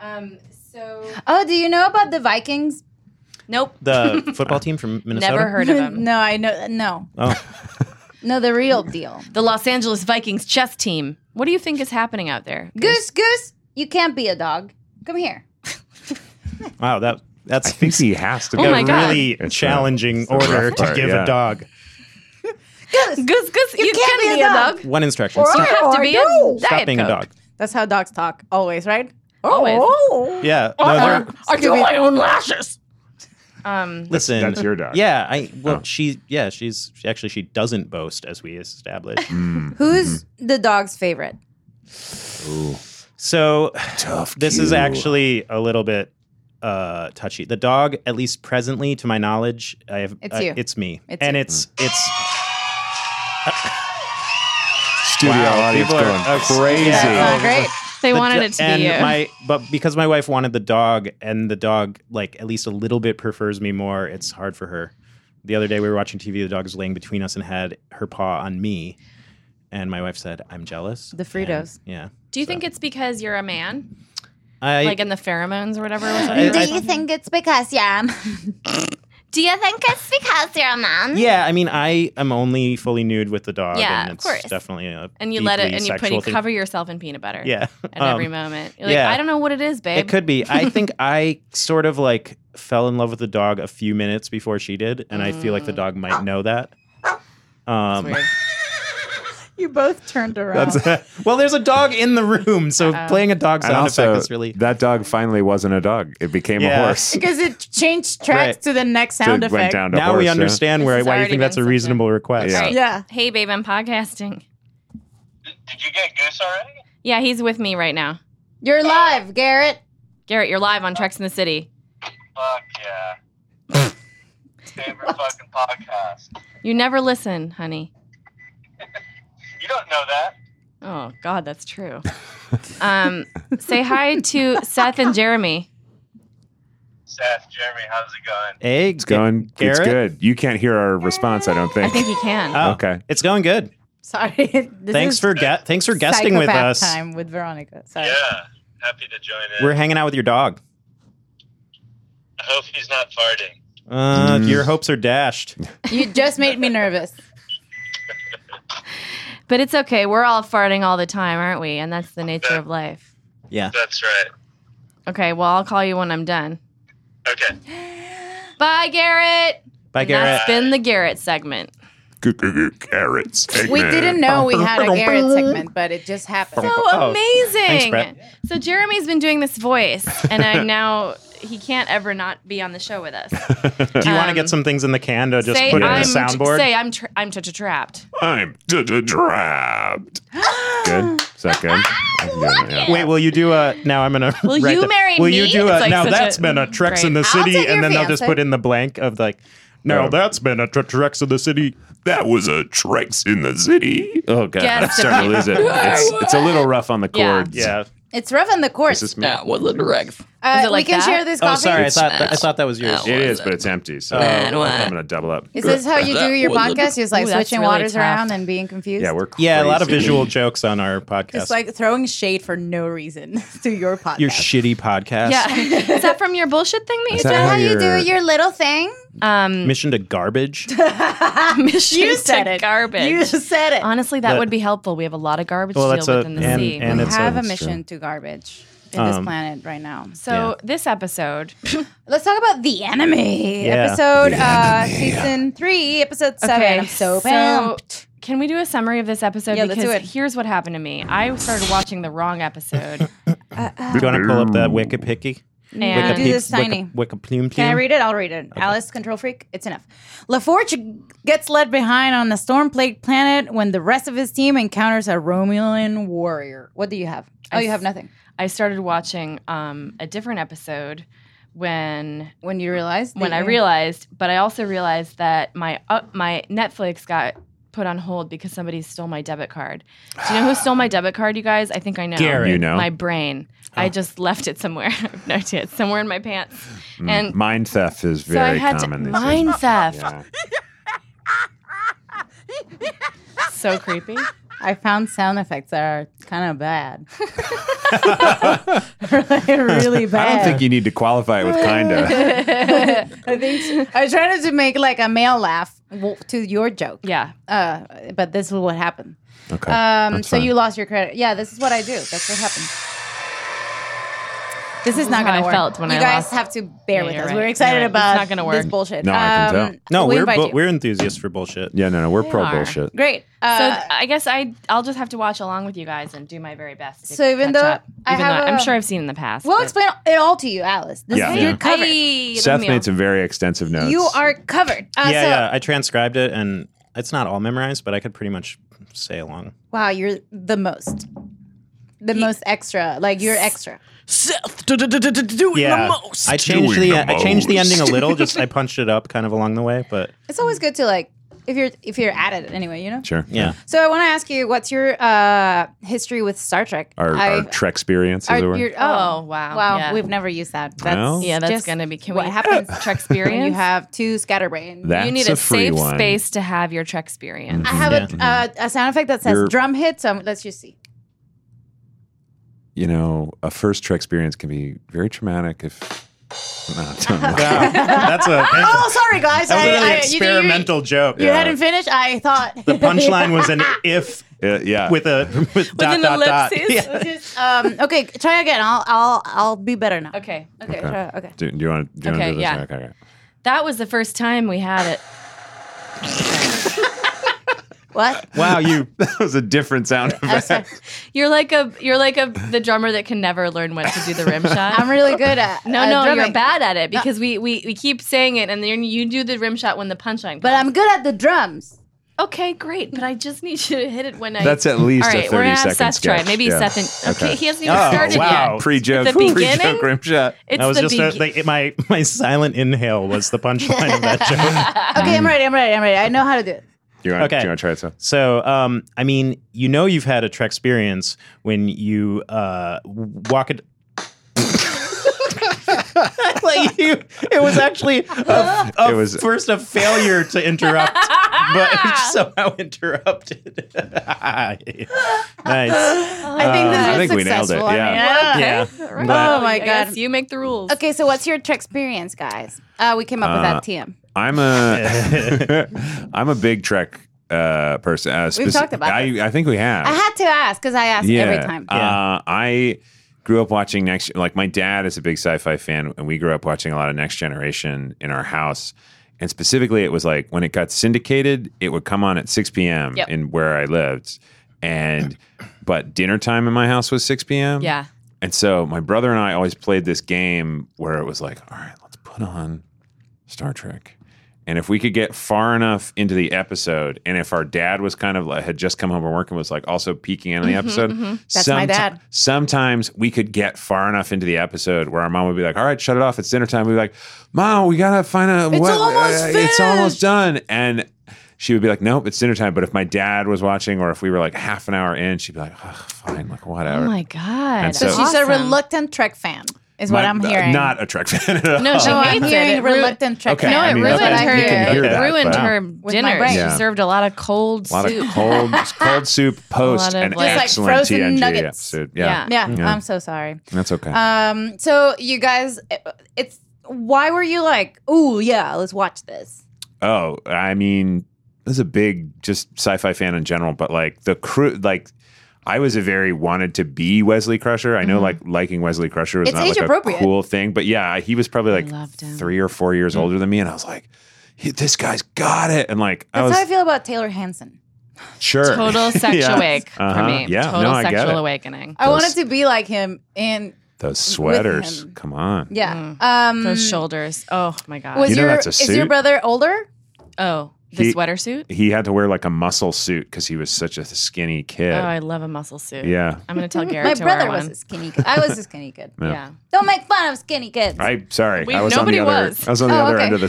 [SPEAKER 1] Um, so
[SPEAKER 2] Oh, do you know about the Vikings?
[SPEAKER 1] nope,
[SPEAKER 5] The football team from Minnesota.
[SPEAKER 1] never heard of them.
[SPEAKER 2] No, I know. No,
[SPEAKER 5] Oh,
[SPEAKER 2] no, the real deal.
[SPEAKER 1] The Los Angeles Vikings chess team. What do you think is happening out there?
[SPEAKER 2] Goose, goose, you can't be a dog. Come here.
[SPEAKER 5] wow. That that's
[SPEAKER 4] I think he has to.
[SPEAKER 1] Oh
[SPEAKER 4] be.
[SPEAKER 1] my God.
[SPEAKER 5] really
[SPEAKER 4] It's a-
[SPEAKER 5] challenging
[SPEAKER 4] it's a rough
[SPEAKER 5] order to
[SPEAKER 4] part,
[SPEAKER 5] give
[SPEAKER 4] yeah.
[SPEAKER 5] a dog.
[SPEAKER 1] Goose, goose, goose you, can't, be a dog.
[SPEAKER 5] One instruction:
[SPEAKER 1] You
[SPEAKER 5] stop,
[SPEAKER 1] have to be a diet
[SPEAKER 5] stop being a
[SPEAKER 1] Coke.
[SPEAKER 5] dog.
[SPEAKER 2] That's how dogs talk, always, right?
[SPEAKER 1] Always. Oh.
[SPEAKER 5] Yeah, no, they're,
[SPEAKER 1] I do my own lashes. Um,
[SPEAKER 5] listen.
[SPEAKER 4] That's your dog.
[SPEAKER 5] Yeah, I well,
[SPEAKER 4] Oh.
[SPEAKER 5] she yeah, she's she, actually she doesn't boast as we established.
[SPEAKER 4] Mm.
[SPEAKER 2] Who's
[SPEAKER 5] Mm.
[SPEAKER 2] the dog's favorite?
[SPEAKER 5] So this is
[SPEAKER 4] cue.
[SPEAKER 5] actually a little bit uh touchy. The dog, at least presently to my knowledge, I have
[SPEAKER 2] It's
[SPEAKER 5] uh,
[SPEAKER 2] you.
[SPEAKER 5] it's me.
[SPEAKER 2] It's
[SPEAKER 5] and
[SPEAKER 2] you.
[SPEAKER 5] it's it's
[SPEAKER 4] Studio
[SPEAKER 5] Wow,
[SPEAKER 4] audience
[SPEAKER 5] people are-
[SPEAKER 4] going
[SPEAKER 5] uh,
[SPEAKER 4] crazy.
[SPEAKER 5] yeah.
[SPEAKER 2] Oh, great.
[SPEAKER 1] they
[SPEAKER 5] the
[SPEAKER 1] wanted
[SPEAKER 5] do-
[SPEAKER 1] it to
[SPEAKER 5] and
[SPEAKER 1] be you.
[SPEAKER 5] My, but because my wife wanted the dog, and the dog like at least a little bit prefers me more. It's hard for her. The other day we were watching TV. The dog was laying between us and had her paw on me, and my wife said, "I'm jealous."
[SPEAKER 2] The Fritos.
[SPEAKER 5] And, yeah.
[SPEAKER 1] do you think it's because you're a man,
[SPEAKER 5] I,
[SPEAKER 1] like in the pheromones or whatever? was
[SPEAKER 5] I-
[SPEAKER 1] it?
[SPEAKER 5] I-
[SPEAKER 2] think it's because yeah? I'm-
[SPEAKER 1] do you think it's because you're a man?
[SPEAKER 5] yeah, I mean, I am only fully nude with the dog.
[SPEAKER 1] Yeah,
[SPEAKER 5] and
[SPEAKER 1] of
[SPEAKER 5] it's
[SPEAKER 1] course.
[SPEAKER 5] Definitely. A
[SPEAKER 1] And you let it,
[SPEAKER 5] deeply
[SPEAKER 1] and you put,
[SPEAKER 5] sexual
[SPEAKER 1] you
[SPEAKER 5] thing.
[SPEAKER 1] cover yourself in peanut butter.
[SPEAKER 5] Yeah.
[SPEAKER 1] At
[SPEAKER 5] Um,
[SPEAKER 1] every moment, you're like,
[SPEAKER 5] yeah.
[SPEAKER 1] I don't know what it is, babe.
[SPEAKER 5] It could be. I think I sort of like fell in love with the dog a few minutes before she did, and I feel like the dog might know that.
[SPEAKER 1] Mm.
[SPEAKER 5] Um,
[SPEAKER 1] Weird.
[SPEAKER 2] you both turned around.
[SPEAKER 5] well, there's a dog in the room, so playing a dog
[SPEAKER 4] And
[SPEAKER 5] sound
[SPEAKER 4] also,
[SPEAKER 5] effect is really.
[SPEAKER 4] that dog finally wasn't a dog. It became
[SPEAKER 5] Yeah.
[SPEAKER 4] a horse.
[SPEAKER 2] because it changed tracks
[SPEAKER 5] Right.
[SPEAKER 2] to the next
[SPEAKER 4] So it
[SPEAKER 2] sound
[SPEAKER 4] went
[SPEAKER 2] effect.
[SPEAKER 4] down to
[SPEAKER 5] Now
[SPEAKER 4] horse,
[SPEAKER 5] we
[SPEAKER 4] yeah.
[SPEAKER 5] understand
[SPEAKER 1] This
[SPEAKER 5] where
[SPEAKER 1] has
[SPEAKER 5] why you
[SPEAKER 1] already
[SPEAKER 5] think that's
[SPEAKER 1] been
[SPEAKER 5] a
[SPEAKER 1] something.
[SPEAKER 5] reasonable request.
[SPEAKER 4] Yeah.
[SPEAKER 1] All right.
[SPEAKER 2] Yeah.
[SPEAKER 1] Hey, babe, I'm podcasting.
[SPEAKER 7] Did you get Goose already?
[SPEAKER 1] Yeah, he's with me right now.
[SPEAKER 2] You're live, Garrett.
[SPEAKER 1] Garrett, you're live on Treks in the City.
[SPEAKER 7] Fuck yeah. Favorite fucking podcast.
[SPEAKER 1] You never listen, honey.
[SPEAKER 7] You don't know that.
[SPEAKER 1] Oh God, that's true. um, say hi to Seth and Jeremy.
[SPEAKER 7] Seth, Jeremy, how's it going?
[SPEAKER 5] Hey, it's
[SPEAKER 4] It's going.
[SPEAKER 5] Garrett?
[SPEAKER 4] It's good. You can't hear our response. I don't
[SPEAKER 1] I
[SPEAKER 4] think.
[SPEAKER 1] think he can.
[SPEAKER 5] Oh,
[SPEAKER 4] Okay.
[SPEAKER 5] It's going good.
[SPEAKER 2] Sorry. This
[SPEAKER 5] thanks
[SPEAKER 2] is
[SPEAKER 5] for ge- thanks for guesting with
[SPEAKER 2] psychopath
[SPEAKER 5] us.
[SPEAKER 2] Time with Veronica. Sorry.
[SPEAKER 7] Yeah, happy to join in.
[SPEAKER 5] We're hanging out with your dog.
[SPEAKER 7] I hope he's not farting.
[SPEAKER 5] Uh, Your hopes are dashed.
[SPEAKER 2] You just made me nervous.
[SPEAKER 1] But it's okay. We're all farting all the time, aren't we? And that's the nature of life.
[SPEAKER 5] Yeah.
[SPEAKER 7] That's right.
[SPEAKER 1] Okay, well, I'll call you when I'm done.
[SPEAKER 7] Okay.
[SPEAKER 1] Bye, Garrett.
[SPEAKER 5] Bye,
[SPEAKER 1] And That's
[SPEAKER 5] Garrett.
[SPEAKER 1] been the Garrett segment.
[SPEAKER 6] Carrots.
[SPEAKER 2] We didn't know we had a Garrett segment, but it just happened.
[SPEAKER 1] So
[SPEAKER 5] Oh,
[SPEAKER 1] amazing.
[SPEAKER 5] thanks, Brett.
[SPEAKER 1] so Jeremy's been doing this voice, and I'm now he can't ever not be on the show with us.
[SPEAKER 5] Do you want to get some things in the can to just put it in
[SPEAKER 1] Um, I'm
[SPEAKER 5] the soundboard?
[SPEAKER 1] Say I'm tra- I'm tra- tra- trapped.
[SPEAKER 4] I'm trapped. Good. Is that good? I can do it, yeah.
[SPEAKER 5] Wait, will you do a? Now I'm gonna.
[SPEAKER 1] Will
[SPEAKER 5] write
[SPEAKER 1] you
[SPEAKER 5] that-
[SPEAKER 1] marry
[SPEAKER 5] Will
[SPEAKER 1] me?
[SPEAKER 5] you do a?
[SPEAKER 1] It's like
[SPEAKER 5] now
[SPEAKER 1] such
[SPEAKER 5] that's
[SPEAKER 1] a-
[SPEAKER 5] been a Trex in the
[SPEAKER 1] Great. I'll
[SPEAKER 5] city,
[SPEAKER 2] take your
[SPEAKER 5] and then they'll just
[SPEAKER 2] fiancé.
[SPEAKER 5] put in the blank of like. Now that's been a tre- Trex in the city.
[SPEAKER 6] That was a Trex in the city.
[SPEAKER 4] Oh god,
[SPEAKER 1] Yes,
[SPEAKER 4] I'm starting to lose it. It's, it's a little rough on the
[SPEAKER 1] Yeah.
[SPEAKER 4] chords.
[SPEAKER 5] Yeah.
[SPEAKER 2] It's rough on the
[SPEAKER 4] It's
[SPEAKER 2] course.
[SPEAKER 4] just me.
[SPEAKER 7] was a direct.
[SPEAKER 2] Uh,
[SPEAKER 1] Is it like
[SPEAKER 2] we can
[SPEAKER 1] that?
[SPEAKER 2] share this
[SPEAKER 5] Oh,
[SPEAKER 2] coffee.
[SPEAKER 5] sorry. I thought I thought that was yours.
[SPEAKER 4] It is, but it's empty. So
[SPEAKER 7] That one.
[SPEAKER 4] I'm gonna double up.
[SPEAKER 2] Is this how you do your podcast? You're just like
[SPEAKER 1] Ooh, that's
[SPEAKER 2] switching
[SPEAKER 1] really
[SPEAKER 2] waters
[SPEAKER 1] tough.
[SPEAKER 2] around and being confused?
[SPEAKER 4] Yeah, we're crazy.
[SPEAKER 5] Yeah, a lot of visual jokes on our podcast.
[SPEAKER 2] Just like throwing shade for no reason to your podcast.
[SPEAKER 5] your shitty podcast.
[SPEAKER 1] Yeah, is that from your bullshit thing that you
[SPEAKER 4] Is
[SPEAKER 1] did?
[SPEAKER 4] that how
[SPEAKER 2] How you do
[SPEAKER 4] you're-
[SPEAKER 2] your little thing?
[SPEAKER 1] Um,
[SPEAKER 5] Mission to garbage.
[SPEAKER 1] mission
[SPEAKER 2] You said
[SPEAKER 1] to
[SPEAKER 2] it.
[SPEAKER 1] garbage.
[SPEAKER 2] You said it.
[SPEAKER 1] Honestly, that
[SPEAKER 5] That-
[SPEAKER 1] would be helpful. We have a lot of garbage
[SPEAKER 5] Well,
[SPEAKER 1] to
[SPEAKER 5] that's
[SPEAKER 1] deal
[SPEAKER 5] a
[SPEAKER 1] with in the
[SPEAKER 5] and,
[SPEAKER 1] sea.
[SPEAKER 5] and
[SPEAKER 2] we
[SPEAKER 5] it's
[SPEAKER 2] have a Um,
[SPEAKER 5] it's
[SPEAKER 2] mission to garbage in this planet right now.
[SPEAKER 1] so
[SPEAKER 5] yeah.
[SPEAKER 1] this episode,
[SPEAKER 2] Let's talk about the enemy
[SPEAKER 5] Yeah.
[SPEAKER 2] episode, uh, season three, episode seven.
[SPEAKER 1] Okay,
[SPEAKER 2] I'm so
[SPEAKER 1] so-
[SPEAKER 2] pumped.
[SPEAKER 1] can we do a summary of this episode?
[SPEAKER 2] Yeah, let's
[SPEAKER 1] because
[SPEAKER 2] do it.
[SPEAKER 1] here's what happened to me. I started watching the wrong episode.
[SPEAKER 5] Do you want to pull up that Wikipicky?
[SPEAKER 1] and
[SPEAKER 2] Do this tiny.
[SPEAKER 5] Wikiplume
[SPEAKER 2] Can I read it? I'll read it. Alice, control freak. It's enough. LaForge gets left behind on a storm-plagued planet when the rest of his team encounters a Romulan warrior. What do you have? Oh, you have nothing.
[SPEAKER 1] I started watching um, a different episode when
[SPEAKER 2] When you realize? that
[SPEAKER 1] when I
[SPEAKER 2] you-
[SPEAKER 1] realized, but I also realized that my uh, my Netflix got put on hold because somebody stole my debit card. Do you know who stole my debit card, you guys? I think I know.
[SPEAKER 5] Garrett.
[SPEAKER 4] You know. Oh.
[SPEAKER 1] My brain. I just left it somewhere. I have no idea. It's somewhere in my pants. And
[SPEAKER 4] Mind theft Mm, is
[SPEAKER 1] so I
[SPEAKER 4] very
[SPEAKER 1] had to,
[SPEAKER 4] common. these
[SPEAKER 1] mind theft.
[SPEAKER 4] days. Yeah.
[SPEAKER 1] So creepy.
[SPEAKER 2] I found sound effects that are kind of bad. really bad.
[SPEAKER 4] I don't think you need to qualify it with kinda.
[SPEAKER 2] I think I was trying to make like a male laugh w- to your joke.
[SPEAKER 1] Yeah.
[SPEAKER 2] Uh, but this is what happened.
[SPEAKER 4] Okay.
[SPEAKER 2] Um,
[SPEAKER 4] that's
[SPEAKER 2] so
[SPEAKER 4] fine.
[SPEAKER 2] you lost your credit. Yeah, this is what I do. That's what happened. This is not
[SPEAKER 1] how
[SPEAKER 2] going to
[SPEAKER 1] I
[SPEAKER 2] work.
[SPEAKER 1] felt when
[SPEAKER 2] you
[SPEAKER 1] I
[SPEAKER 2] guys
[SPEAKER 1] lost-
[SPEAKER 2] have to
[SPEAKER 1] Yeah,
[SPEAKER 2] bear with
[SPEAKER 1] you're
[SPEAKER 2] us.
[SPEAKER 1] right.
[SPEAKER 2] We're excited
[SPEAKER 1] You're right. It's
[SPEAKER 2] about
[SPEAKER 1] not gonna work.
[SPEAKER 2] this bullshit.
[SPEAKER 4] No, I
[SPEAKER 1] Um,
[SPEAKER 4] can tell.
[SPEAKER 5] No,
[SPEAKER 2] we
[SPEAKER 5] we're
[SPEAKER 2] invite
[SPEAKER 5] bu-
[SPEAKER 2] you.
[SPEAKER 5] we're enthusiasts for bullshit.
[SPEAKER 4] Yeah, no, no, we're pro
[SPEAKER 1] are.
[SPEAKER 4] bullshit.
[SPEAKER 2] great.
[SPEAKER 1] So
[SPEAKER 2] Uh,
[SPEAKER 1] th- I guess I I'll just have to watch along with you guys and do my very best. To
[SPEAKER 2] So even
[SPEAKER 1] catch
[SPEAKER 2] though
[SPEAKER 1] up.
[SPEAKER 2] I
[SPEAKER 1] Even
[SPEAKER 2] have
[SPEAKER 1] though I'm
[SPEAKER 2] a-
[SPEAKER 1] sure I've seen in the past.
[SPEAKER 2] we'll
[SPEAKER 1] but-
[SPEAKER 2] explain it all to you, Alice. This
[SPEAKER 4] Yeah.
[SPEAKER 2] is
[SPEAKER 4] Yeah.
[SPEAKER 2] your cover.
[SPEAKER 1] Hey, look at
[SPEAKER 4] Seth
[SPEAKER 1] me.
[SPEAKER 4] made some very extensive notes.
[SPEAKER 2] You are covered. Uh,
[SPEAKER 5] yeah,
[SPEAKER 2] so,
[SPEAKER 5] yeah. I transcribed it, and it's not all memorized, but I could pretty much say along.
[SPEAKER 2] Wow, you're the most. The most extra. Like you're extra.
[SPEAKER 9] Seth do, do, do, do, do, doing
[SPEAKER 5] Yeah,
[SPEAKER 9] the most.
[SPEAKER 5] I changed the, uh,
[SPEAKER 6] Doing the
[SPEAKER 5] I changed the ending a
[SPEAKER 6] most.
[SPEAKER 5] little. Just I punched it up kind of along the way, but
[SPEAKER 2] It's always good to like if you're if you're at it anyway, you know?
[SPEAKER 4] sure.
[SPEAKER 5] yeah.
[SPEAKER 2] So I want to ask you, what's your uh, history with Star Trek?
[SPEAKER 4] Our,
[SPEAKER 2] I-
[SPEAKER 4] our Trek experience, as
[SPEAKER 2] our-
[SPEAKER 4] it were.
[SPEAKER 2] your-
[SPEAKER 1] Oh,
[SPEAKER 2] oh,
[SPEAKER 1] wow.
[SPEAKER 2] wow,
[SPEAKER 1] Yeah.
[SPEAKER 2] we've never used that. That's
[SPEAKER 4] Well,
[SPEAKER 1] Yeah, that's
[SPEAKER 2] just
[SPEAKER 1] gonna be. Can
[SPEAKER 2] what
[SPEAKER 1] we
[SPEAKER 2] happens
[SPEAKER 1] Trek
[SPEAKER 2] when
[SPEAKER 1] experience?
[SPEAKER 2] you have two scatterbrains.
[SPEAKER 4] That's
[SPEAKER 1] you need
[SPEAKER 4] a,
[SPEAKER 1] a,
[SPEAKER 4] free
[SPEAKER 1] safe
[SPEAKER 4] one. Mm-hmm.
[SPEAKER 1] space to have your Trek experience.
[SPEAKER 2] I have a, uh, a sound effect that says
[SPEAKER 4] You're-
[SPEAKER 2] drum hit. So let's just see.
[SPEAKER 4] You know, a first Trek experience can be very traumatic if. No, don't look.
[SPEAKER 5] Wow, that's a
[SPEAKER 2] Oh, sorry guys.
[SPEAKER 5] that was
[SPEAKER 2] I-
[SPEAKER 5] a really
[SPEAKER 2] I- you- you-
[SPEAKER 5] experimental joke.
[SPEAKER 2] You, hadn't finished. I thought
[SPEAKER 5] The punchline was an if
[SPEAKER 4] Uh, yeah.
[SPEAKER 5] with a with, dot
[SPEAKER 1] an
[SPEAKER 5] dot dot.
[SPEAKER 1] ellipsis?
[SPEAKER 5] Yeah.
[SPEAKER 2] Just, um, okay, try again. I'll I'll I'll be better now.
[SPEAKER 1] Okay,
[SPEAKER 2] Okay. Try, okay.
[SPEAKER 4] do, do you want to do, you wanna
[SPEAKER 1] Okay,
[SPEAKER 4] do this?
[SPEAKER 1] yeah.
[SPEAKER 4] Okay, okay.
[SPEAKER 1] that was the first time we had it.
[SPEAKER 2] What?
[SPEAKER 5] Wow, you
[SPEAKER 4] That was a different sound effect.
[SPEAKER 2] sorry.
[SPEAKER 1] You're like a you're like a the drummer that can never learn when to do the rim shot.
[SPEAKER 2] I'm really good at
[SPEAKER 1] no,
[SPEAKER 2] at
[SPEAKER 1] no, you're
[SPEAKER 2] drumming.
[SPEAKER 1] bad at it because we, we we keep saying it, and then you do the rim shot when the punchline.
[SPEAKER 2] But
[SPEAKER 1] comes.
[SPEAKER 2] I'm good at the drums.
[SPEAKER 1] okay, great. But I just need you to hit it when I.
[SPEAKER 4] That's at least
[SPEAKER 1] All
[SPEAKER 4] a
[SPEAKER 1] right, we're gonna
[SPEAKER 4] 30
[SPEAKER 1] have
[SPEAKER 4] second
[SPEAKER 1] Seth try.
[SPEAKER 4] sketch.
[SPEAKER 1] Maybe
[SPEAKER 4] Yeah.
[SPEAKER 1] Seth and okay.
[SPEAKER 4] Okay.
[SPEAKER 1] he hasn't even
[SPEAKER 5] Oh,
[SPEAKER 1] started
[SPEAKER 5] wow.
[SPEAKER 1] yet.
[SPEAKER 4] Pre joke,
[SPEAKER 1] The
[SPEAKER 4] pre
[SPEAKER 1] beginning?
[SPEAKER 4] joke rim shot.
[SPEAKER 1] It's
[SPEAKER 5] that was
[SPEAKER 1] the
[SPEAKER 5] just a,
[SPEAKER 1] beginning.
[SPEAKER 5] the, my my silent inhale was the punchline of that joke.
[SPEAKER 2] Okay, I'm ready. I'm ready. I'm ready. I know how to do it.
[SPEAKER 4] You want,
[SPEAKER 5] Okay.
[SPEAKER 4] do you want to try it? So?
[SPEAKER 5] So, um, I mean, you know, you've had a Trek experience when you uh, w- walk it. like you, it was actually a, a
[SPEAKER 4] It was-
[SPEAKER 5] first a failure to interrupt, but somehow interrupted.
[SPEAKER 2] I
[SPEAKER 5] nice.
[SPEAKER 2] think this
[SPEAKER 4] Uh, I
[SPEAKER 2] was
[SPEAKER 4] think we nailed it,
[SPEAKER 2] successful.
[SPEAKER 4] yeah.
[SPEAKER 2] I mean,
[SPEAKER 5] Yeah.
[SPEAKER 2] Oh my
[SPEAKER 1] I guess
[SPEAKER 2] God.
[SPEAKER 1] you make the rules.
[SPEAKER 2] I- okay, so what's your Trek experience, guys? Uh, we came up with that TM.
[SPEAKER 4] I'm a I'm a big Trek uh, person. Uh, speci-
[SPEAKER 2] talked about
[SPEAKER 4] I, I think we have.
[SPEAKER 2] I had to ask because I ask every time.
[SPEAKER 4] Uh, I grew up watching Next. Like my dad is a big sci-fi fan, and we grew up watching a lot of Next Generation in our house. And specifically, it was like when it got syndicated, it would come on at 6 p.m.
[SPEAKER 1] Yep.
[SPEAKER 4] in where I lived, and but dinner time in my house was 6 p.m.
[SPEAKER 1] yeah.
[SPEAKER 4] And so my brother and I always played this game where it was like, all right, let's put on Star Trek. And if we could get far enough into the episode, and if our dad was kind of like, had just come home from work and was like also peeking into the
[SPEAKER 2] Mhm,
[SPEAKER 1] Mm-hmm,
[SPEAKER 4] episode,
[SPEAKER 2] mhm. That's my dad.
[SPEAKER 4] Sometimes we could get far enough into the episode where our mom would be like, "All right, shut it off. It's dinner time." We'd be like, "Mom, we gotta find a uh,
[SPEAKER 10] It's almost
[SPEAKER 4] it's almost done." And she would be like, "Nope, it's dinner time." But if my dad was watching, or if we were like half an hour in, she'd be like, Ugh, "Fine, like whatever."
[SPEAKER 1] Oh my god!
[SPEAKER 4] uh, And
[SPEAKER 2] So,
[SPEAKER 4] so-
[SPEAKER 2] she's
[SPEAKER 1] Awesome.
[SPEAKER 2] a reluctant Trek fan, is what
[SPEAKER 4] My-
[SPEAKER 2] I'm
[SPEAKER 4] uh,
[SPEAKER 2] hearing. Oh,
[SPEAKER 4] Not a Trek fan. At all.
[SPEAKER 1] No, she hates
[SPEAKER 2] I'm
[SPEAKER 1] it.
[SPEAKER 2] hearing
[SPEAKER 1] It ru-
[SPEAKER 2] reluctant Trek
[SPEAKER 4] Okay,
[SPEAKER 2] fan.
[SPEAKER 4] I
[SPEAKER 1] no, it
[SPEAKER 4] mean,
[SPEAKER 1] ruined
[SPEAKER 4] that's- you can
[SPEAKER 1] her.
[SPEAKER 4] hear
[SPEAKER 1] It
[SPEAKER 4] that,
[SPEAKER 1] ruined
[SPEAKER 4] but-
[SPEAKER 1] her
[SPEAKER 2] With my
[SPEAKER 1] dinner.
[SPEAKER 2] brain.
[SPEAKER 1] She
[SPEAKER 4] Yeah.
[SPEAKER 1] served a lot of cold
[SPEAKER 4] A lot
[SPEAKER 1] soup.
[SPEAKER 4] of cold, cold soup
[SPEAKER 1] A lot
[SPEAKER 4] post
[SPEAKER 1] of,
[SPEAKER 4] an
[SPEAKER 1] like- Just like
[SPEAKER 4] excellent
[SPEAKER 2] frozen
[SPEAKER 4] TNG
[SPEAKER 2] nuggets.
[SPEAKER 4] episode.
[SPEAKER 2] yeah.
[SPEAKER 4] Yeah.
[SPEAKER 2] I'm so sorry.
[SPEAKER 4] That's okay.
[SPEAKER 2] Um, so you guys, it's why were you like, ooh, yeah, let's watch this?
[SPEAKER 4] oh, I mean, this is a big just sci-fi fan in general, but like the crew, like I was a very wanted to be Wesley Crusher. I know,
[SPEAKER 1] Mm-hmm.
[SPEAKER 2] Mhm.
[SPEAKER 4] like liking Wesley Crusher was
[SPEAKER 2] It's
[SPEAKER 4] not like a
[SPEAKER 2] age-appropriate.
[SPEAKER 4] cool thing, but yeah, he was probably like three or four
[SPEAKER 1] Mm.
[SPEAKER 4] years older than me, and I was like, "He- this guy's got it, and like I
[SPEAKER 2] That's
[SPEAKER 4] was
[SPEAKER 2] how I feel about Taylor Hanson.
[SPEAKER 4] sure
[SPEAKER 1] Total sexual
[SPEAKER 4] Yeah.
[SPEAKER 1] awake for
[SPEAKER 4] Uh-huh.
[SPEAKER 1] me.
[SPEAKER 4] Yeah,
[SPEAKER 1] Total
[SPEAKER 4] no, I get
[SPEAKER 1] sexual
[SPEAKER 4] it.
[SPEAKER 1] awakening.
[SPEAKER 2] I
[SPEAKER 4] Those-
[SPEAKER 2] wanted to be like him, and
[SPEAKER 4] Those sweaters,
[SPEAKER 2] him.
[SPEAKER 4] come on.
[SPEAKER 2] yeah, um,
[SPEAKER 1] Mm. Those shoulders. Oh my god.
[SPEAKER 2] Was
[SPEAKER 4] You know
[SPEAKER 2] your
[SPEAKER 4] that's a
[SPEAKER 2] is your
[SPEAKER 4] suit?
[SPEAKER 2] brother older?
[SPEAKER 1] Oh, the
[SPEAKER 4] He-
[SPEAKER 1] sweater suit.
[SPEAKER 4] He had to wear like a muscle suit because he was such a skinny kid.
[SPEAKER 1] Oh, I love a muscle suit.
[SPEAKER 4] Yeah.
[SPEAKER 1] I'm gonna tell Garrett.
[SPEAKER 2] Mm-hmm. My
[SPEAKER 1] to
[SPEAKER 2] brother
[SPEAKER 1] wear
[SPEAKER 2] was
[SPEAKER 1] one.
[SPEAKER 2] a skinny. Kid. I was a skinny kid.
[SPEAKER 4] Yeah.
[SPEAKER 2] Don't make fun of skinny kids.
[SPEAKER 4] I sorry,
[SPEAKER 1] We-
[SPEAKER 4] I was on
[SPEAKER 1] nobody
[SPEAKER 4] the other.
[SPEAKER 1] was.
[SPEAKER 4] I was on the
[SPEAKER 2] Oh,
[SPEAKER 4] other
[SPEAKER 2] okay.
[SPEAKER 4] end of the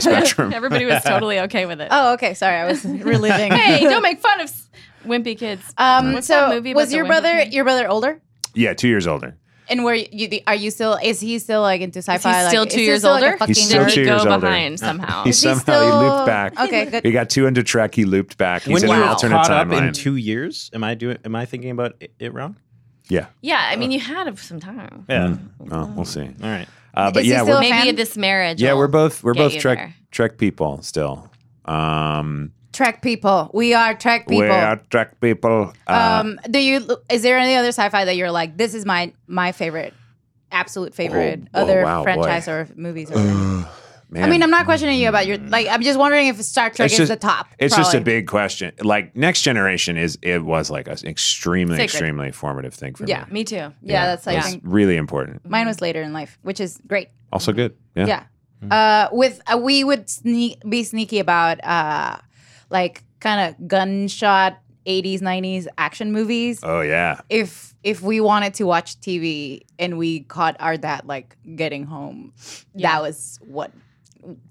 [SPEAKER 4] spectrum.
[SPEAKER 1] Everybody was totally okay with it.
[SPEAKER 2] Oh, okay. Sorry, I was reliving.
[SPEAKER 1] hey, don't make fun of s- wimpy kids.
[SPEAKER 2] Um,
[SPEAKER 1] What's
[SPEAKER 2] so
[SPEAKER 1] that movie about
[SPEAKER 2] was
[SPEAKER 1] the
[SPEAKER 2] your
[SPEAKER 1] wimpy
[SPEAKER 2] brother
[SPEAKER 1] kid?
[SPEAKER 2] your brother older?
[SPEAKER 4] Yeah, two years older.
[SPEAKER 2] And were you? the- Are you still? Is he still like into sci-fi? like,
[SPEAKER 1] still
[SPEAKER 2] is
[SPEAKER 1] two
[SPEAKER 2] he
[SPEAKER 1] years
[SPEAKER 2] still, like, a
[SPEAKER 1] older?
[SPEAKER 2] fucking
[SPEAKER 4] He's still
[SPEAKER 2] nerd?
[SPEAKER 4] two years
[SPEAKER 1] go
[SPEAKER 4] older.
[SPEAKER 1] behind somehow.
[SPEAKER 4] He
[SPEAKER 1] Is he
[SPEAKER 4] somehow he
[SPEAKER 2] still-
[SPEAKER 4] looped back.
[SPEAKER 2] Okay, good.
[SPEAKER 4] He got two into Trek. He looped back. He's
[SPEAKER 5] when
[SPEAKER 4] in
[SPEAKER 5] you
[SPEAKER 4] an
[SPEAKER 5] were
[SPEAKER 4] alternate
[SPEAKER 5] caught up
[SPEAKER 4] timeline.
[SPEAKER 5] in two years, am I doing? Am I thinking about it, it wrong?
[SPEAKER 4] yeah.
[SPEAKER 1] Yeah, I mean, you had some time.
[SPEAKER 5] Yeah.
[SPEAKER 4] Oh, we'll see. All
[SPEAKER 5] right.
[SPEAKER 4] Uh, but
[SPEAKER 1] Is he
[SPEAKER 4] yeah,
[SPEAKER 1] still
[SPEAKER 4] we're
[SPEAKER 1] a fan? maybe this marriage.
[SPEAKER 4] yeah
[SPEAKER 1] will
[SPEAKER 4] we're both we're
[SPEAKER 1] get
[SPEAKER 4] both
[SPEAKER 1] you
[SPEAKER 4] Trek
[SPEAKER 1] there.
[SPEAKER 4] Trek people still. Um,
[SPEAKER 2] Trek people. We are Trek people.
[SPEAKER 4] we are Trek people. Uh,
[SPEAKER 2] um, do you? Is there any other sci-fi that you're like? This is my my favorite, absolute favorite
[SPEAKER 4] oh,
[SPEAKER 2] other
[SPEAKER 4] wow, boy.
[SPEAKER 2] franchise or movies. Or
[SPEAKER 1] Um,
[SPEAKER 4] ugh, man.
[SPEAKER 2] I mean, I'm not questioning you about your like. I'm just wondering if Star Trek
[SPEAKER 4] It's
[SPEAKER 2] is
[SPEAKER 4] just-
[SPEAKER 2] the top.
[SPEAKER 4] It's just a
[SPEAKER 2] probably.
[SPEAKER 4] big question. Like Next Generation is it was like an extremely
[SPEAKER 2] Sacred.
[SPEAKER 4] extremely formative thing for
[SPEAKER 2] Yeah,
[SPEAKER 4] me.
[SPEAKER 1] me too. Yeah,
[SPEAKER 2] Yeah, that's like
[SPEAKER 4] It's really important.
[SPEAKER 2] mine was later in life, which is great.
[SPEAKER 4] Also good. Yeah.
[SPEAKER 2] Mm-hmm. Yeah. Uh, with uh, we would sneak, be sneaky about uh, like kind of gunshot 80s 90s action movies.
[SPEAKER 4] Oh yeah.
[SPEAKER 2] If if we wanted to watch TV and we caught our dad like getting home, that was what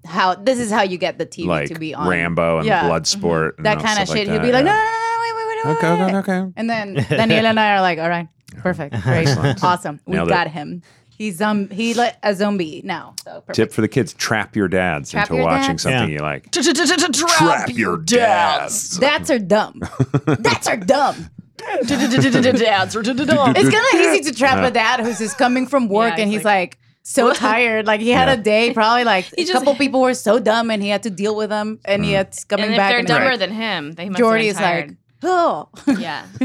[SPEAKER 2] how this is how you get the TV
[SPEAKER 4] like
[SPEAKER 2] to be on
[SPEAKER 4] Rambo and
[SPEAKER 2] Yeah. Mm-hmm.
[SPEAKER 4] Bloodsport. and
[SPEAKER 2] That
[SPEAKER 4] all
[SPEAKER 2] kind of
[SPEAKER 4] stuff
[SPEAKER 2] shit.
[SPEAKER 4] Like
[SPEAKER 2] He'd be
[SPEAKER 4] that,
[SPEAKER 2] like,
[SPEAKER 4] yeah.
[SPEAKER 2] no, no, no, wait, wait, wait, wait, wait,
[SPEAKER 4] Okay, okay, okay.
[SPEAKER 2] And then Daniela and I are like, all right, perfect, great,
[SPEAKER 4] Excellent.
[SPEAKER 2] awesome, we
[SPEAKER 4] Nailed it.
[SPEAKER 2] got him. He's um he like a zombie now. So perfect.
[SPEAKER 4] Tip for the kids: trap your dads
[SPEAKER 2] Trap
[SPEAKER 4] into
[SPEAKER 2] your
[SPEAKER 4] watching
[SPEAKER 2] dads.
[SPEAKER 4] something
[SPEAKER 2] Yeah.
[SPEAKER 4] you like.
[SPEAKER 9] Trap
[SPEAKER 4] your dads.
[SPEAKER 2] Dads are dumb. Dads are dumb.
[SPEAKER 9] Dads are dumb.
[SPEAKER 2] It's kind of easy to trap a
[SPEAKER 9] Yeah.
[SPEAKER 2] dad who's just coming from work and he's like, so tired. Like he had a day, probably like a couple people were so dumb and he had to deal with them and
[SPEAKER 5] Mm.
[SPEAKER 2] he had to coming
[SPEAKER 1] and if
[SPEAKER 2] back.
[SPEAKER 1] they're
[SPEAKER 2] and
[SPEAKER 1] dumber than him, they must
[SPEAKER 2] Jordy
[SPEAKER 1] have
[SPEAKER 2] is
[SPEAKER 1] been tired.
[SPEAKER 2] like, oh.
[SPEAKER 1] Yeah.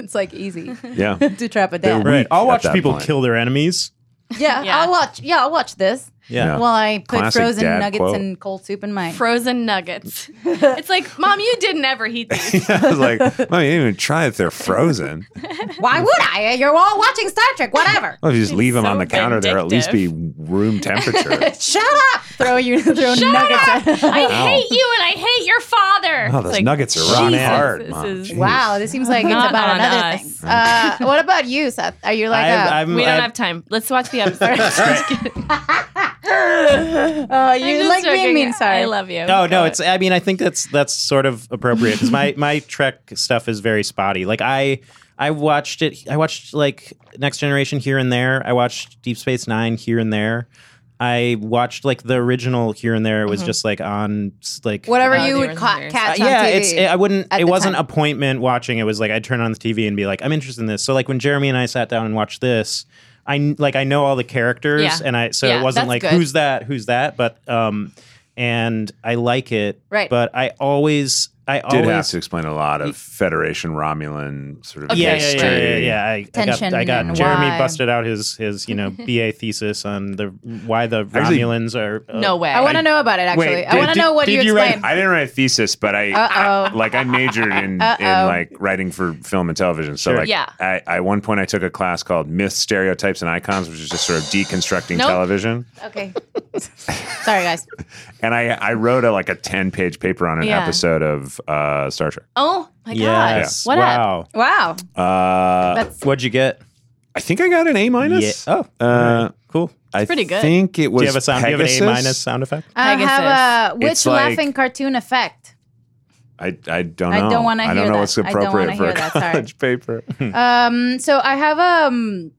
[SPEAKER 2] it's like easy
[SPEAKER 4] Yeah.
[SPEAKER 2] to trap a dad.
[SPEAKER 5] Right. I'll watch
[SPEAKER 4] that
[SPEAKER 5] people
[SPEAKER 4] point.
[SPEAKER 5] kill their enemies.
[SPEAKER 2] Yeah, I'll watch. Yeah, I'll watch this.
[SPEAKER 5] Yeah. Yeah.
[SPEAKER 2] While I put
[SPEAKER 5] Classic
[SPEAKER 2] frozen
[SPEAKER 5] dad
[SPEAKER 2] nuggets
[SPEAKER 5] quote.
[SPEAKER 2] and cold soup in my
[SPEAKER 1] frozen nuggets. it's like, mom, you didn't ever heat these.
[SPEAKER 4] I was like, "Mom, you didn't even try if they're frozen.
[SPEAKER 2] Why would I? You're all watching Star Trek. Whatever.
[SPEAKER 4] Well, if you just leave them on the counter, they'll at least be room temperature."
[SPEAKER 2] Shut up! Throw you throw
[SPEAKER 1] Shut
[SPEAKER 2] nuggets.
[SPEAKER 1] up!
[SPEAKER 2] at-
[SPEAKER 1] I hate you and I hate your father.
[SPEAKER 4] Oh, those
[SPEAKER 1] It's like,
[SPEAKER 4] nuggets are rotten
[SPEAKER 1] Jesus,
[SPEAKER 4] hard,
[SPEAKER 1] this
[SPEAKER 4] Mom.
[SPEAKER 1] is-
[SPEAKER 2] Wow, this seems like
[SPEAKER 1] Not
[SPEAKER 2] it's about
[SPEAKER 1] on
[SPEAKER 2] another
[SPEAKER 1] us.
[SPEAKER 2] thing. Uh, what about you, Seth? Are you like
[SPEAKER 5] I've-
[SPEAKER 2] a-
[SPEAKER 5] I'm-
[SPEAKER 1] we don't
[SPEAKER 5] I've-
[SPEAKER 1] have time. Let's watch the episode. Just kidding.
[SPEAKER 2] Oh, you
[SPEAKER 1] I'm just
[SPEAKER 2] like being
[SPEAKER 1] joking.
[SPEAKER 2] mean. Sorry,
[SPEAKER 1] I love you.
[SPEAKER 5] Oh no, it's. I mean, I think that's that's sort of appropriate because my my Trek stuff is very spotty. Like I I watched it. I watched like Next Generation here and there. I watched Deep Space Nine here and there. I watched like the original here and there. It was
[SPEAKER 2] Mhm.
[SPEAKER 5] just like on s- like
[SPEAKER 2] Whatever
[SPEAKER 5] uh,
[SPEAKER 2] you would ca- catch
[SPEAKER 5] uh,
[SPEAKER 2] on
[SPEAKER 5] yeah,
[SPEAKER 2] TV.
[SPEAKER 5] it's. It, I wouldn't.
[SPEAKER 2] at
[SPEAKER 5] It
[SPEAKER 2] the
[SPEAKER 5] wasn't
[SPEAKER 2] time.
[SPEAKER 5] appointment watching. It was like I'd turn on the TV and be like, I'm interested in this. So like when Jeremy and I sat down and watched this, I kn- like I know all the characters
[SPEAKER 2] Yeah.
[SPEAKER 5] and I so
[SPEAKER 2] Yeah,
[SPEAKER 5] it wasn't
[SPEAKER 2] that's
[SPEAKER 5] like
[SPEAKER 2] good.
[SPEAKER 5] who's that, who's that, but um, and I like it.
[SPEAKER 2] Right.
[SPEAKER 5] But I always I
[SPEAKER 4] did have
[SPEAKER 5] always-
[SPEAKER 4] to explain a lot of Federation Romulan sort of
[SPEAKER 5] Yeah, yeah,
[SPEAKER 4] history.
[SPEAKER 5] yeah, yeah, yeah. I, I got,
[SPEAKER 2] Tension
[SPEAKER 5] I got
[SPEAKER 2] and
[SPEAKER 5] Jeremy
[SPEAKER 2] why.
[SPEAKER 5] busted out his his you know BA thesis on the why the
[SPEAKER 4] Actually-
[SPEAKER 5] Romulans are uh,
[SPEAKER 4] Oh.
[SPEAKER 1] No way.
[SPEAKER 2] I want to know about it. Actually, I want to know what you explain.
[SPEAKER 4] I didn't write a thesis, but I,
[SPEAKER 2] Uh-oh.
[SPEAKER 4] I- like I majored in, in
[SPEAKER 2] Uh-oh.
[SPEAKER 4] like writing for film and television. So
[SPEAKER 2] Sure.
[SPEAKER 4] like
[SPEAKER 2] Yeah.
[SPEAKER 4] I, I one point I took a class called Myths, Stereotypes, and Icons, which is just sort of deconstructing
[SPEAKER 2] Nope.
[SPEAKER 4] television.
[SPEAKER 2] okay. Sorry, guys.
[SPEAKER 4] And I I wrote a like a ten page paper on an
[SPEAKER 2] Yeah.
[SPEAKER 4] episode of uh, Star Trek.
[SPEAKER 1] Oh my
[SPEAKER 4] Yes.
[SPEAKER 1] gosh. What
[SPEAKER 4] Wow.
[SPEAKER 1] up? Wow.
[SPEAKER 2] Oh,
[SPEAKER 4] Uh,
[SPEAKER 1] That's-
[SPEAKER 5] What'd you get?
[SPEAKER 4] I think I got an A minus.
[SPEAKER 5] Yeah.
[SPEAKER 4] Oh, uh,
[SPEAKER 5] cool.
[SPEAKER 4] I
[SPEAKER 1] pretty good.
[SPEAKER 4] think it was.
[SPEAKER 5] Do you have a sound? Do you have an A
[SPEAKER 4] Pegasus?
[SPEAKER 5] minus sound effect?
[SPEAKER 2] I
[SPEAKER 1] Pegasus.
[SPEAKER 2] have a which
[SPEAKER 4] It's like-
[SPEAKER 2] laughing cartoon effect.
[SPEAKER 4] I, I don't know.
[SPEAKER 2] I don't wanna
[SPEAKER 4] I don't
[SPEAKER 2] hear
[SPEAKER 4] know
[SPEAKER 2] that.
[SPEAKER 4] what's
[SPEAKER 2] I don't
[SPEAKER 4] appropriate
[SPEAKER 2] wanna
[SPEAKER 4] for a
[SPEAKER 2] hear that, sorry.
[SPEAKER 4] college paper.
[SPEAKER 2] Um, so I have um,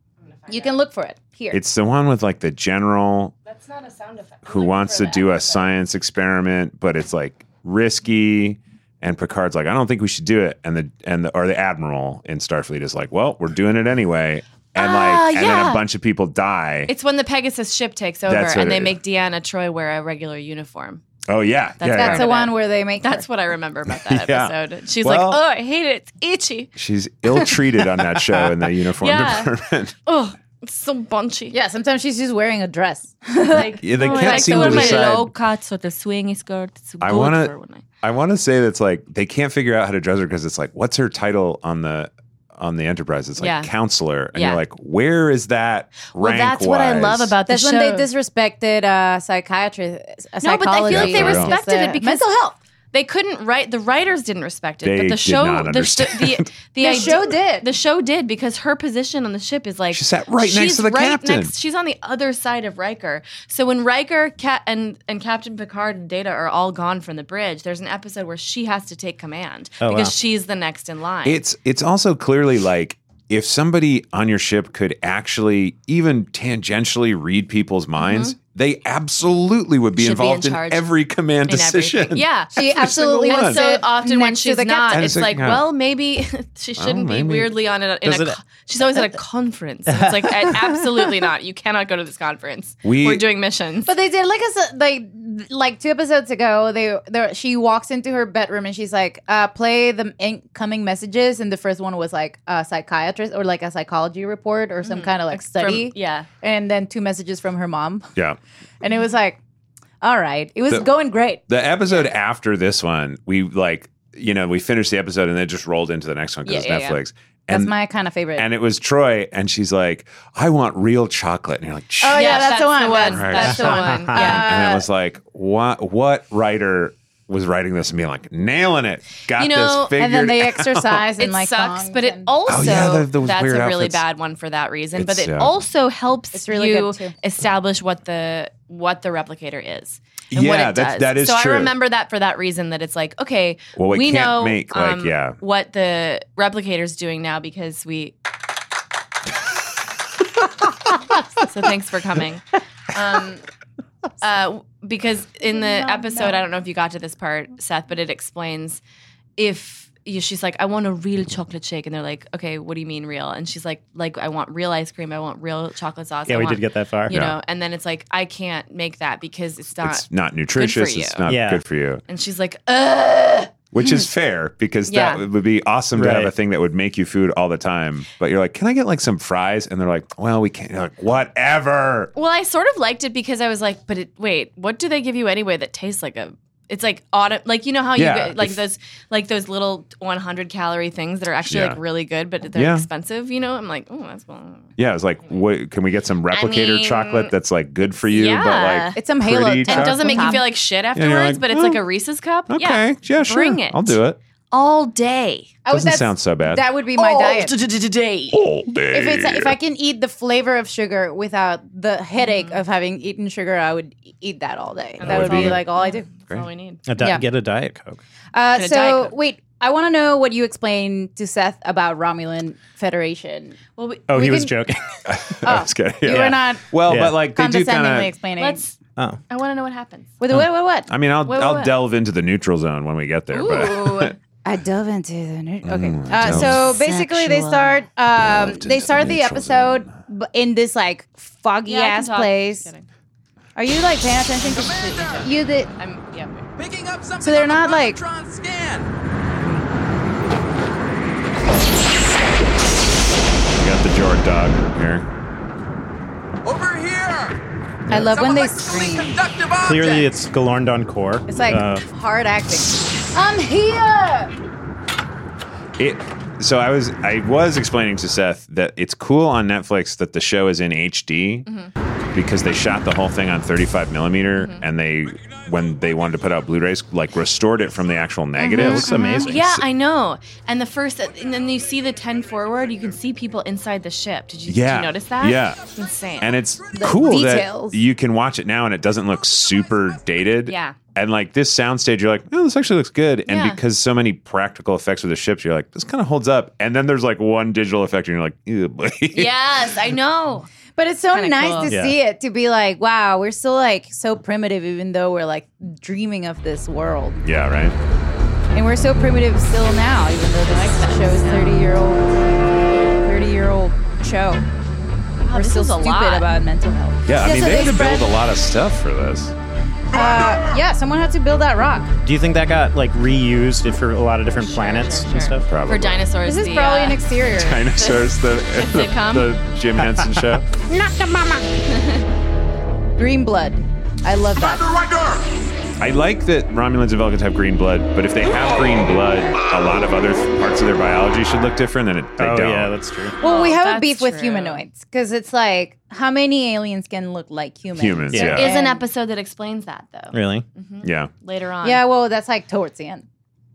[SPEAKER 2] you can look for it here.
[SPEAKER 4] It's the one with like the general
[SPEAKER 1] That's not a sound effect.
[SPEAKER 4] who wants to do a science experiment, but it's like risky. And Picard's like, I don't think we should do it. And the and the or the admiral in Starfleet is like, well, we're doing it anyway. And
[SPEAKER 1] Ah,
[SPEAKER 4] like, and then
[SPEAKER 1] yeah.
[SPEAKER 4] a bunch of people die.
[SPEAKER 1] It's when the Pegasus ship takes over
[SPEAKER 4] That's what
[SPEAKER 1] and
[SPEAKER 4] it
[SPEAKER 1] they
[SPEAKER 4] is.
[SPEAKER 1] make Deanna Troy wear a regular uniform.
[SPEAKER 4] oh yeah,
[SPEAKER 1] That's,
[SPEAKER 4] yeah,
[SPEAKER 1] that's
[SPEAKER 4] yeah.
[SPEAKER 1] the one
[SPEAKER 2] where they make.
[SPEAKER 1] That's what I remember about that
[SPEAKER 4] Yeah.
[SPEAKER 1] episode. She's
[SPEAKER 4] Well-
[SPEAKER 1] like, "Oh, I hate it. It's itchy.
[SPEAKER 4] She's ill treated on that show in the uniform
[SPEAKER 1] Yeah.
[SPEAKER 4] department.
[SPEAKER 1] Oh, it's so bunchy."
[SPEAKER 2] Yeah, sometimes she's just wearing a dress.
[SPEAKER 1] like,
[SPEAKER 4] Yeah, they
[SPEAKER 1] oh, I
[SPEAKER 4] can't
[SPEAKER 1] like
[SPEAKER 4] seem
[SPEAKER 1] the
[SPEAKER 4] to
[SPEAKER 1] one with
[SPEAKER 4] decide.
[SPEAKER 1] the low cuts or the swingy skirt. It's good
[SPEAKER 4] I wanna-
[SPEAKER 1] for when I-
[SPEAKER 4] I want to say that's like they can't figure out how to dress her because it's like, what's her title on the on the Enterprise? It's like
[SPEAKER 1] Yeah.
[SPEAKER 4] counselor, and
[SPEAKER 1] Yeah.
[SPEAKER 4] you're like, where is that
[SPEAKER 1] Well,
[SPEAKER 4] rank?
[SPEAKER 1] that's what I love about
[SPEAKER 2] That's
[SPEAKER 1] the
[SPEAKER 2] when they
[SPEAKER 1] show.
[SPEAKER 2] disrespected uh, psychiatry. Uh,
[SPEAKER 1] No, but I feel like
[SPEAKER 2] psychology.
[SPEAKER 1] they
[SPEAKER 4] Yeah, for real.
[SPEAKER 1] respected it because
[SPEAKER 2] mental health.
[SPEAKER 1] They couldn't write. The writers didn't respect it,
[SPEAKER 4] They
[SPEAKER 1] but the
[SPEAKER 4] did
[SPEAKER 1] show,
[SPEAKER 4] not
[SPEAKER 1] the, sh- the
[SPEAKER 4] understand.
[SPEAKER 1] the,
[SPEAKER 2] The
[SPEAKER 1] idea-
[SPEAKER 2] show did.
[SPEAKER 1] The show did because her position on the ship is like
[SPEAKER 4] She sat right next
[SPEAKER 1] she's
[SPEAKER 4] to the
[SPEAKER 1] right
[SPEAKER 4] captain.
[SPEAKER 1] next- she's on the other side of Riker. So when Riker, Cat, and and Captain Picard and Data are all gone from the bridge, there's an episode where she has to take command
[SPEAKER 4] Oh,
[SPEAKER 1] because
[SPEAKER 4] wow.
[SPEAKER 1] she's the next in line.
[SPEAKER 4] It's it's also clearly like if somebody on your ship could actually even tangentially read people's minds, they absolutely would be
[SPEAKER 1] Mm-hmm. Should be in
[SPEAKER 4] involved in,
[SPEAKER 1] charge
[SPEAKER 4] every command
[SPEAKER 1] in
[SPEAKER 4] decision.
[SPEAKER 1] everything. Yeah,
[SPEAKER 2] She
[SPEAKER 4] Every
[SPEAKER 2] absolutely would
[SPEAKER 4] single one.
[SPEAKER 1] And so
[SPEAKER 2] sit
[SPEAKER 1] often when
[SPEAKER 2] next to
[SPEAKER 1] she's
[SPEAKER 2] the
[SPEAKER 1] not,
[SPEAKER 2] captain.
[SPEAKER 1] it's
[SPEAKER 4] And it's
[SPEAKER 1] like,
[SPEAKER 4] like, yeah.
[SPEAKER 1] well, maybe she shouldn't be
[SPEAKER 4] maybe.
[SPEAKER 1] weirdly on it. In
[SPEAKER 4] Does
[SPEAKER 1] a,
[SPEAKER 4] it-
[SPEAKER 1] co- she's always at a conference. It's like, a- absolutely not. You cannot go to this conference.
[SPEAKER 4] We-
[SPEAKER 1] We, are doing missions.
[SPEAKER 2] But they did like us like like two episodes ago. They, they she walks into her bedroom and she's like, uh, "Play the incoming messages." And the first one was like a psychiatrist or like a psychology report or some kind of Mm-hmm. like
[SPEAKER 1] From-
[SPEAKER 2] study.
[SPEAKER 1] yeah.
[SPEAKER 2] And then two messages from her mom,
[SPEAKER 4] Yeah.
[SPEAKER 2] and it was like, "All right, it was
[SPEAKER 4] The-
[SPEAKER 2] going great."
[SPEAKER 4] The episode after this one, we like, you know, we finished the episode and then just rolled into the next one
[SPEAKER 2] Yeah,
[SPEAKER 4] because
[SPEAKER 2] yeah, yeah.
[SPEAKER 4] Oh, it's Netflix.
[SPEAKER 2] That's
[SPEAKER 4] And
[SPEAKER 2] my kind of favorite.
[SPEAKER 4] and it was Troy, and she's like, "I want real chocolate," and you're like,
[SPEAKER 2] oh yeah,
[SPEAKER 1] Yeah,
[SPEAKER 2] that's, the
[SPEAKER 1] that's
[SPEAKER 2] one.
[SPEAKER 1] the one.
[SPEAKER 4] Right.
[SPEAKER 1] That's the one. Yeah.
[SPEAKER 4] and it was like, "What? What writer was writing this and being like, nailing it? Got
[SPEAKER 1] You know,
[SPEAKER 4] this figured."
[SPEAKER 2] and then they
[SPEAKER 4] out."
[SPEAKER 2] exercise and
[SPEAKER 1] it
[SPEAKER 2] like
[SPEAKER 1] sucks,
[SPEAKER 2] songs
[SPEAKER 1] but it
[SPEAKER 2] and-
[SPEAKER 1] also
[SPEAKER 4] Oh, yeah, those- those
[SPEAKER 1] that's a
[SPEAKER 4] weird
[SPEAKER 1] really
[SPEAKER 4] outfits.
[SPEAKER 1] bad one for that reason. but
[SPEAKER 4] It's,
[SPEAKER 1] it
[SPEAKER 4] uh,
[SPEAKER 1] also helps
[SPEAKER 2] It's really
[SPEAKER 1] you
[SPEAKER 2] good, too.
[SPEAKER 1] establish what the what the replicator is. And what
[SPEAKER 4] Yeah,
[SPEAKER 1] it
[SPEAKER 4] that's-
[SPEAKER 1] does.
[SPEAKER 4] that is
[SPEAKER 1] so
[SPEAKER 4] true.
[SPEAKER 1] I remember that for that reason that it's like, okay,
[SPEAKER 4] Well, we can't
[SPEAKER 1] know
[SPEAKER 4] make, like,
[SPEAKER 1] um,
[SPEAKER 4] yeah.
[SPEAKER 1] what the replicator's doing now because we So thanks for coming. Um uh, because in the episode, I don't know if you got to this part, Seth, but it explains if you, she's like, I want a real chocolate shake, and they're like, Okay, what do you mean real? And she's like, Like I want real ice cream, I want real chocolate sauce.
[SPEAKER 5] Yeah,
[SPEAKER 1] I
[SPEAKER 5] we
[SPEAKER 1] want-
[SPEAKER 5] did get that far.
[SPEAKER 1] You
[SPEAKER 5] Yeah.
[SPEAKER 1] know, and then it's like, I can't make that because it's not.
[SPEAKER 4] it's not nutritious.
[SPEAKER 1] you.
[SPEAKER 4] It's not
[SPEAKER 5] Yeah.
[SPEAKER 4] good for you.
[SPEAKER 1] and she's like, Ugh!
[SPEAKER 4] Which is fair because
[SPEAKER 1] Yeah.
[SPEAKER 4] that would be awesome to have
[SPEAKER 5] Right.
[SPEAKER 4] a thing that would make you food all the time. But you're like, can I get like some fries? And they're like, well, we can't. You're like, whatever.
[SPEAKER 1] Well, I sort of liked it because I was like, but it, wait, what do they give you anyway that tastes like a? It's like autumn, like you know how you
[SPEAKER 4] Yeah,
[SPEAKER 1] get, like
[SPEAKER 4] if-
[SPEAKER 1] those like those little 100 calorie things that are actually
[SPEAKER 4] Yeah.
[SPEAKER 1] like really good, but they're
[SPEAKER 4] Yeah.
[SPEAKER 1] expensive. You know, I'm like, oh, that's well.
[SPEAKER 4] Yeah, it's like, what, can we get some replicator
[SPEAKER 1] mean,
[SPEAKER 4] chocolate that's like good for you,
[SPEAKER 1] yeah.
[SPEAKER 4] but like
[SPEAKER 2] It's some Halo
[SPEAKER 4] pretty
[SPEAKER 2] type.
[SPEAKER 1] And it doesn't make you
[SPEAKER 2] Top.
[SPEAKER 1] feel like shit
[SPEAKER 4] you're
[SPEAKER 1] afterwards,
[SPEAKER 4] like,
[SPEAKER 1] but it's like
[SPEAKER 4] "Oh,
[SPEAKER 1] a Reese's cup.
[SPEAKER 4] Okay,
[SPEAKER 1] Yeah,
[SPEAKER 4] yeah, sure.
[SPEAKER 1] bring it.
[SPEAKER 4] I'll do it.
[SPEAKER 1] all day.
[SPEAKER 2] I would-
[SPEAKER 4] Doesn't
[SPEAKER 2] that's-
[SPEAKER 4] sound so bad.
[SPEAKER 2] That would be my
[SPEAKER 1] Oh,
[SPEAKER 2] diet.
[SPEAKER 9] Today.
[SPEAKER 6] All day.
[SPEAKER 2] if it's if I can eat the flavor of sugar without the headache
[SPEAKER 1] Mm-hmm.
[SPEAKER 2] of having eaten sugar, I would e- eat that all day. That,
[SPEAKER 4] would
[SPEAKER 2] would be,
[SPEAKER 4] be-
[SPEAKER 2] like all I do.
[SPEAKER 1] That's all we need.
[SPEAKER 5] A di-
[SPEAKER 2] Yeah.
[SPEAKER 5] Get a diet coke.
[SPEAKER 2] Uh,
[SPEAKER 1] And a
[SPEAKER 2] so
[SPEAKER 1] Diet
[SPEAKER 2] wait, I want to know what you explained to Seth about Romulan Federation.
[SPEAKER 1] Well, we,
[SPEAKER 5] Oh,
[SPEAKER 2] We
[SPEAKER 5] he was
[SPEAKER 2] can- Oh,
[SPEAKER 5] joking.
[SPEAKER 4] I was kidding.
[SPEAKER 2] You were not
[SPEAKER 4] Well,
[SPEAKER 5] Yeah.
[SPEAKER 4] but like they do kind
[SPEAKER 2] condescendingly
[SPEAKER 4] of.
[SPEAKER 2] explaining.
[SPEAKER 1] let's.
[SPEAKER 5] oh,
[SPEAKER 1] I want to know what happens.
[SPEAKER 2] With what? What? What?
[SPEAKER 4] I mean, I'll
[SPEAKER 1] Wait, wait,
[SPEAKER 4] I'll
[SPEAKER 1] wait.
[SPEAKER 4] delve into the neutral zone when we get there. But
[SPEAKER 1] Ooh.
[SPEAKER 2] I dove into the nu- okay.
[SPEAKER 4] Mm,
[SPEAKER 2] uh,
[SPEAKER 4] delve.
[SPEAKER 2] so basically, they start um,
[SPEAKER 4] Delved
[SPEAKER 2] they
[SPEAKER 4] into
[SPEAKER 2] start the
[SPEAKER 4] neutral
[SPEAKER 2] episode b- in this like foggy
[SPEAKER 1] Yeah, I can
[SPEAKER 2] ass
[SPEAKER 1] talk.
[SPEAKER 2] place.
[SPEAKER 1] Just kidding.
[SPEAKER 2] Are you like paying attention? 'Cause You did.
[SPEAKER 1] I'm yeah.
[SPEAKER 10] Picking up something
[SPEAKER 2] So they're
[SPEAKER 10] on the
[SPEAKER 2] not, like-
[SPEAKER 10] positron scan.
[SPEAKER 4] got the Jord dog here.
[SPEAKER 2] Over here. I love when they scream.
[SPEAKER 5] Clearly, it's Galorndon Core. Uh,
[SPEAKER 2] It's like hard acting. I'm here.
[SPEAKER 4] It. So I was I was explaining to Seth that it's cool on Netflix that the show is in HD
[SPEAKER 2] Mm-hmm.
[SPEAKER 4] because they shot the whole thing on 35 millimeter and they when they wanted to put out Blu-rays like restored it from the
[SPEAKER 2] Mm-hmm.
[SPEAKER 4] actual negative.
[SPEAKER 5] It looks amazing.
[SPEAKER 1] Mm-hmm. Yeah, I know. And the first, and then you see the 10 forward, you can see people inside the ship. Did you, did you
[SPEAKER 4] Yeah.
[SPEAKER 1] notice that?
[SPEAKER 4] Yeah.
[SPEAKER 1] It's insane.
[SPEAKER 4] And it's
[SPEAKER 1] The
[SPEAKER 4] cool
[SPEAKER 1] details.
[SPEAKER 4] that you can watch it now and it doesn't look super dated.
[SPEAKER 1] Yeah.
[SPEAKER 4] And like this soundstage, you're like, oh, this actually looks good. And
[SPEAKER 1] Yeah.
[SPEAKER 4] because so many practical effects with the ships, you're like, this kind of holds up. And then there's like one digital effect, and you're like, ew, boy.
[SPEAKER 1] yes, I know.
[SPEAKER 2] But it's so nice
[SPEAKER 4] cool.
[SPEAKER 2] to
[SPEAKER 4] Yeah.
[SPEAKER 2] see it to be like, wow, we're still like so primitive, even though we're like dreaming of this world,
[SPEAKER 4] yeah, right.
[SPEAKER 2] and we're so primitive still now, even though this show is thirty year old, thirty year old show. we're
[SPEAKER 1] this
[SPEAKER 2] still
[SPEAKER 1] is a
[SPEAKER 2] stupid
[SPEAKER 1] lot.
[SPEAKER 2] about mental health.
[SPEAKER 4] Yeah, I mean,
[SPEAKER 2] so
[SPEAKER 4] they had to
[SPEAKER 2] spread-
[SPEAKER 4] build a lot of stuff for this.
[SPEAKER 2] Uh, yeah, someone had to build that rock.
[SPEAKER 5] Do you think that got like reused for a lot of different planets and stuff?
[SPEAKER 4] Probably.
[SPEAKER 1] For dinosaurs.
[SPEAKER 2] This is
[SPEAKER 1] the,
[SPEAKER 2] probably
[SPEAKER 1] uh,
[SPEAKER 2] an exterior.
[SPEAKER 4] Dinosaurs, the, the,
[SPEAKER 1] sitcom?
[SPEAKER 4] the Jim Henson show.
[SPEAKER 2] Not the mama. Green blood. I love that.
[SPEAKER 4] I like that Romulans and Vulcans have green blood, but if they have green blood, a lot of other parts of their biology should look different than it, they
[SPEAKER 5] Oh,
[SPEAKER 4] don't.
[SPEAKER 5] yeah, that's true.
[SPEAKER 2] Well, we have a
[SPEAKER 1] that's
[SPEAKER 2] beef with
[SPEAKER 1] true.
[SPEAKER 2] humanoids because it's like how many aliens can look like humans?
[SPEAKER 4] Humans,
[SPEAKER 5] Yeah.
[SPEAKER 1] There
[SPEAKER 4] yeah.
[SPEAKER 1] is an episode that explains that, though.
[SPEAKER 5] Really?
[SPEAKER 2] Mm-hmm.
[SPEAKER 4] Yeah.
[SPEAKER 1] Later on.
[SPEAKER 2] Yeah, well, that's like towards the end.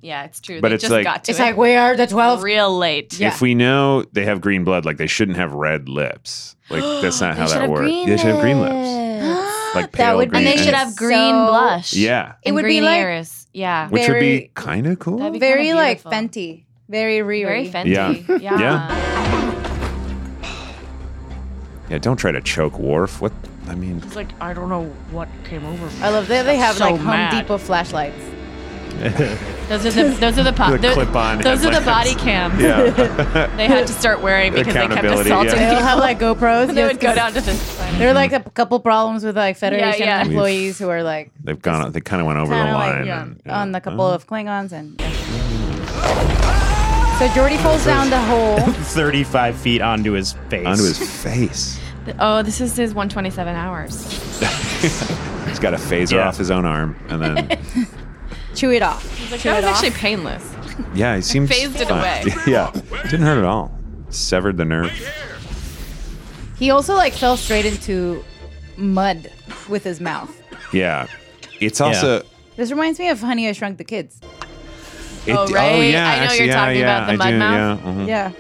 [SPEAKER 1] Yeah, it's true.
[SPEAKER 4] But
[SPEAKER 1] they
[SPEAKER 4] it's
[SPEAKER 1] just
[SPEAKER 4] like-
[SPEAKER 1] got to
[SPEAKER 2] It's
[SPEAKER 1] it
[SPEAKER 2] like we are the twelve.
[SPEAKER 1] real late.
[SPEAKER 4] If we know they have green blood, like they shouldn't have red lips. Like that's not
[SPEAKER 1] They
[SPEAKER 4] how
[SPEAKER 1] should
[SPEAKER 4] that
[SPEAKER 1] have
[SPEAKER 4] works.
[SPEAKER 1] green
[SPEAKER 4] they should have green lips. Like pale
[SPEAKER 2] that would be,
[SPEAKER 4] green.
[SPEAKER 1] And they should have green
[SPEAKER 2] so-
[SPEAKER 1] blush.
[SPEAKER 4] Yeah.
[SPEAKER 2] It
[SPEAKER 1] and
[SPEAKER 2] would be
[SPEAKER 1] green
[SPEAKER 2] like-
[SPEAKER 1] ears. Yeah.
[SPEAKER 4] Which would
[SPEAKER 2] very-
[SPEAKER 4] be kind of cool.
[SPEAKER 1] That'd be kinda
[SPEAKER 2] very like
[SPEAKER 1] beautiful.
[SPEAKER 2] Fenty, very
[SPEAKER 1] Very
[SPEAKER 2] Riri.
[SPEAKER 4] Yeah.
[SPEAKER 1] Fenty. Yeah.
[SPEAKER 4] Yeah. yeah, don't try to choke Worf. What I mean,
[SPEAKER 9] It's like I don't know what came over me.
[SPEAKER 2] I love that they have
[SPEAKER 9] So
[SPEAKER 2] like Home
[SPEAKER 9] mad.
[SPEAKER 2] Depot flashlights.
[SPEAKER 1] Those are the those are the pop.
[SPEAKER 4] The clip-on
[SPEAKER 1] Those are the
[SPEAKER 4] headlamps.
[SPEAKER 1] body cams.
[SPEAKER 4] yeah.
[SPEAKER 1] They had to start wearing because they kept
[SPEAKER 4] Accountability,
[SPEAKER 1] assaulting
[SPEAKER 4] yeah.
[SPEAKER 2] They'll
[SPEAKER 1] people.
[SPEAKER 2] have like GoPros.
[SPEAKER 1] They
[SPEAKER 2] yes,
[SPEAKER 1] would go
[SPEAKER 2] 'cause
[SPEAKER 1] down to this.
[SPEAKER 2] There are like a couple problems with like Federation
[SPEAKER 1] yeah.
[SPEAKER 2] employees who are like
[SPEAKER 4] They've gone they kind of went over the
[SPEAKER 2] kind of
[SPEAKER 4] line.
[SPEAKER 2] like yeah,
[SPEAKER 4] and-
[SPEAKER 2] on the couple of Klingons and. So Jordy falls down the hole.
[SPEAKER 5] 35 feet onto his face.
[SPEAKER 4] onto his face.
[SPEAKER 1] Oh, this is his 127 hours.
[SPEAKER 4] He's got a phaser
[SPEAKER 5] Yeah.
[SPEAKER 4] off his own arm and then
[SPEAKER 2] Chew it off.
[SPEAKER 1] Like,
[SPEAKER 2] Chew
[SPEAKER 1] that was
[SPEAKER 2] it off.
[SPEAKER 1] actually painless.
[SPEAKER 4] Yeah, he seems
[SPEAKER 1] Phased it
[SPEAKER 4] fine.
[SPEAKER 1] away.
[SPEAKER 4] yeah. Didn't hurt at all. Severed the nerve.
[SPEAKER 2] He also like fell straight into mud with his mouth.
[SPEAKER 4] Yeah. It's also
[SPEAKER 2] This reminds me of Honey I Shrunk the Kids.
[SPEAKER 4] It,
[SPEAKER 1] Oh, right. I know you're talking about the
[SPEAKER 4] I
[SPEAKER 1] mud mouth.
[SPEAKER 4] Yeah, mhm.
[SPEAKER 2] Yeah.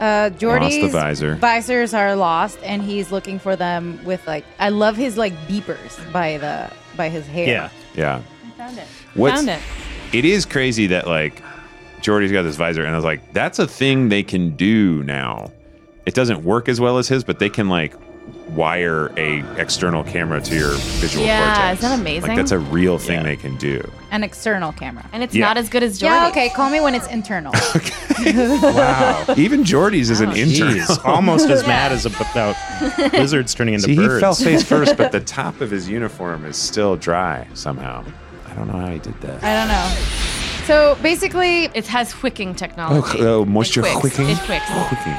[SPEAKER 2] Uh, Jordy's
[SPEAKER 4] visor.
[SPEAKER 2] visors are lost, and he's looking for them with like I love his like beepers by the by his hair.
[SPEAKER 5] Yeah.
[SPEAKER 4] yeah.
[SPEAKER 2] found it.
[SPEAKER 4] What's,
[SPEAKER 1] Found it.
[SPEAKER 4] It is crazy that like Jordy's got this visor, and I was like, that's a thing they can do now. It doesn't work as well as his, but they can like wire a external camera to your visual
[SPEAKER 1] Yeah,
[SPEAKER 4] cortex.
[SPEAKER 1] isn't that amazing?
[SPEAKER 4] Like that's a real thing
[SPEAKER 5] Yeah.
[SPEAKER 4] they can do.
[SPEAKER 2] An external camera.
[SPEAKER 1] And it's
[SPEAKER 4] Yeah.
[SPEAKER 1] not as good as Jordan.
[SPEAKER 2] Yeah. Okay. Call me when it's internal.
[SPEAKER 4] Wow. Even Jordy's is an intern.
[SPEAKER 5] Jeez, almost as mad as about lizards turning into
[SPEAKER 4] See, he
[SPEAKER 5] birds.
[SPEAKER 4] fell face first, but the top of his uniform is still dry somehow. I don't know how he did that.
[SPEAKER 2] I don't know. So basically,
[SPEAKER 1] It has wicking
[SPEAKER 4] Oh,
[SPEAKER 1] technology.
[SPEAKER 4] c- oh, moisture
[SPEAKER 1] it quicks.
[SPEAKER 4] quicking.
[SPEAKER 1] It quicks.
[SPEAKER 4] Quicking.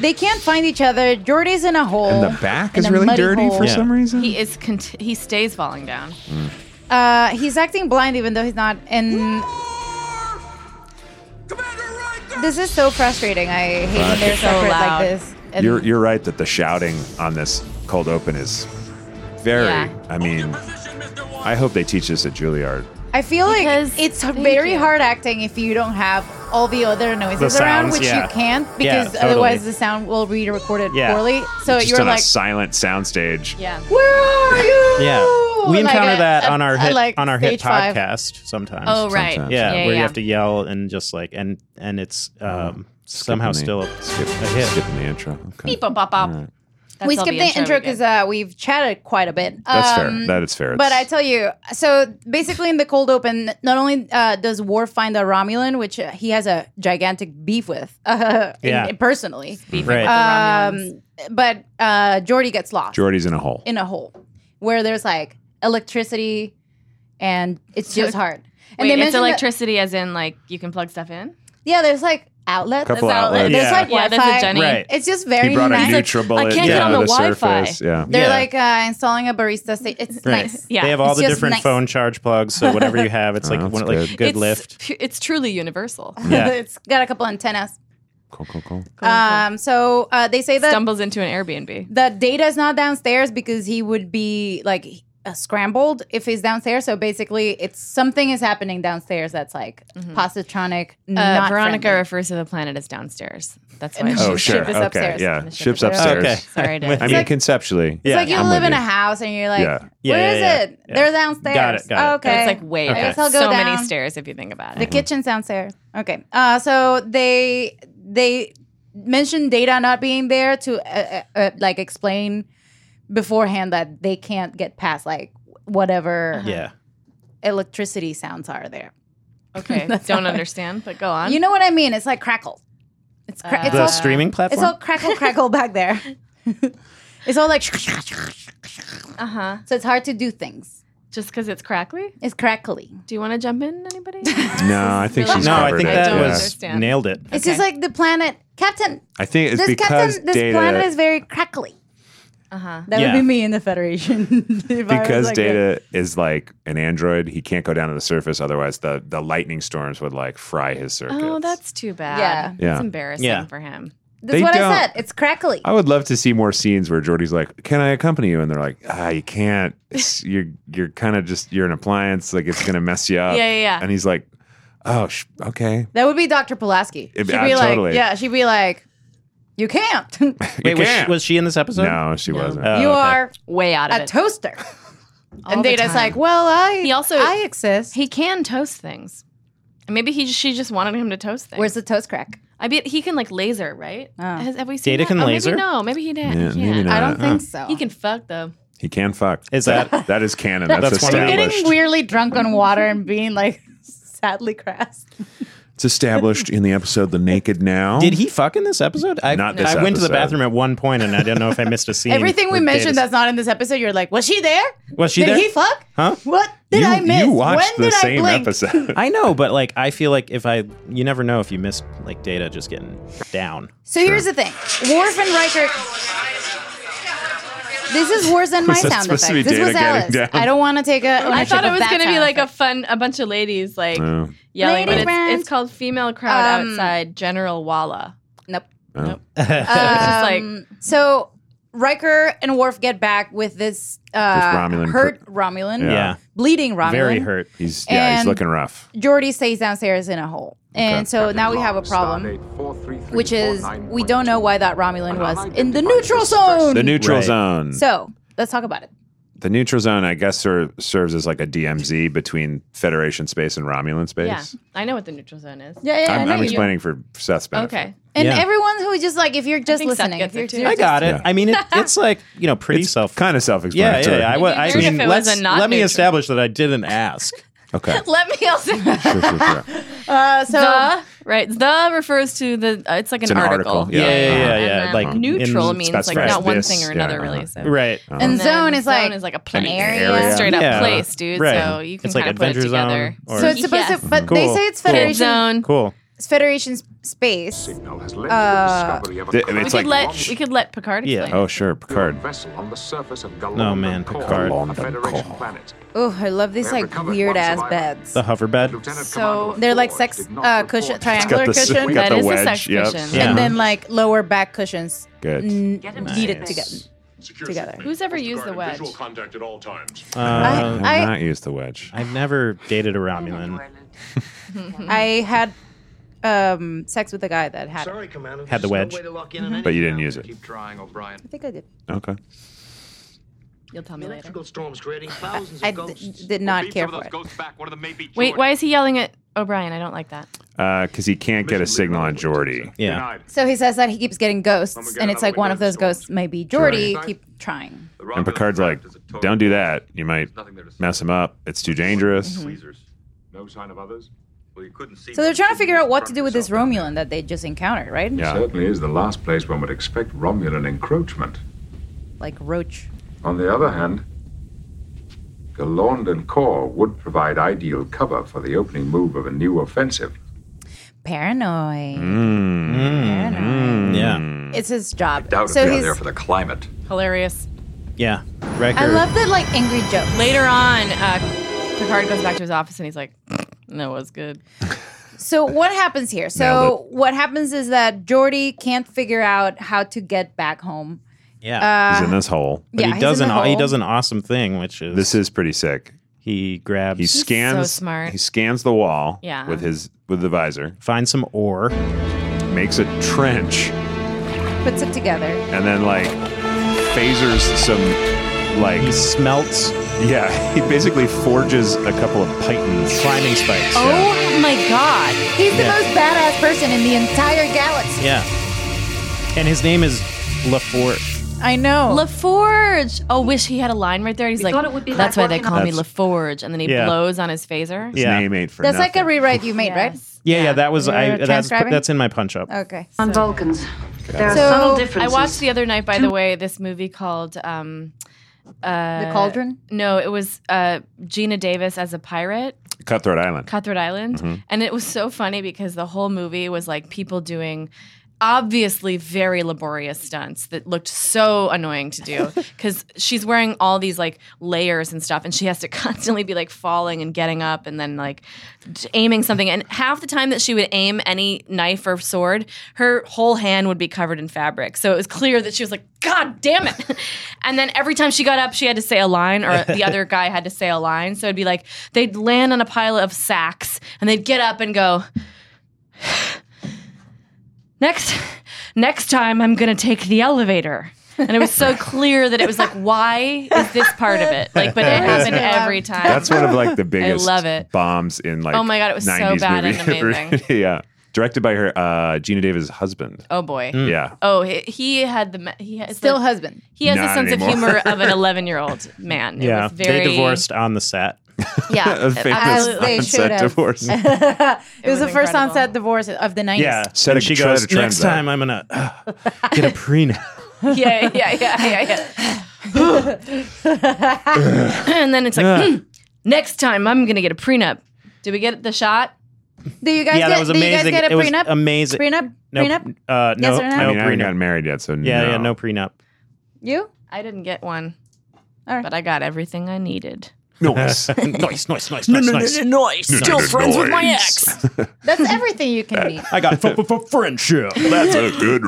[SPEAKER 2] they can't find each other. Jordy's in a hole.
[SPEAKER 4] And the back
[SPEAKER 2] in
[SPEAKER 4] is
[SPEAKER 2] a
[SPEAKER 4] really
[SPEAKER 2] muddy
[SPEAKER 4] dirty
[SPEAKER 2] hole.
[SPEAKER 4] for
[SPEAKER 5] Yeah.
[SPEAKER 4] some reason.
[SPEAKER 1] He is cont- he stays falling down.
[SPEAKER 2] Uh, he's acting blind even though he's not. And this is so frustrating. I hate when they're
[SPEAKER 1] It's so
[SPEAKER 2] separate
[SPEAKER 1] loud.
[SPEAKER 2] like this. And
[SPEAKER 4] you're you're right that the shouting on this cold open is very.
[SPEAKER 1] Yeah.
[SPEAKER 4] I mean, I hope they teach this at Juilliard.
[SPEAKER 2] I feel like
[SPEAKER 1] Because-
[SPEAKER 2] it's
[SPEAKER 1] thank
[SPEAKER 2] very
[SPEAKER 1] you.
[SPEAKER 2] hard acting if you don't have all the other noises
[SPEAKER 5] The
[SPEAKER 2] around,
[SPEAKER 5] sounds,
[SPEAKER 2] which
[SPEAKER 5] yeah.
[SPEAKER 2] you can't
[SPEAKER 5] Yeah,
[SPEAKER 2] because
[SPEAKER 5] totally.
[SPEAKER 2] otherwise the sound will be recorded
[SPEAKER 5] Yeah.
[SPEAKER 2] poorly. So
[SPEAKER 4] Just
[SPEAKER 2] you're
[SPEAKER 4] on
[SPEAKER 2] like,
[SPEAKER 4] a silent soundstage.
[SPEAKER 1] Yeah.
[SPEAKER 2] "Where are you?"
[SPEAKER 5] Yeah, we
[SPEAKER 2] Like
[SPEAKER 5] encounter
[SPEAKER 2] a-
[SPEAKER 5] that
[SPEAKER 2] a-
[SPEAKER 5] on our
[SPEAKER 2] a,
[SPEAKER 5] hit
[SPEAKER 2] like,
[SPEAKER 5] on our hit
[SPEAKER 2] stage five.
[SPEAKER 5] podcast sometimes.
[SPEAKER 1] Oh right.
[SPEAKER 4] Sometimes. Oh,
[SPEAKER 5] yeah, where you have to yell and just like and and it's um, somehow
[SPEAKER 4] Skipping
[SPEAKER 5] still
[SPEAKER 4] the,
[SPEAKER 5] a,
[SPEAKER 4] skip,
[SPEAKER 5] a hit.
[SPEAKER 4] skipping the intro. Okay.
[SPEAKER 1] Beep, bop, bop, bop.
[SPEAKER 4] All right.
[SPEAKER 1] That's
[SPEAKER 2] we
[SPEAKER 1] all
[SPEAKER 2] skipped the intro
[SPEAKER 1] we
[SPEAKER 2] because
[SPEAKER 1] get.
[SPEAKER 2] uh, we've chatted quite a bit.
[SPEAKER 4] That's
[SPEAKER 2] Um,
[SPEAKER 4] fair. That is fair.
[SPEAKER 2] But I
[SPEAKER 4] It's-
[SPEAKER 2] tell you, so basically in the cold open, not only uh, does Worf find a Romulan, which uh, he has a gigantic beef with, uh, in-
[SPEAKER 5] Yeah.
[SPEAKER 2] personally,
[SPEAKER 5] Right.
[SPEAKER 2] um, but uh, Jordy gets lost
[SPEAKER 4] Jordy's in a hole.
[SPEAKER 2] in a hole where there's like electricity, and it's just hard. And
[SPEAKER 1] Wait, it's
[SPEAKER 2] mentioned that-
[SPEAKER 1] electricity, as in like you can plug stuff in.
[SPEAKER 2] yeah, there's like outlet.
[SPEAKER 4] Couple
[SPEAKER 2] There's
[SPEAKER 4] outlets.
[SPEAKER 2] There's
[SPEAKER 4] Yeah.
[SPEAKER 2] like
[SPEAKER 4] Yeah,
[SPEAKER 2] Wi-Fi.
[SPEAKER 4] there's a Jenny. Right.
[SPEAKER 2] It's just very
[SPEAKER 4] He brought a
[SPEAKER 2] nice. It's like,
[SPEAKER 4] NutriBullet
[SPEAKER 2] I can't get
[SPEAKER 4] down
[SPEAKER 2] on the,
[SPEAKER 4] to the
[SPEAKER 2] Wi-Fi.
[SPEAKER 4] surface. Yeah.
[SPEAKER 2] They're
[SPEAKER 4] Yeah.
[SPEAKER 2] like uh, installing a barista station. It's
[SPEAKER 5] Right.
[SPEAKER 2] nice.
[SPEAKER 5] They have all
[SPEAKER 2] It's
[SPEAKER 5] the
[SPEAKER 2] just
[SPEAKER 5] different
[SPEAKER 2] nice.
[SPEAKER 5] phone charge plugs, so whatever you have, it's
[SPEAKER 4] Oh,
[SPEAKER 5] like
[SPEAKER 4] that's
[SPEAKER 5] one like
[SPEAKER 4] good.
[SPEAKER 5] good
[SPEAKER 1] it's,
[SPEAKER 5] lift.
[SPEAKER 1] pu- It's truly universal.
[SPEAKER 5] Yeah.
[SPEAKER 2] it's got a couple antennas.
[SPEAKER 4] Cool, cool, cool.
[SPEAKER 2] Um, so uh, they say that
[SPEAKER 1] Stumbles into an Airbnb.
[SPEAKER 2] the data is not downstairs because he would be like uh, scrambled if he's downstairs. So basically, it's something is happening downstairs that's like positronic.
[SPEAKER 1] Mm-hmm. Uh,
[SPEAKER 2] not
[SPEAKER 1] Veronica
[SPEAKER 2] friendly.
[SPEAKER 1] refers to the planet as downstairs. That's
[SPEAKER 2] And
[SPEAKER 1] why.
[SPEAKER 2] the
[SPEAKER 1] she-
[SPEAKER 4] Oh, sure.
[SPEAKER 2] ship is
[SPEAKER 4] okay.
[SPEAKER 2] upstairs.
[SPEAKER 4] Yeah.
[SPEAKER 1] The ship
[SPEAKER 4] Ship's
[SPEAKER 1] is upstairs.
[SPEAKER 4] upstairs.
[SPEAKER 1] Okay. Sorry, Dave.
[SPEAKER 4] I
[SPEAKER 1] It's
[SPEAKER 4] mean,
[SPEAKER 1] like-
[SPEAKER 4] conceptually.
[SPEAKER 2] It's like you
[SPEAKER 4] I'm
[SPEAKER 2] live in
[SPEAKER 4] with
[SPEAKER 2] a
[SPEAKER 4] you.
[SPEAKER 2] house and you're like,
[SPEAKER 4] Yeah.
[SPEAKER 5] Yeah,
[SPEAKER 2] where
[SPEAKER 5] yeah,
[SPEAKER 2] is
[SPEAKER 5] yeah,
[SPEAKER 2] it? They're downstairs.
[SPEAKER 5] Got it, got it.
[SPEAKER 2] Okay.
[SPEAKER 1] It's like way.
[SPEAKER 2] I
[SPEAKER 1] up.
[SPEAKER 2] guess I'll go
[SPEAKER 1] so many
[SPEAKER 2] down.
[SPEAKER 1] stairs if you think about
[SPEAKER 2] The
[SPEAKER 1] it.
[SPEAKER 2] kitchen's downstairs. Okay. Uh, so they they mentioned data not being there to uh, uh, uh, like explain beforehand that they can't get past like whatever
[SPEAKER 5] Uh-huh. Yeah.
[SPEAKER 2] electricity sounds are there.
[SPEAKER 1] Okay,
[SPEAKER 2] That's
[SPEAKER 1] don't
[SPEAKER 2] all.
[SPEAKER 1] understand, but go on.
[SPEAKER 2] You know what I mean? It's like crackle. It's, cra- it's
[SPEAKER 5] the
[SPEAKER 2] all
[SPEAKER 5] streaming Uh, platform.
[SPEAKER 2] it's all crackle crackle back there. it's all like
[SPEAKER 1] uh huh.
[SPEAKER 2] so it's hard to do things.
[SPEAKER 1] Just because it's crackly.
[SPEAKER 2] It's crackly.
[SPEAKER 1] Do you want to jump in, anybody?
[SPEAKER 4] No, I think
[SPEAKER 1] Really?
[SPEAKER 4] she's
[SPEAKER 5] no, I
[SPEAKER 4] covered
[SPEAKER 5] think
[SPEAKER 4] it,
[SPEAKER 5] that
[SPEAKER 1] don't
[SPEAKER 4] yeah.
[SPEAKER 5] was
[SPEAKER 1] understand.
[SPEAKER 5] nailed it.
[SPEAKER 2] It's just like the planet, Captain.
[SPEAKER 4] I think it's
[SPEAKER 2] This
[SPEAKER 4] because
[SPEAKER 2] Captain, this
[SPEAKER 4] data
[SPEAKER 2] planet is very crackly.
[SPEAKER 1] Uh huh.
[SPEAKER 2] That
[SPEAKER 5] Yeah.
[SPEAKER 2] would be me in the Federation. If I was
[SPEAKER 4] because
[SPEAKER 2] like that.
[SPEAKER 4] data is like an android, he can't go down to the surface. Otherwise, the the lightning storms would like fry his circuits.
[SPEAKER 1] Oh, that's too bad.
[SPEAKER 2] Yeah.
[SPEAKER 4] Yeah.
[SPEAKER 1] It's embarrassing
[SPEAKER 5] Yeah.
[SPEAKER 1] for him.
[SPEAKER 2] That's
[SPEAKER 4] They
[SPEAKER 2] what
[SPEAKER 4] don't-
[SPEAKER 2] I said. It's crackly.
[SPEAKER 4] I would love to see more scenes where Jordy's like, "Can I accompany you?" And they're like, "Ah, you can't. It's, you're you're kind of just you're an appliance. Like it's gonna mess you up."
[SPEAKER 1] Yeah, yeah, yeah.
[SPEAKER 4] And he's like, "Oh, sh- okay.
[SPEAKER 2] That would be Dr. Pulaski.
[SPEAKER 4] It'd
[SPEAKER 2] She'd
[SPEAKER 4] be-
[SPEAKER 2] be
[SPEAKER 4] uh,
[SPEAKER 2] like,
[SPEAKER 4] totally. Oh,
[SPEAKER 2] yeah, she'd be like, you can't. you
[SPEAKER 5] Wait,
[SPEAKER 4] you
[SPEAKER 5] was she,
[SPEAKER 4] can't."
[SPEAKER 5] was she in this episode?
[SPEAKER 4] no, she wasn't.
[SPEAKER 5] Oh, okay.
[SPEAKER 2] are
[SPEAKER 1] Way out of
[SPEAKER 2] a
[SPEAKER 1] it.
[SPEAKER 2] toaster.
[SPEAKER 1] All
[SPEAKER 2] and
[SPEAKER 1] the
[SPEAKER 2] Data's
[SPEAKER 1] time.
[SPEAKER 2] like, well, I
[SPEAKER 1] He also-
[SPEAKER 2] I exist.
[SPEAKER 1] He can toast things. Maybe he she just wanted him to toast things.
[SPEAKER 2] Where's the toast crack?
[SPEAKER 1] I bet he can like laser, right?
[SPEAKER 2] Oh.
[SPEAKER 1] Has, have we seen
[SPEAKER 5] Data
[SPEAKER 1] that?
[SPEAKER 5] can
[SPEAKER 1] Oh,
[SPEAKER 5] laser?
[SPEAKER 1] Maybe no, maybe he didn't.
[SPEAKER 4] Yeah,
[SPEAKER 1] he
[SPEAKER 4] maybe
[SPEAKER 1] can't.
[SPEAKER 4] not.
[SPEAKER 2] I don't
[SPEAKER 4] Uh,
[SPEAKER 2] think so.
[SPEAKER 1] He can fuck though.
[SPEAKER 4] He can fuck.
[SPEAKER 5] Is that-
[SPEAKER 4] that is canon? That's,
[SPEAKER 5] That's one of the-
[SPEAKER 4] established.
[SPEAKER 2] Getting weirdly drunk on water and being like sadly crass.
[SPEAKER 4] It's established in the episode "The Naked Now."
[SPEAKER 5] Did he fuck in this episode? I,
[SPEAKER 4] Not this
[SPEAKER 5] I went to the
[SPEAKER 4] episode.
[SPEAKER 5] bathroom at one point, and I don't know if I missed a scene.
[SPEAKER 2] Everything we
[SPEAKER 5] with
[SPEAKER 2] mentioned
[SPEAKER 5] Davis.
[SPEAKER 2] that's not in this episode, you're like, was she there?
[SPEAKER 5] Was she
[SPEAKER 2] Did
[SPEAKER 5] there?
[SPEAKER 2] he fuck?
[SPEAKER 5] Huh?
[SPEAKER 2] What did
[SPEAKER 4] you,
[SPEAKER 2] I miss?
[SPEAKER 4] You watched
[SPEAKER 2] when
[SPEAKER 4] the
[SPEAKER 2] did I
[SPEAKER 4] same
[SPEAKER 2] blink?
[SPEAKER 4] episode.
[SPEAKER 5] I know, but like I feel like if I, you never know if you miss like data just getting down.
[SPEAKER 2] So here's the thing. Worf and Riker. This is worse than my
[SPEAKER 4] Was that
[SPEAKER 2] sound
[SPEAKER 4] supposed
[SPEAKER 2] effects. This
[SPEAKER 4] to be data
[SPEAKER 2] was
[SPEAKER 4] getting
[SPEAKER 2] Alice.
[SPEAKER 4] down?
[SPEAKER 2] I don't want to take a. oh,
[SPEAKER 1] I thought it was
[SPEAKER 2] going
[SPEAKER 1] gonna
[SPEAKER 2] to
[SPEAKER 1] be like a fun, a bunch of ladies like
[SPEAKER 4] Oh,
[SPEAKER 1] yelling,
[SPEAKER 2] Lady
[SPEAKER 1] but it's,
[SPEAKER 2] friends.
[SPEAKER 1] it's called female crowd
[SPEAKER 2] Um,
[SPEAKER 1] outside General Walla.
[SPEAKER 2] Nope.
[SPEAKER 4] oh.
[SPEAKER 1] It's just like
[SPEAKER 2] Um, so Riker and Worf get back with this uh,
[SPEAKER 4] Romulan
[SPEAKER 2] hurt Romulan,
[SPEAKER 4] Yeah.
[SPEAKER 5] Yeah.
[SPEAKER 2] bleeding Romulan.
[SPEAKER 5] Very hurt.
[SPEAKER 4] He's yeah, he's
[SPEAKER 2] And-
[SPEAKER 4] looking rough.
[SPEAKER 2] Geordi stays downstairs in a hole, and so now we have a problem, which is we don't know why that Romulan was in the neutral zone.
[SPEAKER 4] The neutral
[SPEAKER 5] Right.
[SPEAKER 4] zone.
[SPEAKER 2] so let's talk about it.
[SPEAKER 4] the neutral zone, I guess, ser- serves as like a DMZ between Federation space and Romulan space.
[SPEAKER 1] yeah, I know what the neutral zone is.
[SPEAKER 2] Yeah, yeah,
[SPEAKER 4] I'm,
[SPEAKER 2] Eh, I know
[SPEAKER 4] I'm
[SPEAKER 2] you-
[SPEAKER 4] explaining for Seth's benefit.
[SPEAKER 1] Okay.
[SPEAKER 2] And
[SPEAKER 5] Yeah.
[SPEAKER 2] everyone who just like, if you're just
[SPEAKER 1] think Seth
[SPEAKER 2] listening,
[SPEAKER 1] gets
[SPEAKER 2] if you're
[SPEAKER 1] it,
[SPEAKER 2] just,
[SPEAKER 1] too.
[SPEAKER 5] I got it.
[SPEAKER 4] Yeah.
[SPEAKER 5] I mean, it, it's like you know, pretty
[SPEAKER 4] It's
[SPEAKER 5] self.
[SPEAKER 4] kind of
[SPEAKER 5] yeah,
[SPEAKER 4] self-explanatory.
[SPEAKER 5] yeah, yeah. I, wa-
[SPEAKER 1] It'd be
[SPEAKER 5] I
[SPEAKER 1] weird if
[SPEAKER 5] mean,
[SPEAKER 1] it was
[SPEAKER 5] let's,
[SPEAKER 1] a not
[SPEAKER 5] let me
[SPEAKER 1] neutral.
[SPEAKER 5] establish that I didn't ask.
[SPEAKER 4] Okay.
[SPEAKER 1] Let me also.
[SPEAKER 4] Sure, sure, sure.
[SPEAKER 2] uh, so
[SPEAKER 1] the right. The refers to the. Uh, it's like an,
[SPEAKER 4] It's an
[SPEAKER 1] article.
[SPEAKER 4] article, yeah.
[SPEAKER 5] Yeah, yeah, yeah.
[SPEAKER 4] Uh-huh.
[SPEAKER 1] And
[SPEAKER 5] yeah.
[SPEAKER 1] then
[SPEAKER 5] Like in-
[SPEAKER 1] neutral means
[SPEAKER 4] that's
[SPEAKER 1] like
[SPEAKER 4] right.
[SPEAKER 1] not one
[SPEAKER 4] This,
[SPEAKER 1] thing or
[SPEAKER 4] yeah,
[SPEAKER 1] another,
[SPEAKER 4] uh-huh.
[SPEAKER 1] really. So.
[SPEAKER 5] right.
[SPEAKER 1] then
[SPEAKER 2] and zone is like
[SPEAKER 1] zone is like a
[SPEAKER 4] An
[SPEAKER 1] place,
[SPEAKER 4] area.
[SPEAKER 1] straight up
[SPEAKER 5] Yeah.
[SPEAKER 1] place, dude.
[SPEAKER 5] Right.
[SPEAKER 1] So you can
[SPEAKER 5] It's like
[SPEAKER 1] kind of put it
[SPEAKER 5] Adventure Zone
[SPEAKER 1] together.
[SPEAKER 5] or-
[SPEAKER 2] so it's supposed
[SPEAKER 1] Yes.
[SPEAKER 2] to, but they
[SPEAKER 5] Cool.
[SPEAKER 2] say it's
[SPEAKER 5] Cool.
[SPEAKER 1] Kid
[SPEAKER 2] Federation
[SPEAKER 1] zone.
[SPEAKER 5] Cool.
[SPEAKER 2] it's Federation space. Uh,
[SPEAKER 4] Th-
[SPEAKER 1] We
[SPEAKER 4] It's
[SPEAKER 1] could
[SPEAKER 4] like
[SPEAKER 1] let we could let Picard
[SPEAKER 5] Yeah.
[SPEAKER 1] explain.
[SPEAKER 4] oh sure, Picard.
[SPEAKER 10] vessel on the surface of
[SPEAKER 5] No, man, Picard.
[SPEAKER 10] a Federation planet.
[SPEAKER 2] Oh, I love these like weird ass beds.
[SPEAKER 5] The hover bed.
[SPEAKER 10] Lieutenant
[SPEAKER 1] So,
[SPEAKER 10] Commander
[SPEAKER 2] They're like
[SPEAKER 10] LaForge
[SPEAKER 2] sex
[SPEAKER 10] did not
[SPEAKER 2] uh,
[SPEAKER 10] report
[SPEAKER 2] cushion,
[SPEAKER 4] It's got
[SPEAKER 2] triangular
[SPEAKER 4] the, it's
[SPEAKER 2] cushion,
[SPEAKER 4] got
[SPEAKER 1] That
[SPEAKER 4] the
[SPEAKER 1] is a
[SPEAKER 4] wedge.
[SPEAKER 1] sex
[SPEAKER 4] Yep.
[SPEAKER 1] cushion.
[SPEAKER 5] Yeah.
[SPEAKER 2] and then like lower back cushions
[SPEAKER 4] Good.
[SPEAKER 2] n-
[SPEAKER 9] Nice.
[SPEAKER 2] needed together. Together.
[SPEAKER 1] Who's ever used the wedge?
[SPEAKER 10] contact at all times.
[SPEAKER 5] Uh,
[SPEAKER 4] I,
[SPEAKER 2] I-
[SPEAKER 4] not used the wedge.
[SPEAKER 5] I've never dated a Romulan.
[SPEAKER 2] I had um, sex with a guy that had. it.
[SPEAKER 9] Sorry, Commander.
[SPEAKER 5] Had the
[SPEAKER 9] there's
[SPEAKER 5] wedge.
[SPEAKER 9] No way to lock in on
[SPEAKER 4] Mm-hmm. But you
[SPEAKER 9] anything
[SPEAKER 4] didn't
[SPEAKER 9] now.
[SPEAKER 4] use it.
[SPEAKER 9] Keep trying, O'Brien.
[SPEAKER 2] I think I did.
[SPEAKER 4] Okay.
[SPEAKER 1] You'll tell me later.
[SPEAKER 9] Electrical storms creating thousands
[SPEAKER 2] I
[SPEAKER 9] of
[SPEAKER 2] d-
[SPEAKER 9] ghosts.
[SPEAKER 2] did not care for it.
[SPEAKER 1] Wait, why is he yelling at O'Brien? I don't like that.
[SPEAKER 4] Because Uh, he can't get a signal on Geordi.
[SPEAKER 5] Yeah.
[SPEAKER 2] So he says that he keeps getting ghosts,
[SPEAKER 10] get
[SPEAKER 2] and it's
[SPEAKER 10] another
[SPEAKER 2] like one
[SPEAKER 10] window
[SPEAKER 2] of those
[SPEAKER 10] storms.
[SPEAKER 2] ghosts may be Jordy.
[SPEAKER 10] Jordy.
[SPEAKER 2] Keep trying.
[SPEAKER 4] And Picard's like, "Don't do that. You might mess him up. It's too dangerous."
[SPEAKER 5] Mm-hmm.
[SPEAKER 10] No sign of others. Well, you couldn't see.
[SPEAKER 2] So they're trying to figure out what to do with this Romulan that they just encountered, right?
[SPEAKER 4] Yeah.
[SPEAKER 10] Certainly is the last place one would expect Romulan encroachment.
[SPEAKER 2] Like Roach.
[SPEAKER 10] On the other hand, Galond and Kor would provide ideal cover for the opening move of a new offensive.
[SPEAKER 2] paranoid.
[SPEAKER 9] Mm.
[SPEAKER 5] Yeah.
[SPEAKER 2] It's his job.
[SPEAKER 10] Hmm. Doubt
[SPEAKER 2] so
[SPEAKER 10] if they're
[SPEAKER 2] he's
[SPEAKER 10] there for the climate.
[SPEAKER 1] Hilarious.
[SPEAKER 5] Yeah.
[SPEAKER 2] I love that like angry joke.
[SPEAKER 1] Later on, uh, Picard goes back to his office and he's like, "No, was good."
[SPEAKER 2] So what happens here? So what happens is that Jordy can't figure out how to get back home.
[SPEAKER 5] Yeah.
[SPEAKER 2] Uh,
[SPEAKER 4] He's in this hole.
[SPEAKER 5] But
[SPEAKER 2] yeah,
[SPEAKER 5] he
[SPEAKER 2] he's
[SPEAKER 5] does
[SPEAKER 2] in
[SPEAKER 5] an
[SPEAKER 2] the
[SPEAKER 5] aw- he
[SPEAKER 2] hole.
[SPEAKER 5] does an awesome thing, which is
[SPEAKER 4] This is pretty sick.
[SPEAKER 5] He grabs.
[SPEAKER 4] He scans.
[SPEAKER 1] smart.
[SPEAKER 4] He scans the wall.
[SPEAKER 1] Yeah.
[SPEAKER 4] With his with the visor.
[SPEAKER 5] Finds some ore.
[SPEAKER 4] Makes a trench,
[SPEAKER 2] Puts it together.
[SPEAKER 4] and then like phasers some like he
[SPEAKER 5] smelts.
[SPEAKER 4] Yeah. He basically forges a couple of pythons.
[SPEAKER 5] Climbing spikes.
[SPEAKER 1] Oh my god.
[SPEAKER 2] He's the
[SPEAKER 5] Yeah.
[SPEAKER 2] most badass person in the entire galaxy.
[SPEAKER 5] Yeah. And his name is Lafort.
[SPEAKER 2] I know.
[SPEAKER 1] LaForge. Oh, wish he had a line right there. He's like,
[SPEAKER 2] thought it would be
[SPEAKER 1] "That's
[SPEAKER 2] that
[SPEAKER 1] why they
[SPEAKER 2] working
[SPEAKER 1] call me
[SPEAKER 5] That's-
[SPEAKER 1] LaForge," and then he
[SPEAKER 5] Yeah.
[SPEAKER 1] blows on his phaser.
[SPEAKER 4] His name ain't for
[SPEAKER 2] That's
[SPEAKER 4] nothing.
[SPEAKER 2] like a rewrite you made,
[SPEAKER 5] Yeah, yeah, that was I. That's
[SPEAKER 1] transcribing?
[SPEAKER 5] that's in my punch up.
[SPEAKER 2] right? Okay.
[SPEAKER 1] On
[SPEAKER 11] Vulcans. There are
[SPEAKER 1] So,
[SPEAKER 11] subtle differences.
[SPEAKER 1] I watched the other night, by the way, this movie called um, uh,
[SPEAKER 2] The Cauldron?
[SPEAKER 1] No, it was uh, Gina Davis as a pirate,
[SPEAKER 4] Cutthroat Island.
[SPEAKER 1] Cutthroat Island,
[SPEAKER 4] Mhm.
[SPEAKER 1] and it was so funny because the whole movie was like people doing. Obviously, very laborious stunts that looked so annoying to do because she's wearing all these like layers and stuff, and she has to constantly be like falling and getting up and then like t- aiming something. And half the time that she would aim any knife or sword, her whole hand would be covered in fabric. So it was clear that she was like, God damn it. and then every time she got up, she had to say a line, or the other guy had to say a line. So it'd be like, they'd land on a pile of sacks and they'd get up and go, Next. Next time, I'm going to take the elevator. And it was so clear that it was like, why is this part of it? Like, but it happened every time.
[SPEAKER 4] That's one of like the biggest
[SPEAKER 1] I love it.
[SPEAKER 4] bombs in like
[SPEAKER 1] Oh my God, it was so
[SPEAKER 4] 90s
[SPEAKER 1] bad and
[SPEAKER 4] movie.
[SPEAKER 1] amazing.
[SPEAKER 4] yeah. Directed by her uh, Gina Davis' husband.
[SPEAKER 1] Oh boy.
[SPEAKER 5] Hmm.
[SPEAKER 4] Yeah.
[SPEAKER 1] Oh, he, he had the ma- he has
[SPEAKER 2] still husband.
[SPEAKER 1] He has a
[SPEAKER 4] Not
[SPEAKER 1] sense
[SPEAKER 4] anymore.
[SPEAKER 1] of humor of an 11 year old man. It
[SPEAKER 5] yeah,
[SPEAKER 1] was very,
[SPEAKER 5] they divorced on the set.
[SPEAKER 1] Yeah,
[SPEAKER 5] A famous
[SPEAKER 2] As they should
[SPEAKER 5] on-set
[SPEAKER 2] have.
[SPEAKER 5] divorce.
[SPEAKER 2] it, was the first onset divorce of the 90s.
[SPEAKER 5] Yeah,
[SPEAKER 4] Set
[SPEAKER 5] and
[SPEAKER 4] a-
[SPEAKER 5] she
[SPEAKER 4] try
[SPEAKER 5] goes
[SPEAKER 4] to trend
[SPEAKER 5] next
[SPEAKER 4] that."
[SPEAKER 5] time. I'm gonna uh, get a prenup.
[SPEAKER 1] yeah, yeah, yeah, yeah, yeah. and then it's like,
[SPEAKER 5] Ugh.
[SPEAKER 1] "Hmm, next time I'm gonna get a prenup. Did we get the shot?
[SPEAKER 2] Do you guys get
[SPEAKER 5] yeah, that was
[SPEAKER 2] do you guys
[SPEAKER 5] amazing.
[SPEAKER 2] get a
[SPEAKER 5] it was
[SPEAKER 2] prenup?
[SPEAKER 5] amazing.
[SPEAKER 2] Prenup?
[SPEAKER 5] No,
[SPEAKER 2] Prenup?
[SPEAKER 5] Uh, no,
[SPEAKER 2] Yes or no?
[SPEAKER 4] I mean, I
[SPEAKER 5] no
[SPEAKER 4] haven't
[SPEAKER 5] prenup.
[SPEAKER 4] gotten married yet, so
[SPEAKER 5] Yeah,
[SPEAKER 4] no.
[SPEAKER 5] yeah, no prenup.
[SPEAKER 2] You?
[SPEAKER 1] I didn't get one.
[SPEAKER 2] All right.
[SPEAKER 1] But I got everything I needed.
[SPEAKER 5] Nice, nice, nice, nice, nice, nice.
[SPEAKER 1] Still friends with my ex.
[SPEAKER 2] That's everything you can be.
[SPEAKER 5] I got for, for friendship.
[SPEAKER 6] That's a good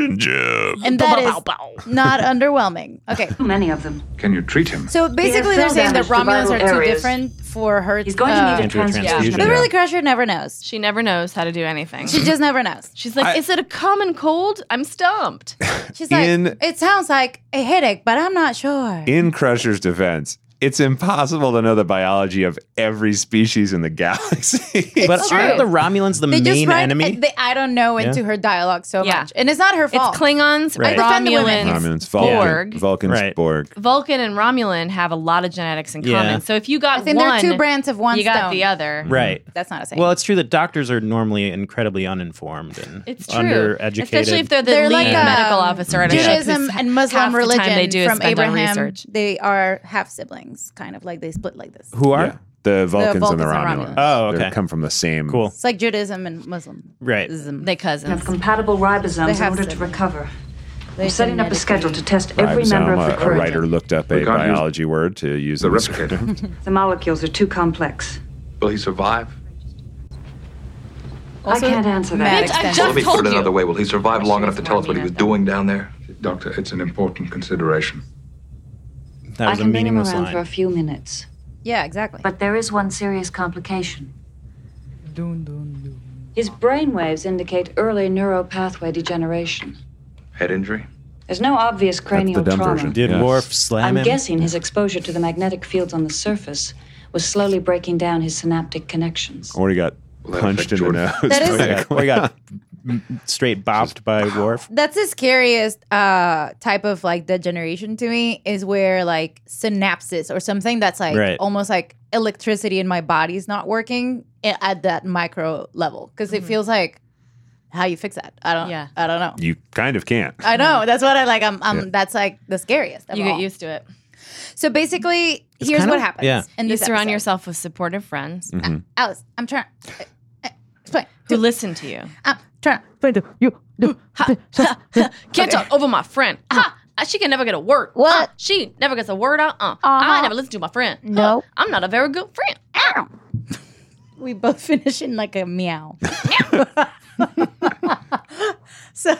[SPEAKER 6] relationship.
[SPEAKER 2] And that is not underwhelming. Okay.
[SPEAKER 11] Many of them.
[SPEAKER 10] Can you treat him?
[SPEAKER 2] So basically,
[SPEAKER 11] They
[SPEAKER 2] they're
[SPEAKER 11] have
[SPEAKER 2] saying that
[SPEAKER 11] damage to
[SPEAKER 2] Romulans
[SPEAKER 11] vital
[SPEAKER 2] are too
[SPEAKER 11] areas.
[SPEAKER 2] different for her. He's
[SPEAKER 11] going to need a Into a transfusion.
[SPEAKER 1] transfusion,
[SPEAKER 2] But
[SPEAKER 1] yeah.
[SPEAKER 2] really, uh, Crusher never knows.
[SPEAKER 1] She never knows how to do anything.
[SPEAKER 2] She just never knows.
[SPEAKER 1] She's like, is it a common cold? I'm stumped.
[SPEAKER 2] She's like,
[SPEAKER 4] In-
[SPEAKER 2] it sounds like a headache, but I'm not sure.
[SPEAKER 4] In Crusher's defense, it's impossible to know the biology of every species in the galaxy.
[SPEAKER 5] but aren't the Romulans the main
[SPEAKER 2] write
[SPEAKER 5] enemy?
[SPEAKER 2] the I don't know
[SPEAKER 4] Yeah.
[SPEAKER 2] into her dialogue so much, and it's not her fault.
[SPEAKER 1] It's Klingons,
[SPEAKER 4] Right.
[SPEAKER 2] defend the women.
[SPEAKER 1] Romulans,
[SPEAKER 4] Romulans,
[SPEAKER 1] Borg.
[SPEAKER 4] Vulcan, Vulcans, Borg.
[SPEAKER 1] Vulcan and Romulan have a lot of genetics in
[SPEAKER 5] Yeah. Mm-hmm.
[SPEAKER 1] common. So if you got
[SPEAKER 2] I think
[SPEAKER 1] one,
[SPEAKER 2] they're two brands of one
[SPEAKER 1] you got
[SPEAKER 2] stone.
[SPEAKER 1] the other.
[SPEAKER 5] Right.
[SPEAKER 2] That's not a saying.
[SPEAKER 5] Well, it's true that doctors are normally incredibly uninformed and
[SPEAKER 1] It's true.
[SPEAKER 5] undereducated.
[SPEAKER 1] Especially if they're the
[SPEAKER 2] They're
[SPEAKER 1] lead
[SPEAKER 2] like, um,
[SPEAKER 1] medical officer at a ship.
[SPEAKER 2] Judaism
[SPEAKER 1] It's
[SPEAKER 2] and
[SPEAKER 1] half
[SPEAKER 2] Muslim
[SPEAKER 1] the time
[SPEAKER 2] religion
[SPEAKER 1] they do is
[SPEAKER 2] from
[SPEAKER 1] spent on
[SPEAKER 2] Abraham,
[SPEAKER 1] research.
[SPEAKER 2] they are half siblings, kind of like they split like this.
[SPEAKER 5] Who are?
[SPEAKER 4] The Vulcans, and the
[SPEAKER 2] Vulcans
[SPEAKER 4] Romulans.
[SPEAKER 2] and
[SPEAKER 5] Oh,
[SPEAKER 4] They
[SPEAKER 5] okay.
[SPEAKER 4] come from the same.
[SPEAKER 5] Cool.
[SPEAKER 2] It's like Judaism and Muslim.
[SPEAKER 5] Right.
[SPEAKER 1] They cousins.
[SPEAKER 11] Have compatible
[SPEAKER 2] They
[SPEAKER 11] ribosomes in
[SPEAKER 2] have
[SPEAKER 11] order to
[SPEAKER 2] siblings.
[SPEAKER 11] recover.
[SPEAKER 2] They
[SPEAKER 11] I'm setting up a
[SPEAKER 2] genetically-
[SPEAKER 11] schedule to test every member of the
[SPEAKER 4] Ribosome, a, a
[SPEAKER 11] crew.
[SPEAKER 4] writer looked up a
[SPEAKER 10] We can't use-
[SPEAKER 4] biology word to use
[SPEAKER 10] The
[SPEAKER 4] in the
[SPEAKER 10] replicator.
[SPEAKER 4] script.
[SPEAKER 11] The molecules are too complex.
[SPEAKER 10] Will he survive?
[SPEAKER 11] I can't answer that.
[SPEAKER 1] Bitch, I just
[SPEAKER 10] Let me
[SPEAKER 1] told
[SPEAKER 10] put it
[SPEAKER 1] you.
[SPEAKER 10] another way. Will he survive long enough to tell us what he was doing down there? Doctor, it's an important consideration.
[SPEAKER 5] that was
[SPEAKER 11] I
[SPEAKER 5] a
[SPEAKER 11] can bring him
[SPEAKER 5] meaningless
[SPEAKER 11] around
[SPEAKER 5] line.
[SPEAKER 11] for a few minutes.
[SPEAKER 2] Yeah, exactly.
[SPEAKER 11] But there is one serious complication. His brain waves indicate early neuropathway degeneration.
[SPEAKER 10] Head injury?
[SPEAKER 11] There's no obvious cranial trauma.
[SPEAKER 5] Did Worf slam
[SPEAKER 11] I'm
[SPEAKER 5] him?
[SPEAKER 11] guessing his exposure to the magnetic fields on the surface was slowly breaking down his synaptic connections.
[SPEAKER 4] or he got punched in the nose.
[SPEAKER 2] That is-
[SPEAKER 4] Or he got- or he got
[SPEAKER 5] straight bopped by Worf.
[SPEAKER 2] That's the scariest uh, type of like degeneration to me is where like synapses or something that's like
[SPEAKER 5] Right.
[SPEAKER 2] almost like electricity in my body's not working i- at that micro level because it feels like how you fix that. I don't.
[SPEAKER 1] Mm-hmm. Yeah.
[SPEAKER 2] I don't know.
[SPEAKER 4] You kind of can't.
[SPEAKER 2] I know. That's what I like. I'm. I'm
[SPEAKER 4] Yeah.
[SPEAKER 2] That's like the scariest. Of
[SPEAKER 1] You get
[SPEAKER 2] all.
[SPEAKER 1] used to it.
[SPEAKER 2] So basically, here's
[SPEAKER 5] kinda-
[SPEAKER 2] what happens.
[SPEAKER 5] yeah.
[SPEAKER 2] And
[SPEAKER 1] you
[SPEAKER 2] this
[SPEAKER 1] surround
[SPEAKER 2] episode.
[SPEAKER 4] Mm-hmm.
[SPEAKER 1] yourself with supportive friends
[SPEAKER 2] Alice, I'm trying. Explain.
[SPEAKER 1] who listen to you.
[SPEAKER 2] I'm trying
[SPEAKER 1] to you.
[SPEAKER 2] Uh,
[SPEAKER 1] Can't talk over my friend. Ha! Uh, She can never get a word. What? she never gets a word out. Uh.
[SPEAKER 2] Uh-huh.
[SPEAKER 1] I never listen to my friend. Uh,
[SPEAKER 2] No.
[SPEAKER 1] I'm not a very good friend.
[SPEAKER 2] We both finish in like a meow. so,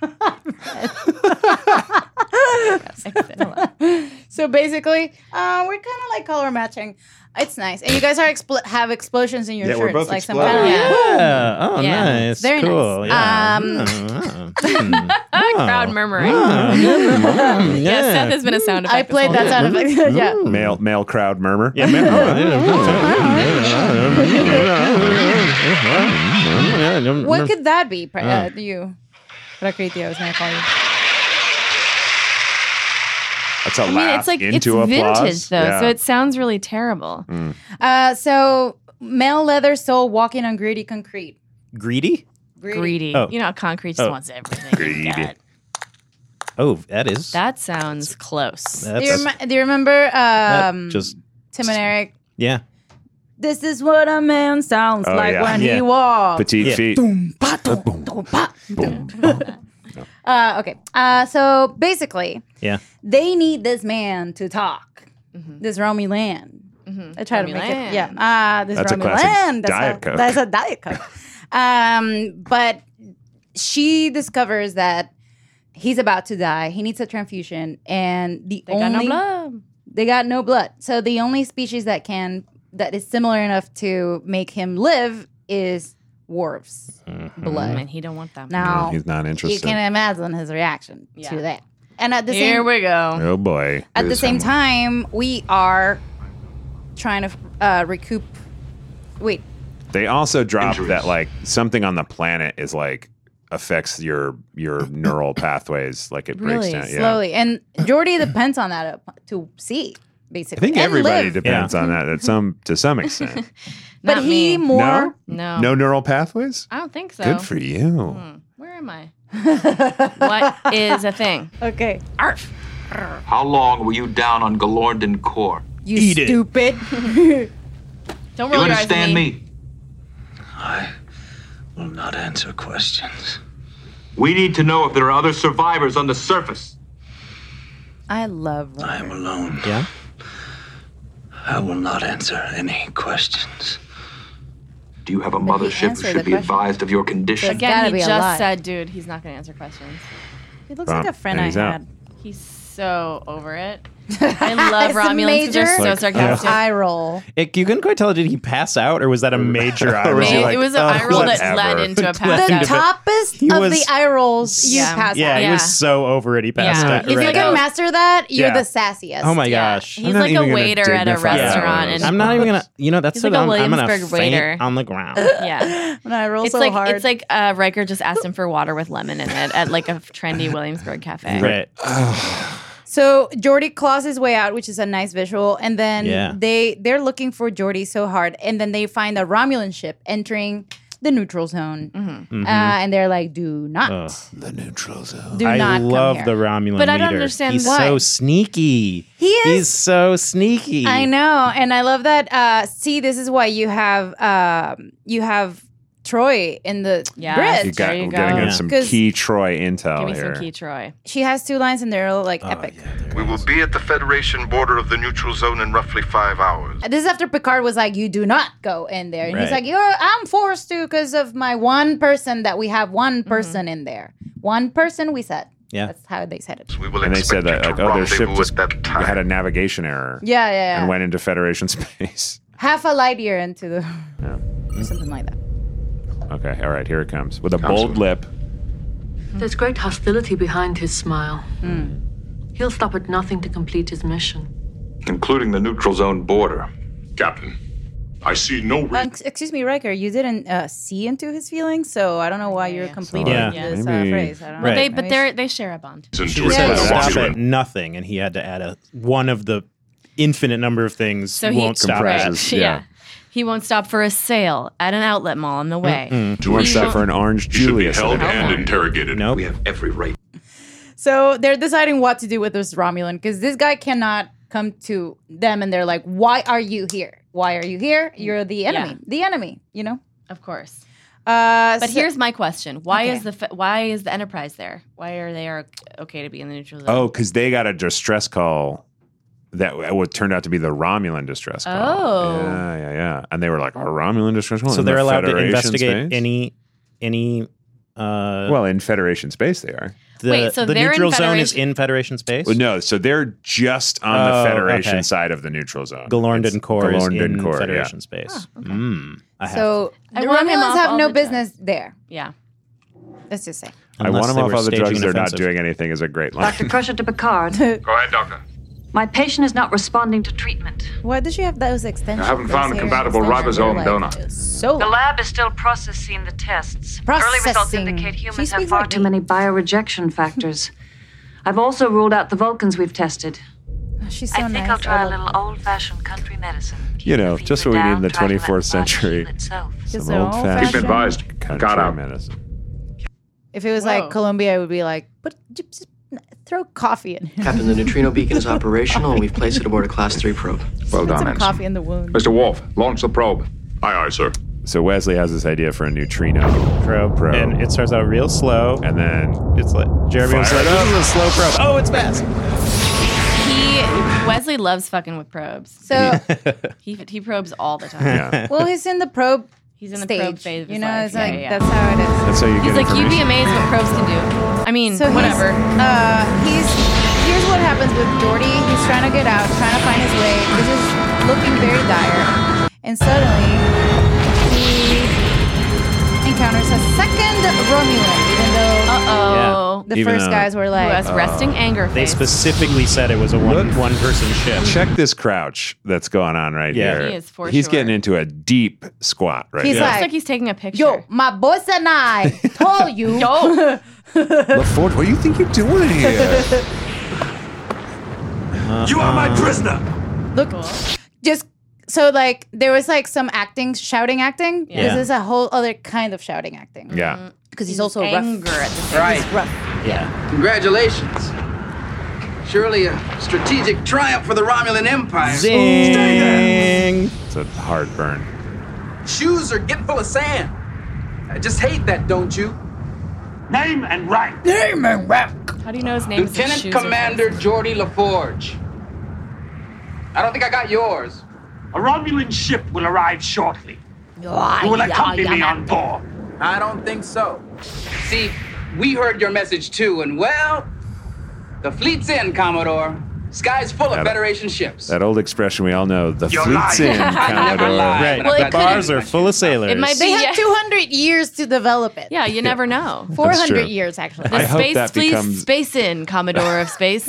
[SPEAKER 2] so basically, uh, we're kind of like color matching. It's nice, and you guys are expl- have explosions in your
[SPEAKER 5] Yeah,
[SPEAKER 2] shirts,
[SPEAKER 5] we're both
[SPEAKER 2] like some
[SPEAKER 5] exploding.
[SPEAKER 2] kind of
[SPEAKER 5] Yeah. Oh,
[SPEAKER 2] Yeah.
[SPEAKER 5] nice.
[SPEAKER 2] Very nice.
[SPEAKER 5] cool. Yeah.
[SPEAKER 2] Um,
[SPEAKER 5] Mm,
[SPEAKER 1] Crowd murmuring.
[SPEAKER 5] mm,
[SPEAKER 1] Yeah,
[SPEAKER 5] Oh. yeah.
[SPEAKER 1] Seth has been a sound effect.
[SPEAKER 2] I played
[SPEAKER 1] this
[SPEAKER 2] that
[SPEAKER 1] whole time.
[SPEAKER 2] sound effect. yeah.
[SPEAKER 4] Male male crowd murmur.
[SPEAKER 5] Yeah, ma-
[SPEAKER 2] What could that be? Pre-
[SPEAKER 4] Ah.
[SPEAKER 2] uh, you, Prakritio, I was gonna call you.
[SPEAKER 4] That's a
[SPEAKER 1] I mean,
[SPEAKER 4] laugh
[SPEAKER 1] it's like
[SPEAKER 4] into
[SPEAKER 1] it's
[SPEAKER 4] applause.
[SPEAKER 1] vintage though,
[SPEAKER 4] Yeah.
[SPEAKER 1] so it sounds really terrible.
[SPEAKER 2] Uh, so male leather sole walking on gritty concrete.
[SPEAKER 5] Greedy?
[SPEAKER 2] Greedy.
[SPEAKER 1] Greedy.
[SPEAKER 5] Oh.
[SPEAKER 1] You know, how concrete just
[SPEAKER 5] Oh.
[SPEAKER 1] wants everything.
[SPEAKER 5] Greedy. Oh, that is.
[SPEAKER 1] That sounds close.
[SPEAKER 5] That's-
[SPEAKER 2] do, you rem- do you remember um,
[SPEAKER 5] that just.
[SPEAKER 2] Tim and Eric?
[SPEAKER 5] Yeah.
[SPEAKER 2] This is what a man sounds
[SPEAKER 5] Oh,
[SPEAKER 2] like
[SPEAKER 5] yeah.
[SPEAKER 2] when
[SPEAKER 5] Yeah.
[SPEAKER 2] he walks.
[SPEAKER 4] Petite
[SPEAKER 5] Yeah.
[SPEAKER 4] feet.
[SPEAKER 2] Uh, okay. Uh, so basically,
[SPEAKER 5] Yeah.
[SPEAKER 2] they need this man to talk. This Romy Land. I try to
[SPEAKER 1] Mm-hmm. Romy
[SPEAKER 2] make
[SPEAKER 1] Land.
[SPEAKER 2] it. Yeah. Uh, this
[SPEAKER 1] That's a
[SPEAKER 2] Romy
[SPEAKER 1] classic
[SPEAKER 2] Land. That's
[SPEAKER 1] Diet
[SPEAKER 2] a,
[SPEAKER 1] Coke.
[SPEAKER 2] That's a diet coke. um, but she discovers that he's about to die. He needs a transfusion, and the
[SPEAKER 1] They got no
[SPEAKER 2] only
[SPEAKER 1] blood.
[SPEAKER 2] they got no blood. So the only species that can that is similar enough to make him live is dwarves.
[SPEAKER 1] Mm-hmm.
[SPEAKER 2] Blood.
[SPEAKER 1] And he don't want that.
[SPEAKER 2] Now
[SPEAKER 4] he's not
[SPEAKER 2] You
[SPEAKER 4] interested.
[SPEAKER 2] can imagine his reaction to that. And at the
[SPEAKER 1] Here
[SPEAKER 2] same
[SPEAKER 1] we go.
[SPEAKER 4] Oh boy.
[SPEAKER 2] at the same time, we are trying to uh, recoup. Wait,
[SPEAKER 4] They also dropped that like something on the planet is like affects your your neural pathways. Like it breaks
[SPEAKER 2] really
[SPEAKER 4] down. Yeah.
[SPEAKER 2] slowly, and Jordy depends on that up- to see
[SPEAKER 4] I
[SPEAKER 2] basically.
[SPEAKER 4] think
[SPEAKER 2] and
[SPEAKER 4] everybody
[SPEAKER 2] live.
[SPEAKER 4] depends on that at some to some extent.
[SPEAKER 2] but he more.
[SPEAKER 4] no. No neural pathways?
[SPEAKER 1] I don't think so.
[SPEAKER 4] Good for you.
[SPEAKER 2] Hmm.
[SPEAKER 1] Where am I? what is a thing?
[SPEAKER 2] Okay.
[SPEAKER 1] Arf.
[SPEAKER 9] How long were you down on Galorndon Core?
[SPEAKER 2] You
[SPEAKER 9] Eat it.
[SPEAKER 2] stupid.
[SPEAKER 1] Don't
[SPEAKER 9] you
[SPEAKER 1] roll your eyes at
[SPEAKER 9] understand
[SPEAKER 1] me.
[SPEAKER 9] me?
[SPEAKER 12] I will not answer questions.
[SPEAKER 9] We need to know if there are other survivors on the surface.
[SPEAKER 2] I love.
[SPEAKER 12] I am alone.
[SPEAKER 5] Yeah.
[SPEAKER 12] I will not answer any questions.
[SPEAKER 9] Do you have a mothership
[SPEAKER 1] answered
[SPEAKER 9] who
[SPEAKER 1] the
[SPEAKER 9] should be
[SPEAKER 1] question.
[SPEAKER 9] advised of your condition?
[SPEAKER 1] Again, he just
[SPEAKER 2] lie.
[SPEAKER 1] said, dude, he's not going to answer questions.
[SPEAKER 2] He
[SPEAKER 9] looks like a friend And he's I out. had.
[SPEAKER 1] He's so over it. I love
[SPEAKER 2] It's a
[SPEAKER 1] Romulans. 'cause They're
[SPEAKER 5] major
[SPEAKER 1] so
[SPEAKER 5] Like,
[SPEAKER 1] sarcastic.
[SPEAKER 5] yeah.
[SPEAKER 2] Eye roll.
[SPEAKER 5] It, you couldn't quite tell. Did he pass out, or was that a major eye
[SPEAKER 1] was
[SPEAKER 5] roll?
[SPEAKER 1] he
[SPEAKER 5] Oh,
[SPEAKER 1] like, It was an eye roll that
[SPEAKER 5] whatever.
[SPEAKER 1] led into a pass out.
[SPEAKER 5] Led into
[SPEAKER 2] The
[SPEAKER 5] it.
[SPEAKER 2] toppest
[SPEAKER 5] He
[SPEAKER 2] of
[SPEAKER 5] was-
[SPEAKER 2] the eye rolls you
[SPEAKER 1] Yeah.
[SPEAKER 2] pass
[SPEAKER 5] Yeah,
[SPEAKER 2] out.
[SPEAKER 5] he was so over it. He passed
[SPEAKER 1] Yeah.
[SPEAKER 5] out.
[SPEAKER 1] If you
[SPEAKER 5] right
[SPEAKER 1] can
[SPEAKER 5] out.
[SPEAKER 2] master that, you're
[SPEAKER 5] Yeah.
[SPEAKER 2] the sassiest.
[SPEAKER 5] Oh my gosh!
[SPEAKER 1] He's like a waiter at a restaurant. And
[SPEAKER 5] I'm not even gonna. You know, that's
[SPEAKER 1] He's
[SPEAKER 5] what
[SPEAKER 1] like a
[SPEAKER 5] I'm, I'm gonna
[SPEAKER 1] Williamsburg
[SPEAKER 5] faint
[SPEAKER 1] waiter. Uh,
[SPEAKER 5] on the ground.
[SPEAKER 1] yeah.
[SPEAKER 2] When I roll
[SPEAKER 1] it's
[SPEAKER 2] so
[SPEAKER 1] like,
[SPEAKER 2] hard.
[SPEAKER 1] It's like uh, Riker just asked him for water with lemon in it at like a trendy Williamsburg cafe.
[SPEAKER 5] Right.
[SPEAKER 2] So Jordy claws his way out, which is a nice visual, and then
[SPEAKER 1] Yeah.
[SPEAKER 2] they they're looking for Jordy so hard, and then they find a Romulan ship entering the neutral zone,
[SPEAKER 5] Mhm.
[SPEAKER 2] Uh, and they're like, "Do not."
[SPEAKER 5] the neutral zone.
[SPEAKER 2] Do
[SPEAKER 5] I
[SPEAKER 2] not come
[SPEAKER 5] love
[SPEAKER 2] here.
[SPEAKER 5] the Romulan.
[SPEAKER 2] But I don't
[SPEAKER 5] leader.
[SPEAKER 2] understand
[SPEAKER 5] He's
[SPEAKER 2] why.
[SPEAKER 5] so sneaky.
[SPEAKER 2] He is-
[SPEAKER 5] He's so sneaky.
[SPEAKER 2] I know, and I love that. Uh, see, this is why you have um, you have Troy in the yeah,
[SPEAKER 4] You got, we're getting in some key Troy intel here.
[SPEAKER 1] Troy.
[SPEAKER 2] She has two lines, and they're like
[SPEAKER 5] Oh,
[SPEAKER 2] epic.
[SPEAKER 13] We will be at the Federation border of the neutral zone in roughly five hours.
[SPEAKER 2] This is after Picard was like, "You do not go in there," and he's
[SPEAKER 13] Right.
[SPEAKER 2] like, "You're, I'm forced to because of my one person that we have one person in there, one person." We said,
[SPEAKER 4] Yeah.
[SPEAKER 2] that's how they said it."
[SPEAKER 4] and they said that like, oh, their ship
[SPEAKER 13] rendezvous
[SPEAKER 4] just had a navigation error.
[SPEAKER 2] Yeah, yeah,
[SPEAKER 4] And
[SPEAKER 2] yeah.
[SPEAKER 4] went into Federation space.
[SPEAKER 2] Half a light year into the
[SPEAKER 4] Yeah.
[SPEAKER 2] or something like that.
[SPEAKER 4] Okay, all right, here it comes with a bold lip.
[SPEAKER 14] There's great hostility behind his smile.
[SPEAKER 11] Hmm.
[SPEAKER 14] He'll stop at nothing to complete his mission.
[SPEAKER 10] Including the neutral zone border. Captain, I see no
[SPEAKER 2] Uh, ex- excuse me, Riker, you didn't uh, see into his feelings, so I don't know why you're completing
[SPEAKER 5] Yeah.
[SPEAKER 2] this uh,
[SPEAKER 5] Maybe-
[SPEAKER 2] phrase. I don't
[SPEAKER 5] Right.
[SPEAKER 2] know.
[SPEAKER 1] They, but they they share a bond.
[SPEAKER 5] She
[SPEAKER 1] Yeah.
[SPEAKER 5] said
[SPEAKER 1] Yeah.
[SPEAKER 5] stop
[SPEAKER 1] Yeah.
[SPEAKER 5] at nothing, and he had to add a one of the infinite number of things
[SPEAKER 1] So he
[SPEAKER 5] won't stop at.
[SPEAKER 1] Right. Yeah. He won't stop for a sale at an outlet mall on the way.
[SPEAKER 5] Mm-mm.
[SPEAKER 4] Do you want
[SPEAKER 1] He
[SPEAKER 4] that
[SPEAKER 1] won't-
[SPEAKER 4] for an orange
[SPEAKER 10] should be
[SPEAKER 4] Julius?
[SPEAKER 10] held and
[SPEAKER 4] interrogated. No,
[SPEAKER 10] We have every right.
[SPEAKER 2] So they're deciding what to do with this Romulan because this guy cannot come to them and they're like, why are you here? Why are you here? You're the enemy.
[SPEAKER 1] Mm, Yeah.
[SPEAKER 2] The enemy, you know?
[SPEAKER 1] Of course.
[SPEAKER 2] Uh,
[SPEAKER 1] but
[SPEAKER 2] so-
[SPEAKER 1] here's my question: Why
[SPEAKER 2] Okay.
[SPEAKER 1] is the fe- why is the Enterprise there? Why are they are okay to be in the neutral zone?
[SPEAKER 4] Oh, because they got a distress call that what turned out to be the Romulan distress call.
[SPEAKER 1] Oh.
[SPEAKER 4] Yeah, yeah, yeah. And they were like, a Romulan distress call?
[SPEAKER 5] So
[SPEAKER 4] in
[SPEAKER 5] they're
[SPEAKER 4] the
[SPEAKER 5] allowed to
[SPEAKER 4] Federation
[SPEAKER 5] investigate
[SPEAKER 4] space?"
[SPEAKER 5] any any. Uh,
[SPEAKER 4] well, in Federation space, they are.
[SPEAKER 5] the,
[SPEAKER 1] Wait, so
[SPEAKER 5] the
[SPEAKER 1] they're in
[SPEAKER 5] neutral zone is
[SPEAKER 1] Federation-
[SPEAKER 5] in Federation space.
[SPEAKER 4] Well, no, so they're just on
[SPEAKER 5] Oh,
[SPEAKER 4] the Federation
[SPEAKER 5] okay.
[SPEAKER 4] side of the neutral zone.
[SPEAKER 5] Galorndon Core is
[SPEAKER 4] Galorndon
[SPEAKER 5] in
[SPEAKER 4] Core, yeah.
[SPEAKER 5] Federation space. Mm, I have
[SPEAKER 2] so
[SPEAKER 1] I
[SPEAKER 2] the
[SPEAKER 1] want him
[SPEAKER 2] Romulans
[SPEAKER 1] off
[SPEAKER 2] have
[SPEAKER 1] all
[SPEAKER 2] no
[SPEAKER 1] the time.
[SPEAKER 2] business there.
[SPEAKER 1] Yeah.
[SPEAKER 2] Let's just say.
[SPEAKER 4] I want
[SPEAKER 5] Unless
[SPEAKER 4] them
[SPEAKER 5] they
[SPEAKER 4] off
[SPEAKER 5] were
[SPEAKER 4] all the
[SPEAKER 5] staging
[SPEAKER 4] drugs.
[SPEAKER 5] an
[SPEAKER 4] They're not
[SPEAKER 5] offensive.
[SPEAKER 4] doing anything is a great line.
[SPEAKER 11] Dr. Crusher to Picard.
[SPEAKER 10] Go ahead, Doctor.
[SPEAKER 11] My patient is not responding to treatment.
[SPEAKER 2] Why does she have those extensions?
[SPEAKER 10] I haven't found a
[SPEAKER 2] Those
[SPEAKER 10] compatible
[SPEAKER 2] hair extensions are
[SPEAKER 10] ribosome
[SPEAKER 2] like-
[SPEAKER 10] donor.
[SPEAKER 2] So
[SPEAKER 11] the lab is still processing the tests. Early results
[SPEAKER 2] Processing.
[SPEAKER 11] indicate humans
[SPEAKER 2] She
[SPEAKER 11] have
[SPEAKER 2] speaks
[SPEAKER 11] far
[SPEAKER 2] like
[SPEAKER 11] too many biorejection factors. I've also ruled out the Vulcans we've tested.
[SPEAKER 2] She's
[SPEAKER 11] I
[SPEAKER 2] so
[SPEAKER 11] think
[SPEAKER 2] nice.
[SPEAKER 11] I'll try
[SPEAKER 2] I
[SPEAKER 11] a
[SPEAKER 2] love
[SPEAKER 11] little old-fashioned country medicine.
[SPEAKER 4] you know, just what we need in the 24th century.
[SPEAKER 11] itself.
[SPEAKER 2] Just
[SPEAKER 4] Some
[SPEAKER 2] an
[SPEAKER 4] old-fashioned
[SPEAKER 2] old-fashioned-
[SPEAKER 10] advised.
[SPEAKER 4] country
[SPEAKER 10] Got out.
[SPEAKER 4] medicine.
[SPEAKER 2] If it was like Colombia, it would be like, but j- just throw coffee in.
[SPEAKER 12] Captain, the neutrino beacon is operational, and we've placed it aboard a Class 3 probe.
[SPEAKER 10] Well
[SPEAKER 2] Put
[SPEAKER 10] done,
[SPEAKER 2] some
[SPEAKER 10] Ensign.
[SPEAKER 2] coffee in the wound.
[SPEAKER 10] Mr. Wolf, launch the probe.
[SPEAKER 6] Aye, aye, sir.
[SPEAKER 4] So Wesley has this idea for a neutrino
[SPEAKER 5] probe,
[SPEAKER 4] probe.
[SPEAKER 5] and it starts out real slow.
[SPEAKER 4] and then
[SPEAKER 5] It's like Jeremy was
[SPEAKER 4] Fire
[SPEAKER 5] like,
[SPEAKER 4] it up.
[SPEAKER 5] "This is a slow probe." Oh, it's fast.
[SPEAKER 1] He Wesley loves fucking with probes.
[SPEAKER 2] So,
[SPEAKER 1] He he probes all the time.
[SPEAKER 4] yeah.
[SPEAKER 2] well, he's in the probe.
[SPEAKER 1] He's in the
[SPEAKER 2] stage.
[SPEAKER 1] probe phase of
[SPEAKER 2] You
[SPEAKER 1] his
[SPEAKER 2] know,
[SPEAKER 1] life.
[SPEAKER 2] it's
[SPEAKER 1] Yeah,
[SPEAKER 2] like
[SPEAKER 1] yeah, yeah.
[SPEAKER 2] that's how it is.
[SPEAKER 4] That's how you
[SPEAKER 1] He's
[SPEAKER 4] get
[SPEAKER 1] like, you'd be
[SPEAKER 4] information.
[SPEAKER 1] amazed what probes can do. I mean,
[SPEAKER 2] So he's-
[SPEAKER 1] whatever.
[SPEAKER 2] Uh, he's here's what happens with Jordy. He's trying to get out, trying to find his way. This is looking very dire, and suddenly he encounters a second Romulan. Even though
[SPEAKER 1] Uh oh.
[SPEAKER 2] the
[SPEAKER 4] Even
[SPEAKER 2] first
[SPEAKER 4] though- "Oh."
[SPEAKER 2] guys were
[SPEAKER 1] Who
[SPEAKER 2] like,
[SPEAKER 1] has resting anger
[SPEAKER 5] They
[SPEAKER 1] face?
[SPEAKER 5] specifically said it was a one one person shift.
[SPEAKER 4] Check this crouch that's going on right
[SPEAKER 5] Yeah.
[SPEAKER 4] here.
[SPEAKER 1] He is for
[SPEAKER 4] He's
[SPEAKER 1] sure.
[SPEAKER 4] getting into a deep squat right
[SPEAKER 2] He's
[SPEAKER 4] now.
[SPEAKER 1] Looks
[SPEAKER 2] like-
[SPEAKER 1] like he's taking a picture.
[SPEAKER 2] "Yo, my boss and I told you."
[SPEAKER 1] Yo.
[SPEAKER 4] LaForge, what do you think you're doing here?
[SPEAKER 12] You are my prisoner!
[SPEAKER 2] Look, just so like there was like some acting, shouting acting.
[SPEAKER 5] Yeah.
[SPEAKER 2] This is a whole other kind of shouting acacting
[SPEAKER 4] yeah.
[SPEAKER 2] because he's also
[SPEAKER 1] anger
[SPEAKER 2] rough.
[SPEAKER 1] at the same
[SPEAKER 12] Right.
[SPEAKER 5] Yeah.
[SPEAKER 12] Congratulations. Surely a strategic triumph for the Romulan Empire.
[SPEAKER 5] Zing.
[SPEAKER 4] It's a hard burn.
[SPEAKER 12] Shoes are get full of sand. I just hate that, don't you? Name and rank. Name and rank.
[SPEAKER 1] How do you know his name? is his
[SPEAKER 12] Lieutenant
[SPEAKER 1] shoes or
[SPEAKER 12] Commander Geordie LaForge. I don't think I got yours.
[SPEAKER 15] A Romulan ship will arrive shortly. You will accompany me on board.
[SPEAKER 12] I don't think so. See, we heard your message too, and well, the fleet's in, Commodore. Sky's full
[SPEAKER 4] Got it.
[SPEAKER 12] of Federation ships.
[SPEAKER 4] That old expression we all know, the
[SPEAKER 12] You're
[SPEAKER 4] fleet's in,
[SPEAKER 12] lying. I never
[SPEAKER 4] Commodore.
[SPEAKER 12] lied.
[SPEAKER 5] Right.
[SPEAKER 12] Well,
[SPEAKER 5] the
[SPEAKER 12] it
[SPEAKER 5] bars
[SPEAKER 12] could've-
[SPEAKER 5] are full of sailors.
[SPEAKER 1] It might
[SPEAKER 2] They
[SPEAKER 1] be.
[SPEAKER 2] had
[SPEAKER 1] yeah.
[SPEAKER 2] 200 years to develop it.
[SPEAKER 1] Yeah, you never know.
[SPEAKER 2] Four
[SPEAKER 4] true.
[SPEAKER 2] hundred years actually.
[SPEAKER 1] The
[SPEAKER 4] I hope
[SPEAKER 1] space,
[SPEAKER 4] that
[SPEAKER 1] please,
[SPEAKER 4] becomes-
[SPEAKER 1] space in, Commodore of Space.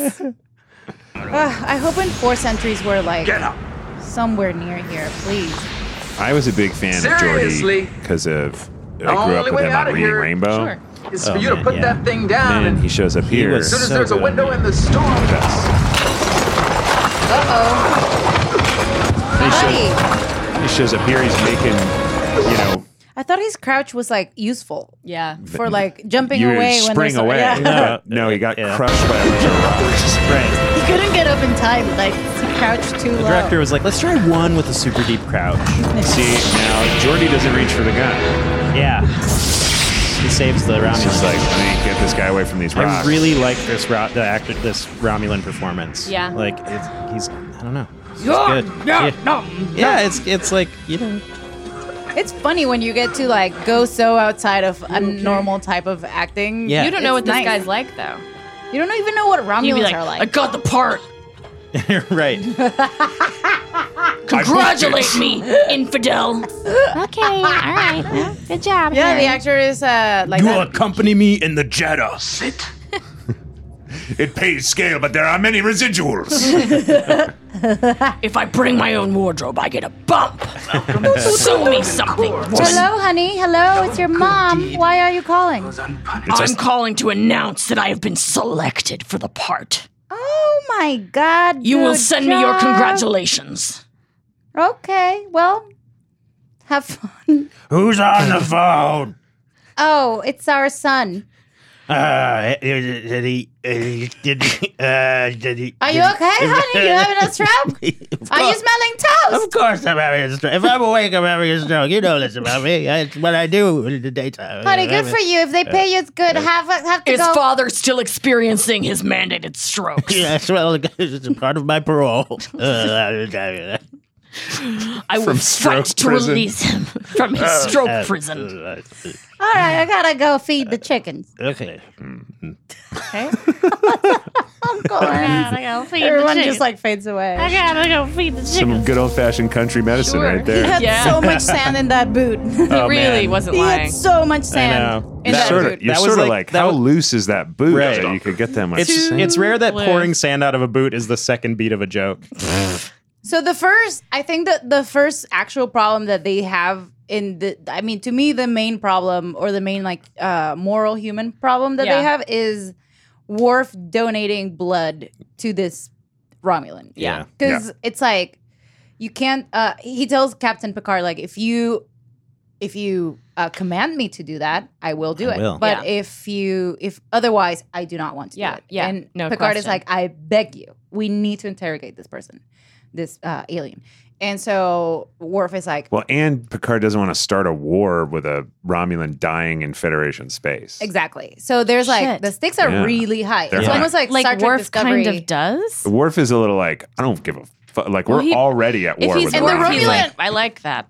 [SPEAKER 2] Ugh, I hope in four centuries we're like
[SPEAKER 15] Get up.
[SPEAKER 2] somewhere near here, please.
[SPEAKER 4] I was a big fan
[SPEAKER 12] Seriously?
[SPEAKER 4] of Jordy because of I
[SPEAKER 12] The
[SPEAKER 4] grew up
[SPEAKER 12] only
[SPEAKER 4] with
[SPEAKER 12] way
[SPEAKER 4] him on
[SPEAKER 12] outta
[SPEAKER 4] Reading
[SPEAKER 12] here-
[SPEAKER 4] Rainbow.
[SPEAKER 1] Sure.
[SPEAKER 12] It's
[SPEAKER 5] Oh,
[SPEAKER 12] for you
[SPEAKER 5] man,
[SPEAKER 12] to put
[SPEAKER 5] yeah.
[SPEAKER 12] that thing down,
[SPEAKER 4] And
[SPEAKER 12] and
[SPEAKER 4] he shows up
[SPEAKER 5] He
[SPEAKER 4] here.
[SPEAKER 12] as
[SPEAKER 5] was
[SPEAKER 12] soon as
[SPEAKER 5] so
[SPEAKER 12] there's a
[SPEAKER 5] good on
[SPEAKER 12] window
[SPEAKER 5] me.
[SPEAKER 12] in the storm,
[SPEAKER 4] Yes.
[SPEAKER 2] Uh oh. Hi.
[SPEAKER 4] He shows up here. He's making, you know,
[SPEAKER 2] I thought his crouch was like useful
[SPEAKER 1] yeah.
[SPEAKER 2] for like jumping
[SPEAKER 4] you
[SPEAKER 2] away when
[SPEAKER 4] spring
[SPEAKER 2] there's
[SPEAKER 4] away.
[SPEAKER 2] Yeah.
[SPEAKER 4] But no, he got
[SPEAKER 5] Yeah.
[SPEAKER 4] crushed by a bunch of rocks.
[SPEAKER 5] Right.
[SPEAKER 2] He couldn't get up in time. Like he crouched too
[SPEAKER 5] The
[SPEAKER 2] low.
[SPEAKER 5] director was like, "Let's try one with a super deep crouch."
[SPEAKER 4] See, now Jordy doesn't reach for the gun.
[SPEAKER 5] Yeah. He saves the
[SPEAKER 4] He's just
[SPEAKER 5] Romulan.
[SPEAKER 4] like, let me get this guy away from these
[SPEAKER 5] I
[SPEAKER 4] rocks.
[SPEAKER 5] really like this Ro- the actor, this Romulan performance.
[SPEAKER 1] Yeah.
[SPEAKER 5] Like it's, he's, I don't know. It's good. yeah, yeah, it's it's like you know.
[SPEAKER 2] it's funny when you get to like go so outside of a normal type of acting.
[SPEAKER 5] Yeah.
[SPEAKER 1] You don't know what
[SPEAKER 2] It's
[SPEAKER 1] this
[SPEAKER 2] nice.
[SPEAKER 1] guy's like though.
[SPEAKER 2] You don't even know what
[SPEAKER 1] You'd
[SPEAKER 2] Romulans
[SPEAKER 1] be like,
[SPEAKER 2] are
[SPEAKER 1] I
[SPEAKER 2] like.
[SPEAKER 1] got the part.
[SPEAKER 5] right.
[SPEAKER 1] Congratulate me, infidel.
[SPEAKER 3] Okay, all right. Well, good job.
[SPEAKER 2] Yeah,
[SPEAKER 3] Harry.
[SPEAKER 2] the actor is uh like
[SPEAKER 6] You
[SPEAKER 2] that.
[SPEAKER 6] accompany me in the Jetta. Sit. it pays scale, but there are many residuals.
[SPEAKER 1] If I bring my own wardrobe, I get a bump. Sue me something.
[SPEAKER 2] Hello, honey. Hello, it's your mom. Why are you calling?
[SPEAKER 1] I'm calling to announce that I have been selected for the part.
[SPEAKER 2] Oh my God!
[SPEAKER 1] You will
[SPEAKER 2] good
[SPEAKER 1] send me your
[SPEAKER 2] job.
[SPEAKER 1] congratulations.
[SPEAKER 2] Okay, well, have fun.
[SPEAKER 6] Who's on the phone?
[SPEAKER 2] Oh, it's our son.
[SPEAKER 16] Uh, did he, uh, did he, uh, did he,
[SPEAKER 2] Are you
[SPEAKER 16] did-
[SPEAKER 2] okay, honey? You having a stroke? Are you smelling toast?
[SPEAKER 16] Of course I'm having a stroke. If I'm awake, I'm having a stroke. You know this about me. It's what I do in the daytime.
[SPEAKER 2] Honey, good for you. If they pay you, it's good. Have have to
[SPEAKER 17] His
[SPEAKER 2] go.
[SPEAKER 17] father's still experiencing his mandated strokes.
[SPEAKER 16] Yes, well, Uh, it's a part of my parole. Uh,
[SPEAKER 17] I will
[SPEAKER 16] From
[SPEAKER 17] fight
[SPEAKER 16] stroke
[SPEAKER 17] to
[SPEAKER 16] prison.
[SPEAKER 17] release him from his
[SPEAKER 1] Oh,
[SPEAKER 16] Uh,
[SPEAKER 17] stroke
[SPEAKER 16] uh,
[SPEAKER 17] prison.
[SPEAKER 2] All right, I gotta go feed the chickens.
[SPEAKER 16] Okay.
[SPEAKER 2] Okay. I'm going.
[SPEAKER 17] I gotta feed the
[SPEAKER 2] Everyone
[SPEAKER 17] chickens.
[SPEAKER 2] just like fades away.
[SPEAKER 17] I gotta go feed the
[SPEAKER 4] Some good old fashioned country medicine right there.
[SPEAKER 2] He had so much sand in that boot.
[SPEAKER 4] Oh, really man. wasn't
[SPEAKER 2] he
[SPEAKER 4] lying.
[SPEAKER 2] Had so much sand
[SPEAKER 4] know.
[SPEAKER 2] in
[SPEAKER 4] You're
[SPEAKER 2] that,
[SPEAKER 4] sort
[SPEAKER 2] boot.
[SPEAKER 4] of, you're sort of like, how loose is that boot that you could get that much?
[SPEAKER 5] It's,
[SPEAKER 4] sand?
[SPEAKER 5] it's rare that
[SPEAKER 2] Too
[SPEAKER 5] pouring sand out of a boot is the second beat of a joke.
[SPEAKER 2] So the first, I think that the first actual problem that they have in the, I mean, to me, the main problem or the main like uh, moral human problem that
[SPEAKER 17] Yeah.
[SPEAKER 2] they have is Worf donating blood to this Romulan.
[SPEAKER 17] Yeah.
[SPEAKER 2] because it's like you can't. Uh, he tells Captain Picard like, if you, if you uh, command me to do that, I will do
[SPEAKER 17] I
[SPEAKER 2] it.
[SPEAKER 17] will.
[SPEAKER 2] But
[SPEAKER 17] Yeah.
[SPEAKER 2] if you, if otherwise, I do not want to.
[SPEAKER 17] Yeah,
[SPEAKER 2] do it.
[SPEAKER 17] yeah,
[SPEAKER 2] And
[SPEAKER 17] no
[SPEAKER 2] Picard is
[SPEAKER 17] question.
[SPEAKER 2] like, I beg you, we need to interrogate this person this uh, alien. And so Worf is like,
[SPEAKER 4] Well, and Picard doesn't want to start a war with a Romulan dying in Federation space.
[SPEAKER 2] exactly. So there's like
[SPEAKER 17] Shit.
[SPEAKER 2] the stakes are
[SPEAKER 4] Yeah.
[SPEAKER 2] really high.
[SPEAKER 4] They're
[SPEAKER 2] it's
[SPEAKER 4] high.
[SPEAKER 2] almost like
[SPEAKER 17] Like
[SPEAKER 2] Star Trek
[SPEAKER 17] Worf
[SPEAKER 2] Discovery.
[SPEAKER 17] kind of does.
[SPEAKER 4] Worf is a little like, I don't give a fuck. Like,
[SPEAKER 17] Well,
[SPEAKER 4] we're
[SPEAKER 17] he-
[SPEAKER 4] already at
[SPEAKER 17] If
[SPEAKER 4] war
[SPEAKER 17] he's
[SPEAKER 4] with the
[SPEAKER 17] in the room,
[SPEAKER 4] Romulans.
[SPEAKER 17] he's like, I like that.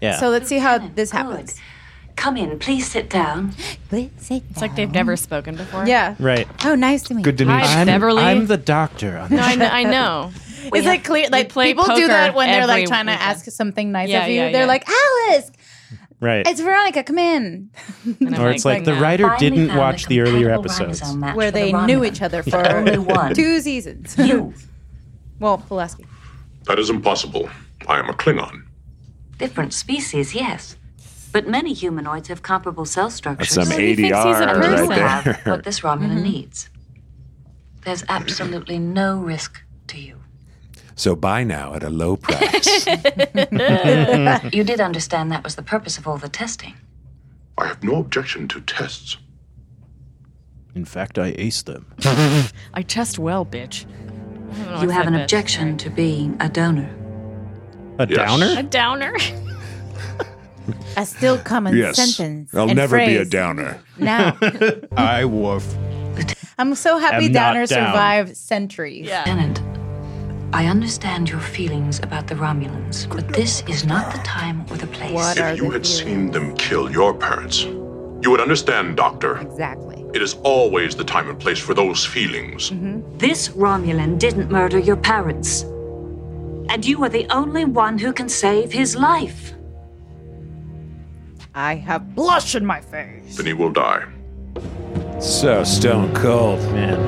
[SPEAKER 4] yeah.
[SPEAKER 2] So let's see how this happens.
[SPEAKER 11] Come in, please sit down.
[SPEAKER 2] Please sit
[SPEAKER 1] It's like they've never spoken before.
[SPEAKER 2] Yeah.
[SPEAKER 5] Right.
[SPEAKER 2] Oh, nice to meet
[SPEAKER 5] Good to
[SPEAKER 1] Hi,
[SPEAKER 5] meet you. I'm,
[SPEAKER 1] Beverly.
[SPEAKER 5] I'm the doctor on
[SPEAKER 1] No,
[SPEAKER 5] this.
[SPEAKER 1] I, kn- I know.
[SPEAKER 2] Is it clear? Like
[SPEAKER 1] play
[SPEAKER 2] people do
[SPEAKER 1] poker
[SPEAKER 2] that when they're
[SPEAKER 1] every
[SPEAKER 2] like trying
[SPEAKER 1] weekend.
[SPEAKER 2] to ask something nice
[SPEAKER 1] Yeah,
[SPEAKER 2] of you.
[SPEAKER 1] yeah,
[SPEAKER 2] they're
[SPEAKER 1] yeah.
[SPEAKER 2] like, Alice,
[SPEAKER 5] Right.
[SPEAKER 2] it's Veronica. Come in.
[SPEAKER 5] or it's like the writer didn't watch the earlier episodes.
[SPEAKER 2] Where they knew each other for
[SPEAKER 5] only one.
[SPEAKER 2] two seasons. well, Pulaski.
[SPEAKER 18] That is impossible. I am a Klingon.
[SPEAKER 11] Different species, yes. But many humanoids have comparable cell structures.
[SPEAKER 4] some Well, he thinks he's a ADR right
[SPEAKER 11] Will
[SPEAKER 4] there.
[SPEAKER 11] have what this Romulan
[SPEAKER 17] Mm-hmm.
[SPEAKER 11] needs. There's absolutely no risk to you.
[SPEAKER 4] So buy now at a low price.
[SPEAKER 11] you did understand that was the purpose of all the testing.
[SPEAKER 18] I have no objection to tests.
[SPEAKER 5] In fact, I aced them.
[SPEAKER 17] I test well, bitch. I don't know
[SPEAKER 11] you
[SPEAKER 17] why I
[SPEAKER 11] have
[SPEAKER 17] said
[SPEAKER 11] an
[SPEAKER 17] bitch.
[SPEAKER 11] objection to being a donor.
[SPEAKER 5] A
[SPEAKER 17] A
[SPEAKER 5] downer?
[SPEAKER 17] downer.
[SPEAKER 2] A still common sentence. and phrase.
[SPEAKER 4] downer.
[SPEAKER 2] Now.
[SPEAKER 4] I woof.
[SPEAKER 2] I'm so happy
[SPEAKER 11] I'm not
[SPEAKER 2] Downer
[SPEAKER 11] down.
[SPEAKER 2] survived centuries.
[SPEAKER 11] Lieutenant, I understand your feelings about the Romulans, but this is not the time or the place.
[SPEAKER 18] if you had seen them kill your parents, you would understand, Doctor.
[SPEAKER 2] Exactly.
[SPEAKER 18] It is always the time and place for those feelings.
[SPEAKER 11] Mm-hmm. This Romulan didn't murder your parents. And you are the only one who can save his life.
[SPEAKER 2] I have blush in my face.
[SPEAKER 18] Then he will die.
[SPEAKER 4] So stone cold, man.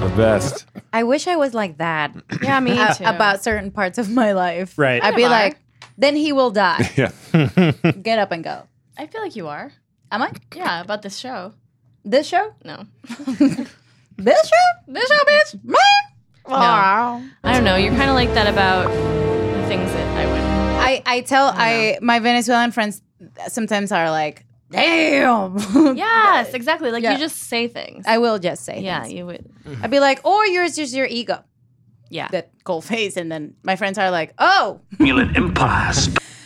[SPEAKER 4] The best.
[SPEAKER 2] I wish I was like that.
[SPEAKER 1] Yeah, me
[SPEAKER 2] A-
[SPEAKER 1] too.
[SPEAKER 2] About certain parts of my life.
[SPEAKER 5] Right.
[SPEAKER 2] I'd be
[SPEAKER 1] Am I?
[SPEAKER 2] like, then he will die.
[SPEAKER 4] yeah.
[SPEAKER 2] Get up and go.
[SPEAKER 1] I feel like you are.
[SPEAKER 2] Am I?
[SPEAKER 1] Yeah, about this show.
[SPEAKER 2] This show?
[SPEAKER 1] No.
[SPEAKER 2] This show?
[SPEAKER 1] This show, bitch.
[SPEAKER 2] No.
[SPEAKER 1] I don't know. You're kind of like that about the things that I would.
[SPEAKER 2] I, I tell I, my Venezuelan friends sometimes are like, damn.
[SPEAKER 1] yes, exactly. Like
[SPEAKER 2] Yeah.
[SPEAKER 1] you just say things.
[SPEAKER 2] I will just say.
[SPEAKER 1] yeah,
[SPEAKER 2] things.
[SPEAKER 1] you would.
[SPEAKER 2] I'd be like, or yours is your ego.
[SPEAKER 1] Yeah.
[SPEAKER 2] That cold face. And then my friends are like, oh.
[SPEAKER 15] Romulan Empire.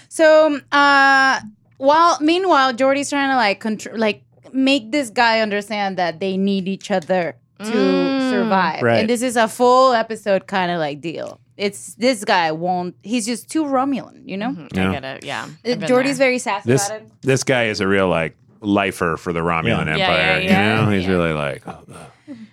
[SPEAKER 2] So, uh, while meanwhile, Jordy's trying to like control, like make this guy understand that they need each other to
[SPEAKER 1] Mm.
[SPEAKER 2] survive,
[SPEAKER 17] Right.
[SPEAKER 2] and this is a full episode kind of like deal. It's this guy won't. He's just too Romulan, you know.
[SPEAKER 4] Yeah.
[SPEAKER 1] Mm-hmm. I get it. Yeah.
[SPEAKER 2] Uh, Jordy's very sassy
[SPEAKER 4] This
[SPEAKER 2] about it.
[SPEAKER 4] this guy is a real like lifer for the Romulan
[SPEAKER 1] Yeah,
[SPEAKER 4] Empire.
[SPEAKER 1] yeah, yeah,
[SPEAKER 4] you know, he's really like uh,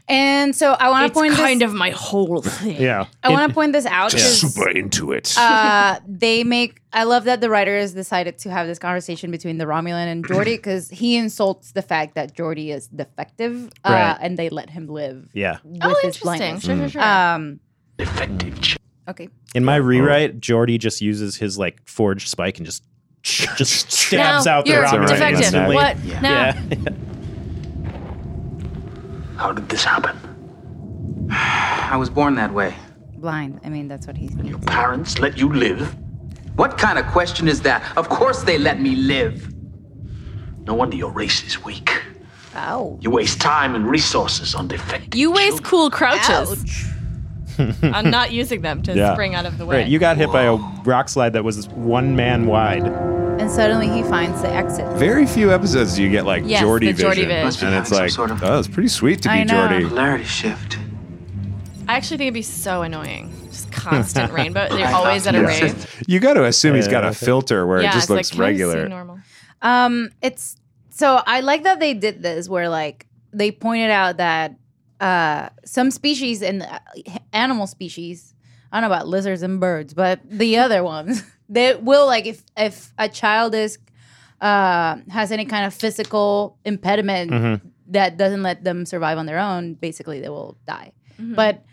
[SPEAKER 2] And so I want
[SPEAKER 17] It's
[SPEAKER 2] to point
[SPEAKER 17] kind
[SPEAKER 2] this,
[SPEAKER 17] of my whole thing.
[SPEAKER 4] yeah.
[SPEAKER 2] I want to point this out. 'cause-
[SPEAKER 4] into it.
[SPEAKER 2] uh, they make. I love that the writers decided to have this conversation between the Romulan and Jordy because he insults the fact that Jordy is defective, uh,
[SPEAKER 5] Right.
[SPEAKER 2] and they let him live.
[SPEAKER 5] Yeah.
[SPEAKER 2] With
[SPEAKER 1] Oh,
[SPEAKER 2] his
[SPEAKER 1] interesting.
[SPEAKER 2] blindness.
[SPEAKER 1] Sure, sure, sure.
[SPEAKER 2] Um,
[SPEAKER 5] Effective.
[SPEAKER 2] okay.
[SPEAKER 5] In
[SPEAKER 4] Oh.
[SPEAKER 5] my rewrite, Jordy just uses his like forged spike and just just stabs
[SPEAKER 1] Now
[SPEAKER 5] out the
[SPEAKER 1] you're
[SPEAKER 5] Romulan
[SPEAKER 1] defective.
[SPEAKER 5] instantly.
[SPEAKER 1] What? Yeah. Now.
[SPEAKER 15] How did this happen?
[SPEAKER 12] I was born that way.
[SPEAKER 2] Blind. I mean, that's what he's.
[SPEAKER 15] Your parents let you live?
[SPEAKER 12] What kind of question is that? Of course they let me live.
[SPEAKER 15] No wonder your race is weak.
[SPEAKER 2] Oh.
[SPEAKER 19] You waste time and resources on defense.
[SPEAKER 1] You waste cool crouches. I'm not using them to
[SPEAKER 5] Yeah.
[SPEAKER 1] spring out of the way.
[SPEAKER 5] Right, you got hit by a rock slide that was one man wide.
[SPEAKER 2] And suddenly he finds the exit.
[SPEAKER 4] Very few episodes do you get like
[SPEAKER 2] Yes,
[SPEAKER 4] Geordie
[SPEAKER 2] the Geordie
[SPEAKER 4] vision,
[SPEAKER 2] vid. Must be
[SPEAKER 4] and it's like, oh, it's pretty sweet to
[SPEAKER 1] I
[SPEAKER 4] be
[SPEAKER 1] know.
[SPEAKER 4] Geordie.
[SPEAKER 1] Polarity
[SPEAKER 4] shift.
[SPEAKER 1] I actually think it'd be so annoying. Just constant rainbow. They're always at a rave.
[SPEAKER 4] You got to assume he's got a filter where
[SPEAKER 1] Yeah,
[SPEAKER 4] it just
[SPEAKER 1] it's like,
[SPEAKER 4] looks
[SPEAKER 1] can I see
[SPEAKER 4] regular.
[SPEAKER 1] normal?
[SPEAKER 2] Um, it's so I like that they did this where like they pointed out that uh some species and uh, animal species, I don't know about lizards and birds, but the other ones they will like if if a child is uh has any kind of physical impediment
[SPEAKER 16] Mhm.
[SPEAKER 4] Mm-hmm.
[SPEAKER 2] that doesn't let them survive on their own, basically they will die.
[SPEAKER 1] Mhm.
[SPEAKER 2] But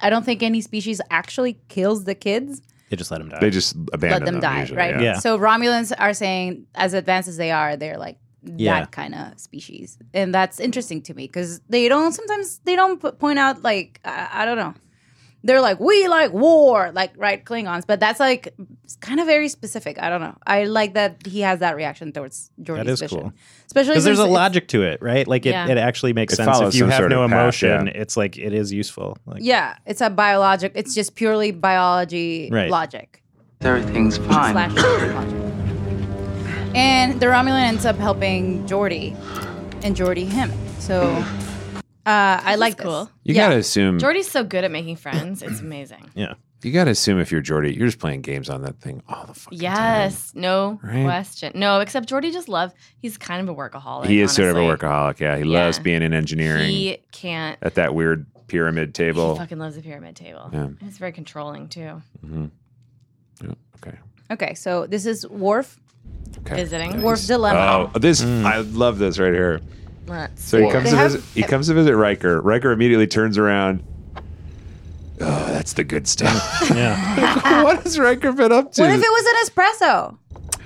[SPEAKER 2] I don't think any species actually kills the kids
[SPEAKER 5] They just let him die.
[SPEAKER 4] They just abandon
[SPEAKER 2] let them, die,
[SPEAKER 4] usually,
[SPEAKER 2] right?
[SPEAKER 4] Yeah.
[SPEAKER 2] So Romulans are saying, as advanced as they are, they're like that
[SPEAKER 4] Yeah.
[SPEAKER 2] kind of species, and that's interesting to me because they don't sometimes they don't p- point out like I, I don't know. They're like we like war, like right Klingons, but that's like it's kind of very specific. I don't know. I like that he has that reaction towards Jordy's
[SPEAKER 5] That is
[SPEAKER 2] vision.
[SPEAKER 5] cool.
[SPEAKER 2] Especially
[SPEAKER 5] because there's a
[SPEAKER 2] since it's-
[SPEAKER 5] logic to it, right? Like it,
[SPEAKER 2] Yeah.
[SPEAKER 5] it actually makes
[SPEAKER 4] It
[SPEAKER 5] sense.
[SPEAKER 4] follows
[SPEAKER 5] If you
[SPEAKER 4] some
[SPEAKER 5] have
[SPEAKER 4] sort
[SPEAKER 5] no
[SPEAKER 4] of path, yeah.
[SPEAKER 5] emotion, it's like it is useful. Like,
[SPEAKER 2] yeah, it's a biologic. It's just purely biology
[SPEAKER 5] Right.
[SPEAKER 2] logic.
[SPEAKER 20] Everything's fine.
[SPEAKER 2] Slash logic. And the Romulan ends up helping Jordy, and Jordy him. So uh, I like this. Cool.
[SPEAKER 4] You gotta assume.
[SPEAKER 1] Jordy's so good at making friends. It's amazing.
[SPEAKER 5] Yeah.
[SPEAKER 4] You gotta assume if you're Geordie, you're just playing games on that thing all the fucking
[SPEAKER 1] Yes, no
[SPEAKER 4] Right.
[SPEAKER 1] question. No, except Jordy just love. He's kind of a workaholic.
[SPEAKER 4] He is sort of a
[SPEAKER 1] honestly.
[SPEAKER 4] workaholic. Yeah, he loves
[SPEAKER 1] Yeah.
[SPEAKER 4] being in engineering
[SPEAKER 1] He can't.
[SPEAKER 4] at that weird pyramid
[SPEAKER 1] He
[SPEAKER 4] table.
[SPEAKER 1] fucking loves the pyramid table.
[SPEAKER 4] Yeah.
[SPEAKER 1] And It's very controlling too.
[SPEAKER 4] hmm yeah, okay.
[SPEAKER 2] Okay, so this is Worf
[SPEAKER 4] Okay.
[SPEAKER 1] Visiting.
[SPEAKER 2] Worf dilemma.
[SPEAKER 4] Oh, this I love this right here.
[SPEAKER 1] Let's
[SPEAKER 4] So he
[SPEAKER 1] see.
[SPEAKER 4] comes
[SPEAKER 2] They
[SPEAKER 4] to
[SPEAKER 2] have-
[SPEAKER 4] visit. He comes to visit Riker. Riker immediately turns around. Oh, that's the good stuff.
[SPEAKER 5] Yeah.
[SPEAKER 4] what has Riker been up
[SPEAKER 2] What if it was an espresso?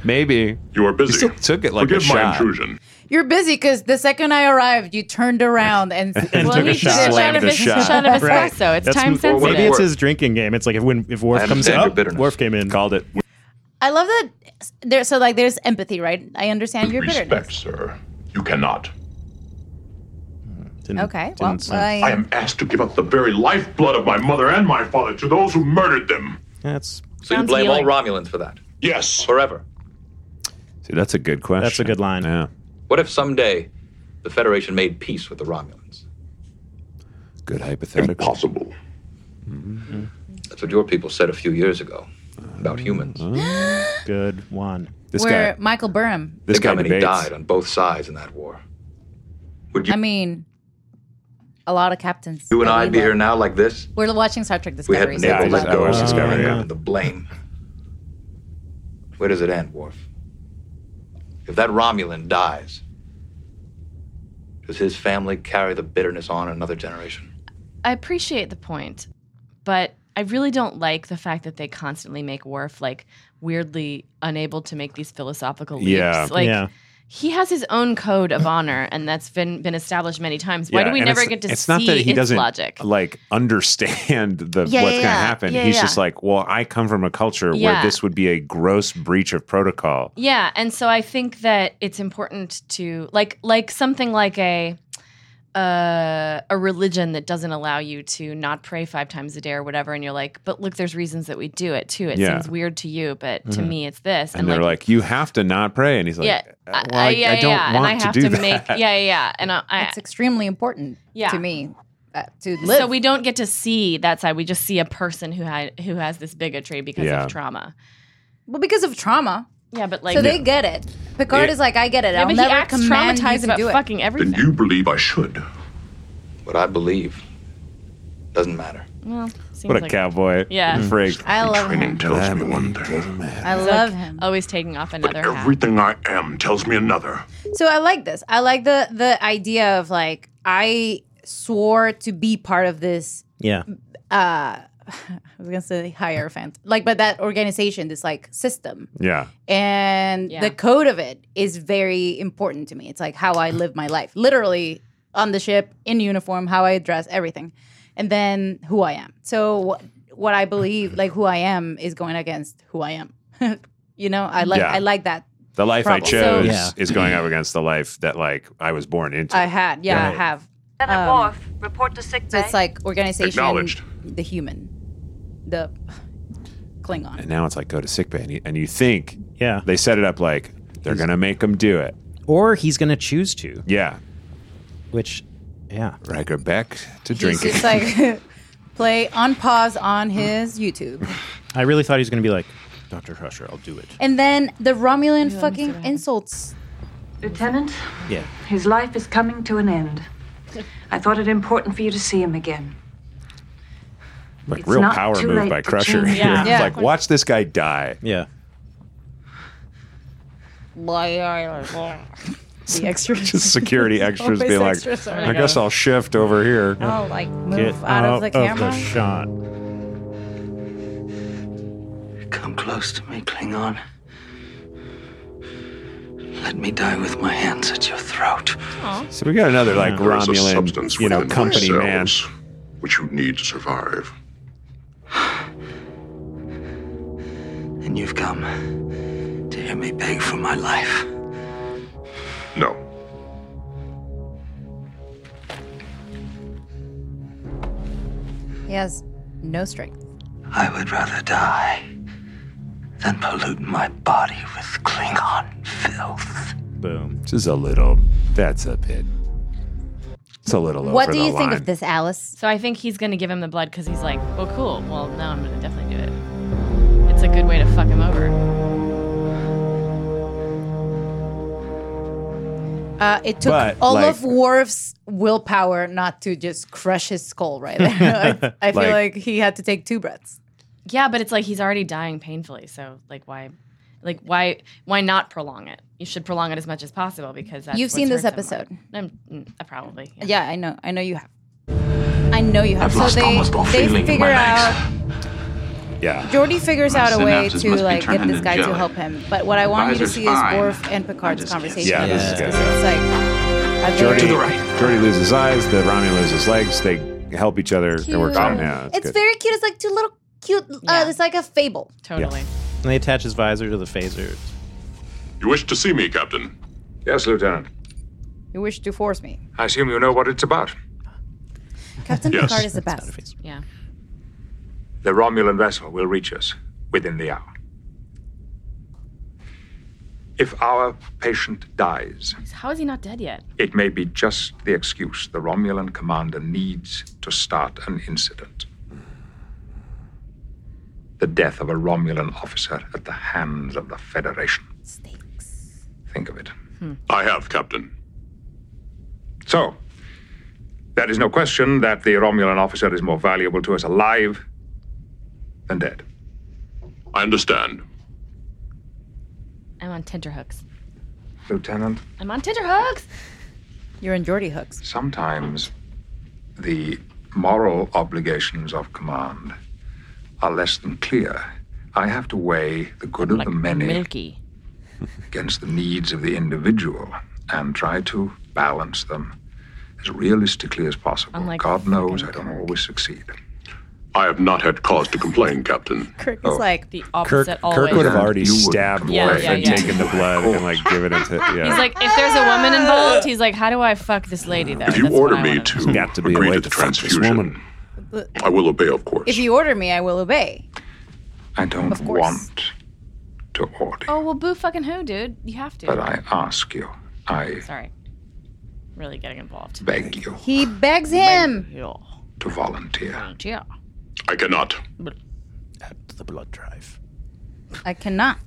[SPEAKER 4] Maybe you were busy. took it like
[SPEAKER 21] Forgive
[SPEAKER 4] a
[SPEAKER 21] my
[SPEAKER 4] shot.
[SPEAKER 21] intrusion.
[SPEAKER 2] You're busy because the second I arrived, you turned around and,
[SPEAKER 5] And took a shot.
[SPEAKER 4] Slammed a shot.
[SPEAKER 5] Right. That's- Maybe it's his drinking game. It's like if when if Worf comes
[SPEAKER 4] understand your
[SPEAKER 5] up, Worf came in,
[SPEAKER 4] called it.
[SPEAKER 2] I love that. There, so like, there's empathy, right? I understand your bitterness.
[SPEAKER 21] Respect, sir. You cannot.
[SPEAKER 2] Okay, well, didn't say. I-
[SPEAKER 21] am asked to give up the very lifeblood of my mother and my father to those who murdered them.
[SPEAKER 5] That's
[SPEAKER 12] So you blame all Romulans for that?
[SPEAKER 21] Yes.
[SPEAKER 12] Forever.
[SPEAKER 4] See, that's a good question. That's a good line. Yeah.
[SPEAKER 12] What if someday the Federation made peace with the Romulans?
[SPEAKER 4] Good hypothetical.
[SPEAKER 21] Impossible.
[SPEAKER 12] That's what your people said a few years ago about humans.
[SPEAKER 5] Good one.
[SPEAKER 2] Where Michael Burnham.
[SPEAKER 12] This
[SPEAKER 4] guy
[SPEAKER 12] how many
[SPEAKER 4] debates.
[SPEAKER 12] died on both sides in that war. Would you,
[SPEAKER 2] I mean, a lot of captains.
[SPEAKER 12] you and I be here now like this?
[SPEAKER 2] We're watching Star Trek
[SPEAKER 12] We
[SPEAKER 2] Discovery.
[SPEAKER 12] had
[SPEAKER 2] so
[SPEAKER 12] naval
[SPEAKER 2] it's
[SPEAKER 12] yeah,
[SPEAKER 2] like-
[SPEAKER 12] doors
[SPEAKER 4] Uh,
[SPEAKER 12] discovery
[SPEAKER 4] yeah.
[SPEAKER 12] and the blame. Where does it end, Worf? If that Romulan dies, does his family carry the bitterness on another generation?
[SPEAKER 1] I appreciate the point, but I really don't like the fact that they constantly make Worf like weirdly unable to make these philosophical leaps.
[SPEAKER 4] Yeah.
[SPEAKER 1] Like
[SPEAKER 4] Yeah.
[SPEAKER 1] he has his own code of honor and that's been been established many times. Why
[SPEAKER 4] Yeah,
[SPEAKER 1] do we
[SPEAKER 4] and
[SPEAKER 1] never
[SPEAKER 4] it's-
[SPEAKER 1] get to
[SPEAKER 4] it's
[SPEAKER 1] see
[SPEAKER 4] not that he
[SPEAKER 1] its
[SPEAKER 4] doesn't
[SPEAKER 1] logic?
[SPEAKER 4] like understand the what's
[SPEAKER 1] Yeah,
[SPEAKER 4] going to
[SPEAKER 1] yeah, yeah.
[SPEAKER 4] happen.
[SPEAKER 1] Yeah,
[SPEAKER 4] He's
[SPEAKER 1] yeah.
[SPEAKER 4] just like, well, I come from a culture
[SPEAKER 1] Yeah.
[SPEAKER 4] where this would be a gross breach of protocol.
[SPEAKER 1] Yeah, and so I think that it's important to like like something like a uh, a religion that doesn't allow you to not pray five times a day or whatever, and you're like, but look, there's reasons that we do it too. It
[SPEAKER 4] Yeah.
[SPEAKER 1] seems weird to you, but to
[SPEAKER 4] Mhm.
[SPEAKER 1] me, it's this.
[SPEAKER 4] And, they're like, you have to not pray. And he's like,
[SPEAKER 1] yeah,
[SPEAKER 4] "Uh, well, I, I don't
[SPEAKER 1] yeah,
[SPEAKER 4] want
[SPEAKER 1] and I have to,
[SPEAKER 4] to do that.
[SPEAKER 1] make, yeah, yeah, yeah, and I, I,
[SPEAKER 2] It's extremely important
[SPEAKER 1] Yeah.
[SPEAKER 2] to me uh, to live.
[SPEAKER 1] so we don't get to see that side. We just see a person who had who has this bigotry because
[SPEAKER 4] Yeah.
[SPEAKER 1] of trauma.
[SPEAKER 2] well, because of trauma.
[SPEAKER 1] Yeah, but like,
[SPEAKER 2] so they get it. Picard
[SPEAKER 1] It-
[SPEAKER 2] is like, I get it.
[SPEAKER 1] Yeah,
[SPEAKER 2] I'll
[SPEAKER 1] but he
[SPEAKER 2] never
[SPEAKER 1] acts
[SPEAKER 2] command you
[SPEAKER 1] traumatized
[SPEAKER 2] to
[SPEAKER 1] about
[SPEAKER 2] do it.
[SPEAKER 1] fucking everything.
[SPEAKER 21] You believe I should.
[SPEAKER 12] What I believe doesn't matter.
[SPEAKER 1] Well, seems
[SPEAKER 4] What a
[SPEAKER 1] like-
[SPEAKER 4] cowboy.
[SPEAKER 1] Yeah.
[SPEAKER 4] Freak.
[SPEAKER 1] I love
[SPEAKER 21] Training
[SPEAKER 1] him.
[SPEAKER 21] tells me one thing.
[SPEAKER 2] I love him.
[SPEAKER 1] Always taking off another hat.
[SPEAKER 21] Everything I am tells me another.
[SPEAKER 2] So I like this. I like the the idea of like I swore to be part of this.
[SPEAKER 5] yeah.
[SPEAKER 2] uh I was gonna say hierophant, like, but that organization, this like system,
[SPEAKER 4] Yeah.
[SPEAKER 2] and the code of it is very important to me. It's like how I live my life, literally on the ship in uniform, how I dress, everything, and then who I am. So what what I believe, like who I am, is going against who I am. you know, I like
[SPEAKER 4] Yeah.
[SPEAKER 2] I like that
[SPEAKER 4] The life
[SPEAKER 2] Probably.
[SPEAKER 4] I chose
[SPEAKER 2] So- Yeah.
[SPEAKER 4] is going up against the life that like I was born into.
[SPEAKER 2] I had, yeah, I
[SPEAKER 4] Right.
[SPEAKER 2] have.
[SPEAKER 11] Lieutenant
[SPEAKER 2] Um,
[SPEAKER 11] Worf, report to sick
[SPEAKER 2] So it's like organization,
[SPEAKER 4] Acknowledged.
[SPEAKER 2] the human, the Klingon.
[SPEAKER 4] and now it's like go to sickbay, and you, and you think
[SPEAKER 5] yeah
[SPEAKER 4] they set it up like they're gonna make him do it.
[SPEAKER 5] Or he's gonna choose to.
[SPEAKER 4] Yeah,
[SPEAKER 5] which yeah,
[SPEAKER 4] Riker back to
[SPEAKER 2] He's
[SPEAKER 4] drinking.
[SPEAKER 2] just like play on pause on his YouTube,
[SPEAKER 5] I really thought he was gonna be like, Doctor Crusher, I'll do it.
[SPEAKER 2] and then the Romulan fucking insults.
[SPEAKER 11] Lieutenant,
[SPEAKER 5] Yeah.
[SPEAKER 11] his life is coming to an end. I thought it important for you to see him again.
[SPEAKER 4] like
[SPEAKER 11] It's
[SPEAKER 4] real
[SPEAKER 11] not
[SPEAKER 4] power
[SPEAKER 11] too
[SPEAKER 4] move
[SPEAKER 11] late
[SPEAKER 4] by
[SPEAKER 11] to
[SPEAKER 4] Crusher.
[SPEAKER 11] change. Yeah.
[SPEAKER 4] It's
[SPEAKER 11] Yeah.
[SPEAKER 4] like watch this guy die.
[SPEAKER 5] Yeah.
[SPEAKER 2] the extras.
[SPEAKER 4] Just security extras
[SPEAKER 2] Always
[SPEAKER 4] be like,
[SPEAKER 2] extras are-
[SPEAKER 4] I guess I'll shift over here.
[SPEAKER 2] I'll, like, move Get out of the out of the camera.
[SPEAKER 5] shot.
[SPEAKER 12] Come close to me, Klingon. Let me die with my hands at your throat.
[SPEAKER 4] So we got another like
[SPEAKER 22] There is a
[SPEAKER 4] Romulan,
[SPEAKER 22] substance
[SPEAKER 4] you know,
[SPEAKER 22] within
[SPEAKER 4] company man.
[SPEAKER 22] yourselves Which you need to survive.
[SPEAKER 12] And you've come to hear me beg for my life.
[SPEAKER 22] No.
[SPEAKER 2] He has no strength.
[SPEAKER 12] I would rather die than pollute my body with Klingon filth.
[SPEAKER 5] Boom.
[SPEAKER 4] This is a little. That's a bit. It's a little.
[SPEAKER 2] what
[SPEAKER 4] over
[SPEAKER 2] do
[SPEAKER 4] the
[SPEAKER 2] you think
[SPEAKER 4] line.
[SPEAKER 2] of this, Alice?
[SPEAKER 1] So I think he's gonna give him the blood because he's like, well, cool. Well, no, I'm gonna definitely do it. It's a good way to fuck him over.
[SPEAKER 2] Uh, it took
[SPEAKER 4] But,
[SPEAKER 2] all
[SPEAKER 4] like-
[SPEAKER 2] of Worf's willpower not to just crush his skull right there. I, I feel like
[SPEAKER 4] Like-
[SPEAKER 2] he had to take two breaths.
[SPEAKER 1] Yeah, but it's like he's already dying painfully. So like, why, like why, why not prolong it? You should prolong it as much as possible because that's
[SPEAKER 2] You've
[SPEAKER 1] what's
[SPEAKER 2] seen this
[SPEAKER 1] hurt someone.
[SPEAKER 2] episode.
[SPEAKER 1] I'm, mm, uh, probably. yeah.
[SPEAKER 2] Yeah. I know. I know you have. I know you have.
[SPEAKER 12] I've lost
[SPEAKER 2] so they,
[SPEAKER 12] almost all
[SPEAKER 2] they
[SPEAKER 12] feeling in
[SPEAKER 2] figure
[SPEAKER 12] my legs.
[SPEAKER 2] out.
[SPEAKER 4] Yeah.
[SPEAKER 2] Jordy figures
[SPEAKER 12] My
[SPEAKER 2] out a way
[SPEAKER 12] synapses
[SPEAKER 2] to
[SPEAKER 12] must be
[SPEAKER 2] like
[SPEAKER 12] turned
[SPEAKER 2] get this
[SPEAKER 12] into
[SPEAKER 2] guy to
[SPEAKER 12] jelly.
[SPEAKER 2] help him. But what I want you to
[SPEAKER 12] Advisor's
[SPEAKER 2] see
[SPEAKER 12] fine.
[SPEAKER 2] is Worf and Picard's conversation.
[SPEAKER 4] Yeah, this is good.
[SPEAKER 2] It's like I've
[SPEAKER 4] Jordy,
[SPEAKER 2] already-
[SPEAKER 4] Jordy loses eyes. The Romulan loses legs. They help each other. They work out.
[SPEAKER 2] Cute.
[SPEAKER 4] Yeah, it's,
[SPEAKER 2] It's
[SPEAKER 4] good.
[SPEAKER 2] very cute. It's like two little cute. Uh, it's like a fable.
[SPEAKER 1] Totally.
[SPEAKER 5] And they attach his visor to the phaser.
[SPEAKER 22] You wish to see me, Captain?
[SPEAKER 21] Yes, Lieutenant.
[SPEAKER 2] You wish to force me,
[SPEAKER 21] I assume you know what it's about.
[SPEAKER 2] Captain
[SPEAKER 21] Yes.
[SPEAKER 2] Picard is the best.
[SPEAKER 1] Yeah.
[SPEAKER 21] The Romulan vessel will reach us within the hour. If our patient dies,
[SPEAKER 1] How is he not dead yet?
[SPEAKER 21] it may be just the excuse the Romulan commander needs to start an incident. The death of a Romulan officer at the hands of the Federation. Stakes. Think of it.
[SPEAKER 22] I have, Captain.
[SPEAKER 21] So, there is no question that the Romulan officer is more valuable to us alive than dead.
[SPEAKER 22] I understand.
[SPEAKER 1] I'm on tenterhooks.
[SPEAKER 21] Lieutenant,
[SPEAKER 1] I'm on tenterhooks.
[SPEAKER 2] You're in Jordy hooks.
[SPEAKER 21] sometimes the moral obligations of command are less than clear. I have to weigh the good of the many
[SPEAKER 1] Milky.
[SPEAKER 21] against the needs of the individual and try to balance them as realistically as possible.
[SPEAKER 22] Unlike
[SPEAKER 21] God knows I don't always succeed.
[SPEAKER 22] I have not had cause to complain, Captain.
[SPEAKER 2] Kirk
[SPEAKER 21] Oh.
[SPEAKER 2] is like
[SPEAKER 1] the
[SPEAKER 4] Kirk, Kirk would have already stabbed
[SPEAKER 1] Yeah,
[SPEAKER 4] Worf
[SPEAKER 1] yeah,
[SPEAKER 4] and
[SPEAKER 1] yeah.
[SPEAKER 4] taken the blood and like given it to. Yeah.
[SPEAKER 1] He's like, if there's a woman involved, he's like, how do I fuck this lady though?
[SPEAKER 22] If you order me to, agree to the
[SPEAKER 4] transfusion,
[SPEAKER 22] I will obey, of course.
[SPEAKER 2] If you order me, I will obey.
[SPEAKER 21] I don't want to order,
[SPEAKER 1] Oh well, boo fucking who, dude? You have to.
[SPEAKER 21] but I ask you, I
[SPEAKER 1] Sorry, really getting involved.
[SPEAKER 21] beg you
[SPEAKER 2] He begs him.
[SPEAKER 21] to volunteer.
[SPEAKER 1] Yeah.
[SPEAKER 22] I cannot.
[SPEAKER 5] The blood drive.
[SPEAKER 2] I cannot.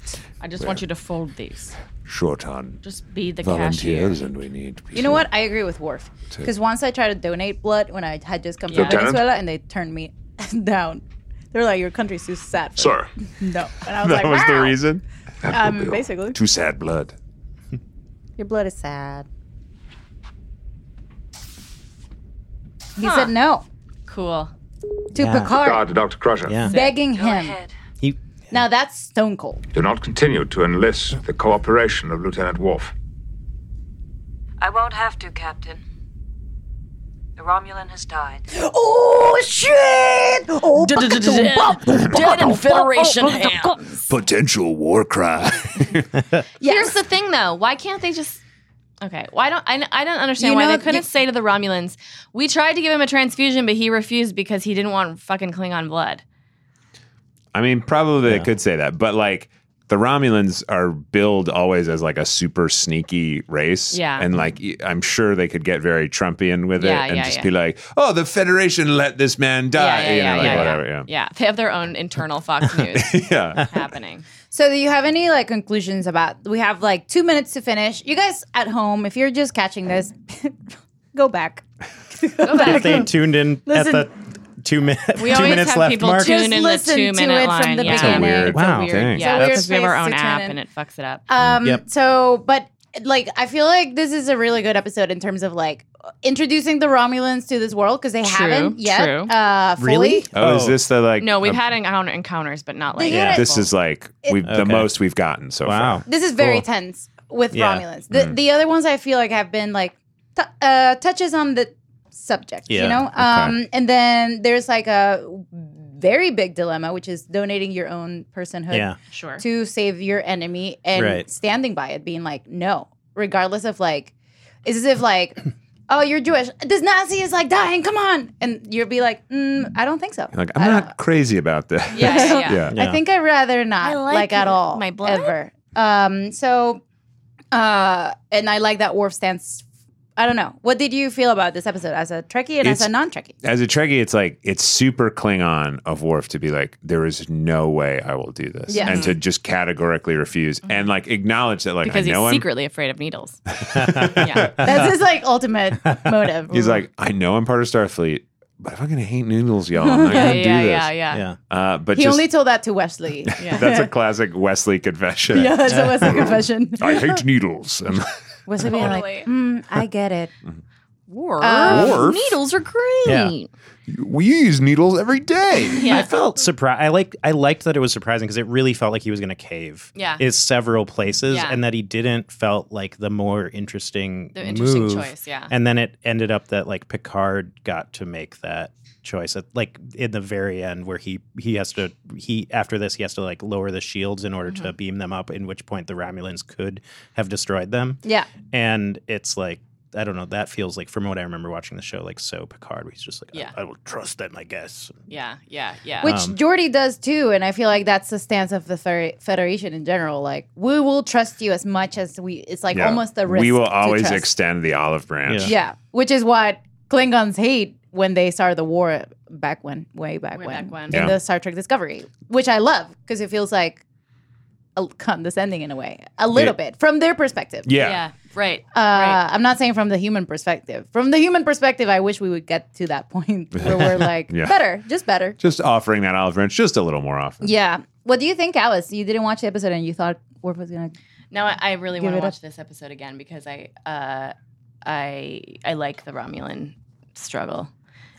[SPEAKER 1] I just want you to fold these.
[SPEAKER 4] Short on
[SPEAKER 1] Just be the
[SPEAKER 4] volunteers,
[SPEAKER 1] cashier.
[SPEAKER 4] and we need.
[SPEAKER 2] You know what? I agree with Worf.
[SPEAKER 4] Two.
[SPEAKER 2] Because once I tried to donate blood when I had just come
[SPEAKER 4] Yeah.
[SPEAKER 2] from
[SPEAKER 4] Lieutenant?
[SPEAKER 2] Venezuela and they turned me down. They were like, your country's too sad. for
[SPEAKER 4] Sir.
[SPEAKER 2] that." No. And I was
[SPEAKER 4] that
[SPEAKER 2] like,
[SPEAKER 4] was the
[SPEAKER 2] "Wow."
[SPEAKER 4] reason.
[SPEAKER 2] Um, basically,
[SPEAKER 4] Too sad blood.
[SPEAKER 2] your blood is sad. He
[SPEAKER 1] Huh.
[SPEAKER 2] said no
[SPEAKER 1] Cool.
[SPEAKER 2] to
[SPEAKER 21] Yeah.
[SPEAKER 2] Picard,
[SPEAKER 21] Picard, Dr. Crusher.
[SPEAKER 2] begging him.
[SPEAKER 5] He.
[SPEAKER 2] Now that's stone cold.
[SPEAKER 21] Do not continue to enlist the cooperation of Lieutenant Worf.
[SPEAKER 11] I won't have to, Captain. The Romulan has died.
[SPEAKER 12] Oh shit! Oh,
[SPEAKER 1] Dead in Federation
[SPEAKER 2] Oh,
[SPEAKER 1] hands.
[SPEAKER 21] Potential war cry.
[SPEAKER 1] Here's the thing, though. Why can't they just? Okay. Why don't I? I don't understand
[SPEAKER 23] You
[SPEAKER 1] why
[SPEAKER 23] know,
[SPEAKER 1] they couldn't
[SPEAKER 23] you-
[SPEAKER 1] say to the Romulans, "We tried to give him a transfusion, but he refused because he didn't want fucking Klingon blood."
[SPEAKER 4] I mean, probably they could say that, but like the Romulans are billed always as like a super sneaky race.
[SPEAKER 21] Yeah.
[SPEAKER 4] And like, y- I'm sure they could get very Trumpian with
[SPEAKER 1] Yeah,
[SPEAKER 4] it and
[SPEAKER 1] yeah,
[SPEAKER 4] just
[SPEAKER 1] yeah.
[SPEAKER 4] be like, oh, the Federation let this man die.
[SPEAKER 1] yeah,
[SPEAKER 4] Uh, you
[SPEAKER 1] yeah,
[SPEAKER 4] know, like
[SPEAKER 1] yeah,
[SPEAKER 4] whatever.
[SPEAKER 1] yeah.
[SPEAKER 4] Yeah.
[SPEAKER 1] they have their own internal Fox News Uh, happening.
[SPEAKER 2] So, do you have any like conclusions about? We have like two minutes to finish. You guys at home, if you're just catching this, go back. go
[SPEAKER 5] if they tuned in
[SPEAKER 2] Listen.
[SPEAKER 5] at the two minutes,
[SPEAKER 2] We
[SPEAKER 5] two
[SPEAKER 2] always
[SPEAKER 5] minutes
[SPEAKER 2] have
[SPEAKER 5] left
[SPEAKER 2] people
[SPEAKER 5] mark.
[SPEAKER 2] tune Just in the listen two to minute it from line, the yeah. It's a beginning. weird
[SPEAKER 5] wow, thanks.
[SPEAKER 1] Yeah,
[SPEAKER 2] That's-
[SPEAKER 1] because we have our
[SPEAKER 2] Space
[SPEAKER 1] own
[SPEAKER 2] to tune
[SPEAKER 1] app
[SPEAKER 2] in.
[SPEAKER 1] and it fucks it up.
[SPEAKER 2] Um.
[SPEAKER 5] Yep.
[SPEAKER 2] So, but like, I feel like this is a really good episode in terms of like introducing the Romulans to this world because they
[SPEAKER 1] True,
[SPEAKER 2] haven't yet
[SPEAKER 1] true.
[SPEAKER 2] uh, fully.
[SPEAKER 4] Oh, is this the like?
[SPEAKER 1] no, we've
[SPEAKER 4] a-
[SPEAKER 1] had encounter- encounters, but not like
[SPEAKER 4] This is like we've
[SPEAKER 5] Okay.
[SPEAKER 4] the most we've gotten so far.
[SPEAKER 2] This is very tense with
[SPEAKER 4] Yeah.
[SPEAKER 2] Romulans. The
[SPEAKER 24] Mm.
[SPEAKER 2] the other ones I feel like have been like t- uh, touches on the subject,
[SPEAKER 24] Yeah,
[SPEAKER 2] you know.
[SPEAKER 24] okay.
[SPEAKER 2] Um, and then there's like a very big dilemma, which is donating your own personhood,
[SPEAKER 24] Yeah. Sure.
[SPEAKER 2] to save your enemy and
[SPEAKER 24] Right.
[SPEAKER 2] standing by it, being like no, regardless of like, is as if like. Oh, you're Jewish. This Nazi is like dying. Come on, and you'll be like, mm, I don't think so.
[SPEAKER 4] Like, I'm
[SPEAKER 1] Uh,
[SPEAKER 4] not crazy about this.
[SPEAKER 2] I think I'd rather not, like, at all, my blood ever. Um, so, uh, and I like that Worf stance. I don't know. What did you feel about this episode as a Trekkie and as
[SPEAKER 4] It's-
[SPEAKER 2] a non-Trekkie?
[SPEAKER 4] as a Trekkie, it's like it's super Klingon of Worf to be like, there is no way I will do this,
[SPEAKER 1] Yes.
[SPEAKER 4] and to just categorically refuse
[SPEAKER 2] Mm-hmm.
[SPEAKER 4] and like acknowledge that like
[SPEAKER 1] because
[SPEAKER 4] I know
[SPEAKER 1] he's
[SPEAKER 4] I'm
[SPEAKER 1] secretly afraid of needles.
[SPEAKER 2] That's his like Mm. ultimate motive.
[SPEAKER 4] He's like, I know I'm part of Starfleet, but I fucking hate noodles, y'all. I'm not
[SPEAKER 2] Yeah,
[SPEAKER 4] gonna do
[SPEAKER 2] yeah,
[SPEAKER 4] this.
[SPEAKER 2] yeah, yeah.
[SPEAKER 4] Uh, but
[SPEAKER 2] he
[SPEAKER 4] just,
[SPEAKER 2] only told that to Wesley. Yeah,
[SPEAKER 4] that's a classic Wesley confession.
[SPEAKER 2] yeah, that's a Wesley confession.
[SPEAKER 4] I hate needles. And
[SPEAKER 2] Wesley being like, mm, I get it.
[SPEAKER 1] Worf,
[SPEAKER 2] Um,
[SPEAKER 4] Mm-hmm. Worf?
[SPEAKER 1] needles are green.
[SPEAKER 5] Yeah.
[SPEAKER 4] We use needles every day.
[SPEAKER 5] I felt surprised. I like. I liked that it was surprising because it really felt like he was going to cave.
[SPEAKER 1] Yeah.
[SPEAKER 5] in several places,
[SPEAKER 1] Yeah.
[SPEAKER 5] and that he didn't felt like the more interesting,
[SPEAKER 1] The interesting
[SPEAKER 5] move.
[SPEAKER 1] choice, yeah.
[SPEAKER 5] And then it ended up that like Picard got to make that choice at like in the very end where he he has to he after this he has to like lower the shields in order
[SPEAKER 1] Mm-hmm.
[SPEAKER 5] to beam them up. In which point the Romulans could have destroyed them.
[SPEAKER 2] Yeah.
[SPEAKER 5] and it's like. I don't know. That feels like, from what I remember watching the show, like so Picard. where He's just like,
[SPEAKER 1] Yeah.
[SPEAKER 5] I, I will trust them, I guess.
[SPEAKER 1] Yeah, yeah, yeah.
[SPEAKER 2] Which
[SPEAKER 5] Um,
[SPEAKER 2] Jordy does too, and I feel like that's the stance of the fer- Federation in general. Like, we will trust you as much as we. It's like
[SPEAKER 4] Yeah.
[SPEAKER 2] almost a risk.
[SPEAKER 4] We will
[SPEAKER 2] to
[SPEAKER 4] always
[SPEAKER 2] trust.
[SPEAKER 4] extend the olive branch.
[SPEAKER 2] Yeah. which is what Klingons hate when they started the war back when, way back when,
[SPEAKER 1] back when.
[SPEAKER 2] in
[SPEAKER 4] Yeah.
[SPEAKER 2] the Star Trek Discovery, which I love because it feels like a, condescending in a way, a little
[SPEAKER 1] Yeah.
[SPEAKER 2] bit from their perspective.
[SPEAKER 1] yeah, right.
[SPEAKER 2] Uh, I'm not saying from the human perspective. From the human perspective, I wish we would get to that point where we're like
[SPEAKER 4] Yeah.
[SPEAKER 2] better, just better.
[SPEAKER 4] Just offering that olive branch just a little more often.
[SPEAKER 2] Yeah. What do you think, Alice? You didn't watch the episode and you thought Worf was gonna.
[SPEAKER 1] Now I, I really
[SPEAKER 2] Give
[SPEAKER 1] want
[SPEAKER 2] it
[SPEAKER 1] to
[SPEAKER 2] up.
[SPEAKER 1] watch this episode again because I, uh, I, I like the Romulan struggle,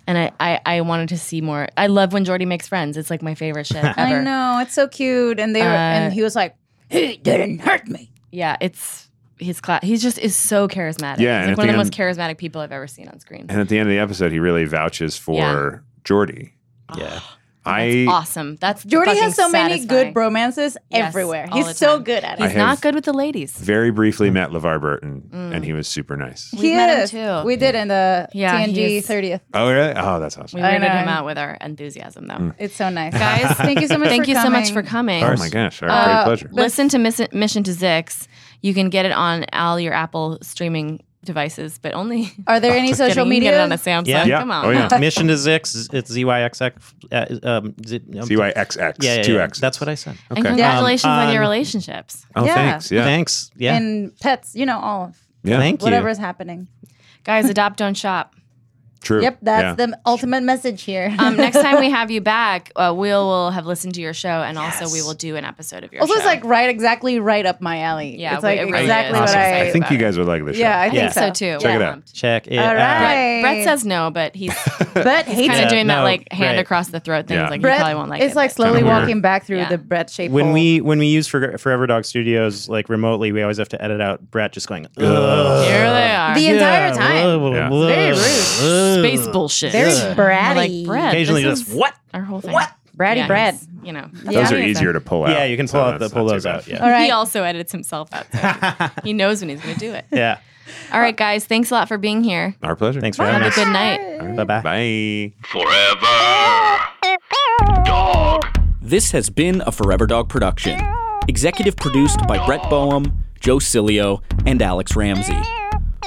[SPEAKER 1] and I, I, I wanted to see more. I love when Jordy makes friends. It's like my favorite shit ever.
[SPEAKER 2] I know it's so cute, and they were,
[SPEAKER 1] Uh,
[SPEAKER 2] and he was like, "He didn't hurt me."
[SPEAKER 1] Yeah, it's his class. He's just is so charismatic.
[SPEAKER 4] Yeah,
[SPEAKER 1] He's,
[SPEAKER 4] and
[SPEAKER 1] like one
[SPEAKER 4] at
[SPEAKER 1] of
[SPEAKER 4] the
[SPEAKER 1] the most charismatic people I've ever seen on screen.
[SPEAKER 4] And at the end of the episode, he really vouches for Geordie.
[SPEAKER 2] Ah,
[SPEAKER 5] Yeah.
[SPEAKER 4] I
[SPEAKER 1] awesome. That's
[SPEAKER 2] Jordy
[SPEAKER 1] fucking
[SPEAKER 2] has so many
[SPEAKER 1] satisfying.
[SPEAKER 2] good bromances
[SPEAKER 1] Yes,
[SPEAKER 2] everywhere.
[SPEAKER 1] all the
[SPEAKER 2] He's so
[SPEAKER 1] time.
[SPEAKER 2] good at it.
[SPEAKER 4] I
[SPEAKER 1] He's not
[SPEAKER 4] have-
[SPEAKER 1] good with the ladies.
[SPEAKER 4] very
[SPEAKER 5] Mm.
[SPEAKER 4] briefly met LeVar Burton,
[SPEAKER 1] Mm.
[SPEAKER 4] and he was super nice.
[SPEAKER 1] We've
[SPEAKER 2] he
[SPEAKER 1] met him
[SPEAKER 2] is.
[SPEAKER 1] too.
[SPEAKER 2] We did in the
[SPEAKER 1] Yeah, he
[SPEAKER 2] TNG
[SPEAKER 1] is-
[SPEAKER 2] thirtieth.
[SPEAKER 4] Oh, really? Oh, that's awesome.
[SPEAKER 1] We
[SPEAKER 2] I
[SPEAKER 1] weirded him
[SPEAKER 2] know.
[SPEAKER 1] out with our enthusiasm, though.
[SPEAKER 4] Mm.
[SPEAKER 2] It's so nice,
[SPEAKER 1] Guys,
[SPEAKER 2] thank you so much.
[SPEAKER 1] Thank
[SPEAKER 2] for
[SPEAKER 1] you so
[SPEAKER 2] coming.
[SPEAKER 1] much for coming.
[SPEAKER 4] Oh my gosh, our
[SPEAKER 1] Uh,
[SPEAKER 4] great pleasure.
[SPEAKER 1] Listen to Miss- Mission to Zix. You can get it on all your Apple streaming devices, but only.
[SPEAKER 2] Are there any
[SPEAKER 1] Just
[SPEAKER 2] social
[SPEAKER 1] kidding. You
[SPEAKER 2] media?
[SPEAKER 1] can get it on a Samsung. Come
[SPEAKER 4] Oh,
[SPEAKER 1] on.
[SPEAKER 5] Mission to Zix. It's ZYXX. Uh, um, Z, um,
[SPEAKER 4] ZYXX,
[SPEAKER 5] Yeah, yeah,
[SPEAKER 4] two
[SPEAKER 5] yeah.
[SPEAKER 4] Xs.
[SPEAKER 5] That's what I said. Um,
[SPEAKER 1] And congratulations on your relationships.
[SPEAKER 4] Um, Oh, thanks. Yeah.
[SPEAKER 5] Thanks. Yeah.
[SPEAKER 2] And pets, you know, all of
[SPEAKER 4] Yeah.
[SPEAKER 5] Thank you.
[SPEAKER 2] whatever is happening.
[SPEAKER 1] Guys, adopt, don't shop.
[SPEAKER 4] True.
[SPEAKER 2] Yep, that's the ultimate message here.
[SPEAKER 1] Um, next time we have you back, uh, we'll will have listened to your show, and also we will do an episode of your
[SPEAKER 2] also,
[SPEAKER 1] show.
[SPEAKER 2] Oh, it's like right, exactly right up my alley.
[SPEAKER 1] Yeah,
[SPEAKER 2] it's like
[SPEAKER 1] it really
[SPEAKER 2] exactly
[SPEAKER 1] is.
[SPEAKER 2] what
[SPEAKER 1] Awesome.
[SPEAKER 2] I.
[SPEAKER 4] I think you guys would like this.
[SPEAKER 2] Yeah, I
[SPEAKER 4] show.
[SPEAKER 2] think so.
[SPEAKER 1] too.
[SPEAKER 4] Check it out.
[SPEAKER 5] Check it
[SPEAKER 2] All
[SPEAKER 5] out.
[SPEAKER 2] right.
[SPEAKER 1] Brett says no, but he's,
[SPEAKER 2] Brett
[SPEAKER 1] he's
[SPEAKER 2] hates
[SPEAKER 1] kind of
[SPEAKER 5] it.
[SPEAKER 1] doing
[SPEAKER 5] No,
[SPEAKER 1] that like hand
[SPEAKER 5] right.
[SPEAKER 1] across the throat thing.
[SPEAKER 5] Yeah.
[SPEAKER 1] He's like,
[SPEAKER 2] Brett
[SPEAKER 1] you probably won't like
[SPEAKER 2] it's
[SPEAKER 1] it.
[SPEAKER 2] like
[SPEAKER 1] but-
[SPEAKER 2] slowly
[SPEAKER 5] Kinda weird.
[SPEAKER 2] walking back through the Brett shape.
[SPEAKER 5] When
[SPEAKER 2] hole.
[SPEAKER 5] we when we use For- Forever Dog Studios like remotely, we always have to edit out Brett just going. Ugh.
[SPEAKER 1] Here they are.
[SPEAKER 2] The entire time.
[SPEAKER 5] Blah, blah, blah,
[SPEAKER 2] It's very
[SPEAKER 5] blah,
[SPEAKER 2] rude.
[SPEAKER 1] space bullshit.
[SPEAKER 2] Very
[SPEAKER 1] We're
[SPEAKER 2] bratty.
[SPEAKER 1] Like, Brad,
[SPEAKER 5] Occasionally
[SPEAKER 1] this
[SPEAKER 5] just,
[SPEAKER 1] is
[SPEAKER 5] "What?
[SPEAKER 1] Our whole thing.
[SPEAKER 2] What? Bratty
[SPEAKER 1] yeah,
[SPEAKER 2] Brad.
[SPEAKER 1] he's, You know.
[SPEAKER 4] Those are easier to pull out.
[SPEAKER 5] Yeah, you can pull out the- pull those out, yeah. All
[SPEAKER 1] He
[SPEAKER 5] right.
[SPEAKER 1] also edits himself out. so he knows when he's going to do it.
[SPEAKER 5] Yeah.
[SPEAKER 1] All right, guys. Thanks a lot for being here.
[SPEAKER 4] Our pleasure.
[SPEAKER 5] Thanks for
[SPEAKER 1] Have
[SPEAKER 5] having
[SPEAKER 1] a
[SPEAKER 5] us.
[SPEAKER 1] good night.
[SPEAKER 5] Bye bye.
[SPEAKER 4] Bye.
[SPEAKER 9] Forever Dog. This has been a Forever Dog production. Executive produced by Brett Boehm, Joe Cilio, and Alex Ramsey.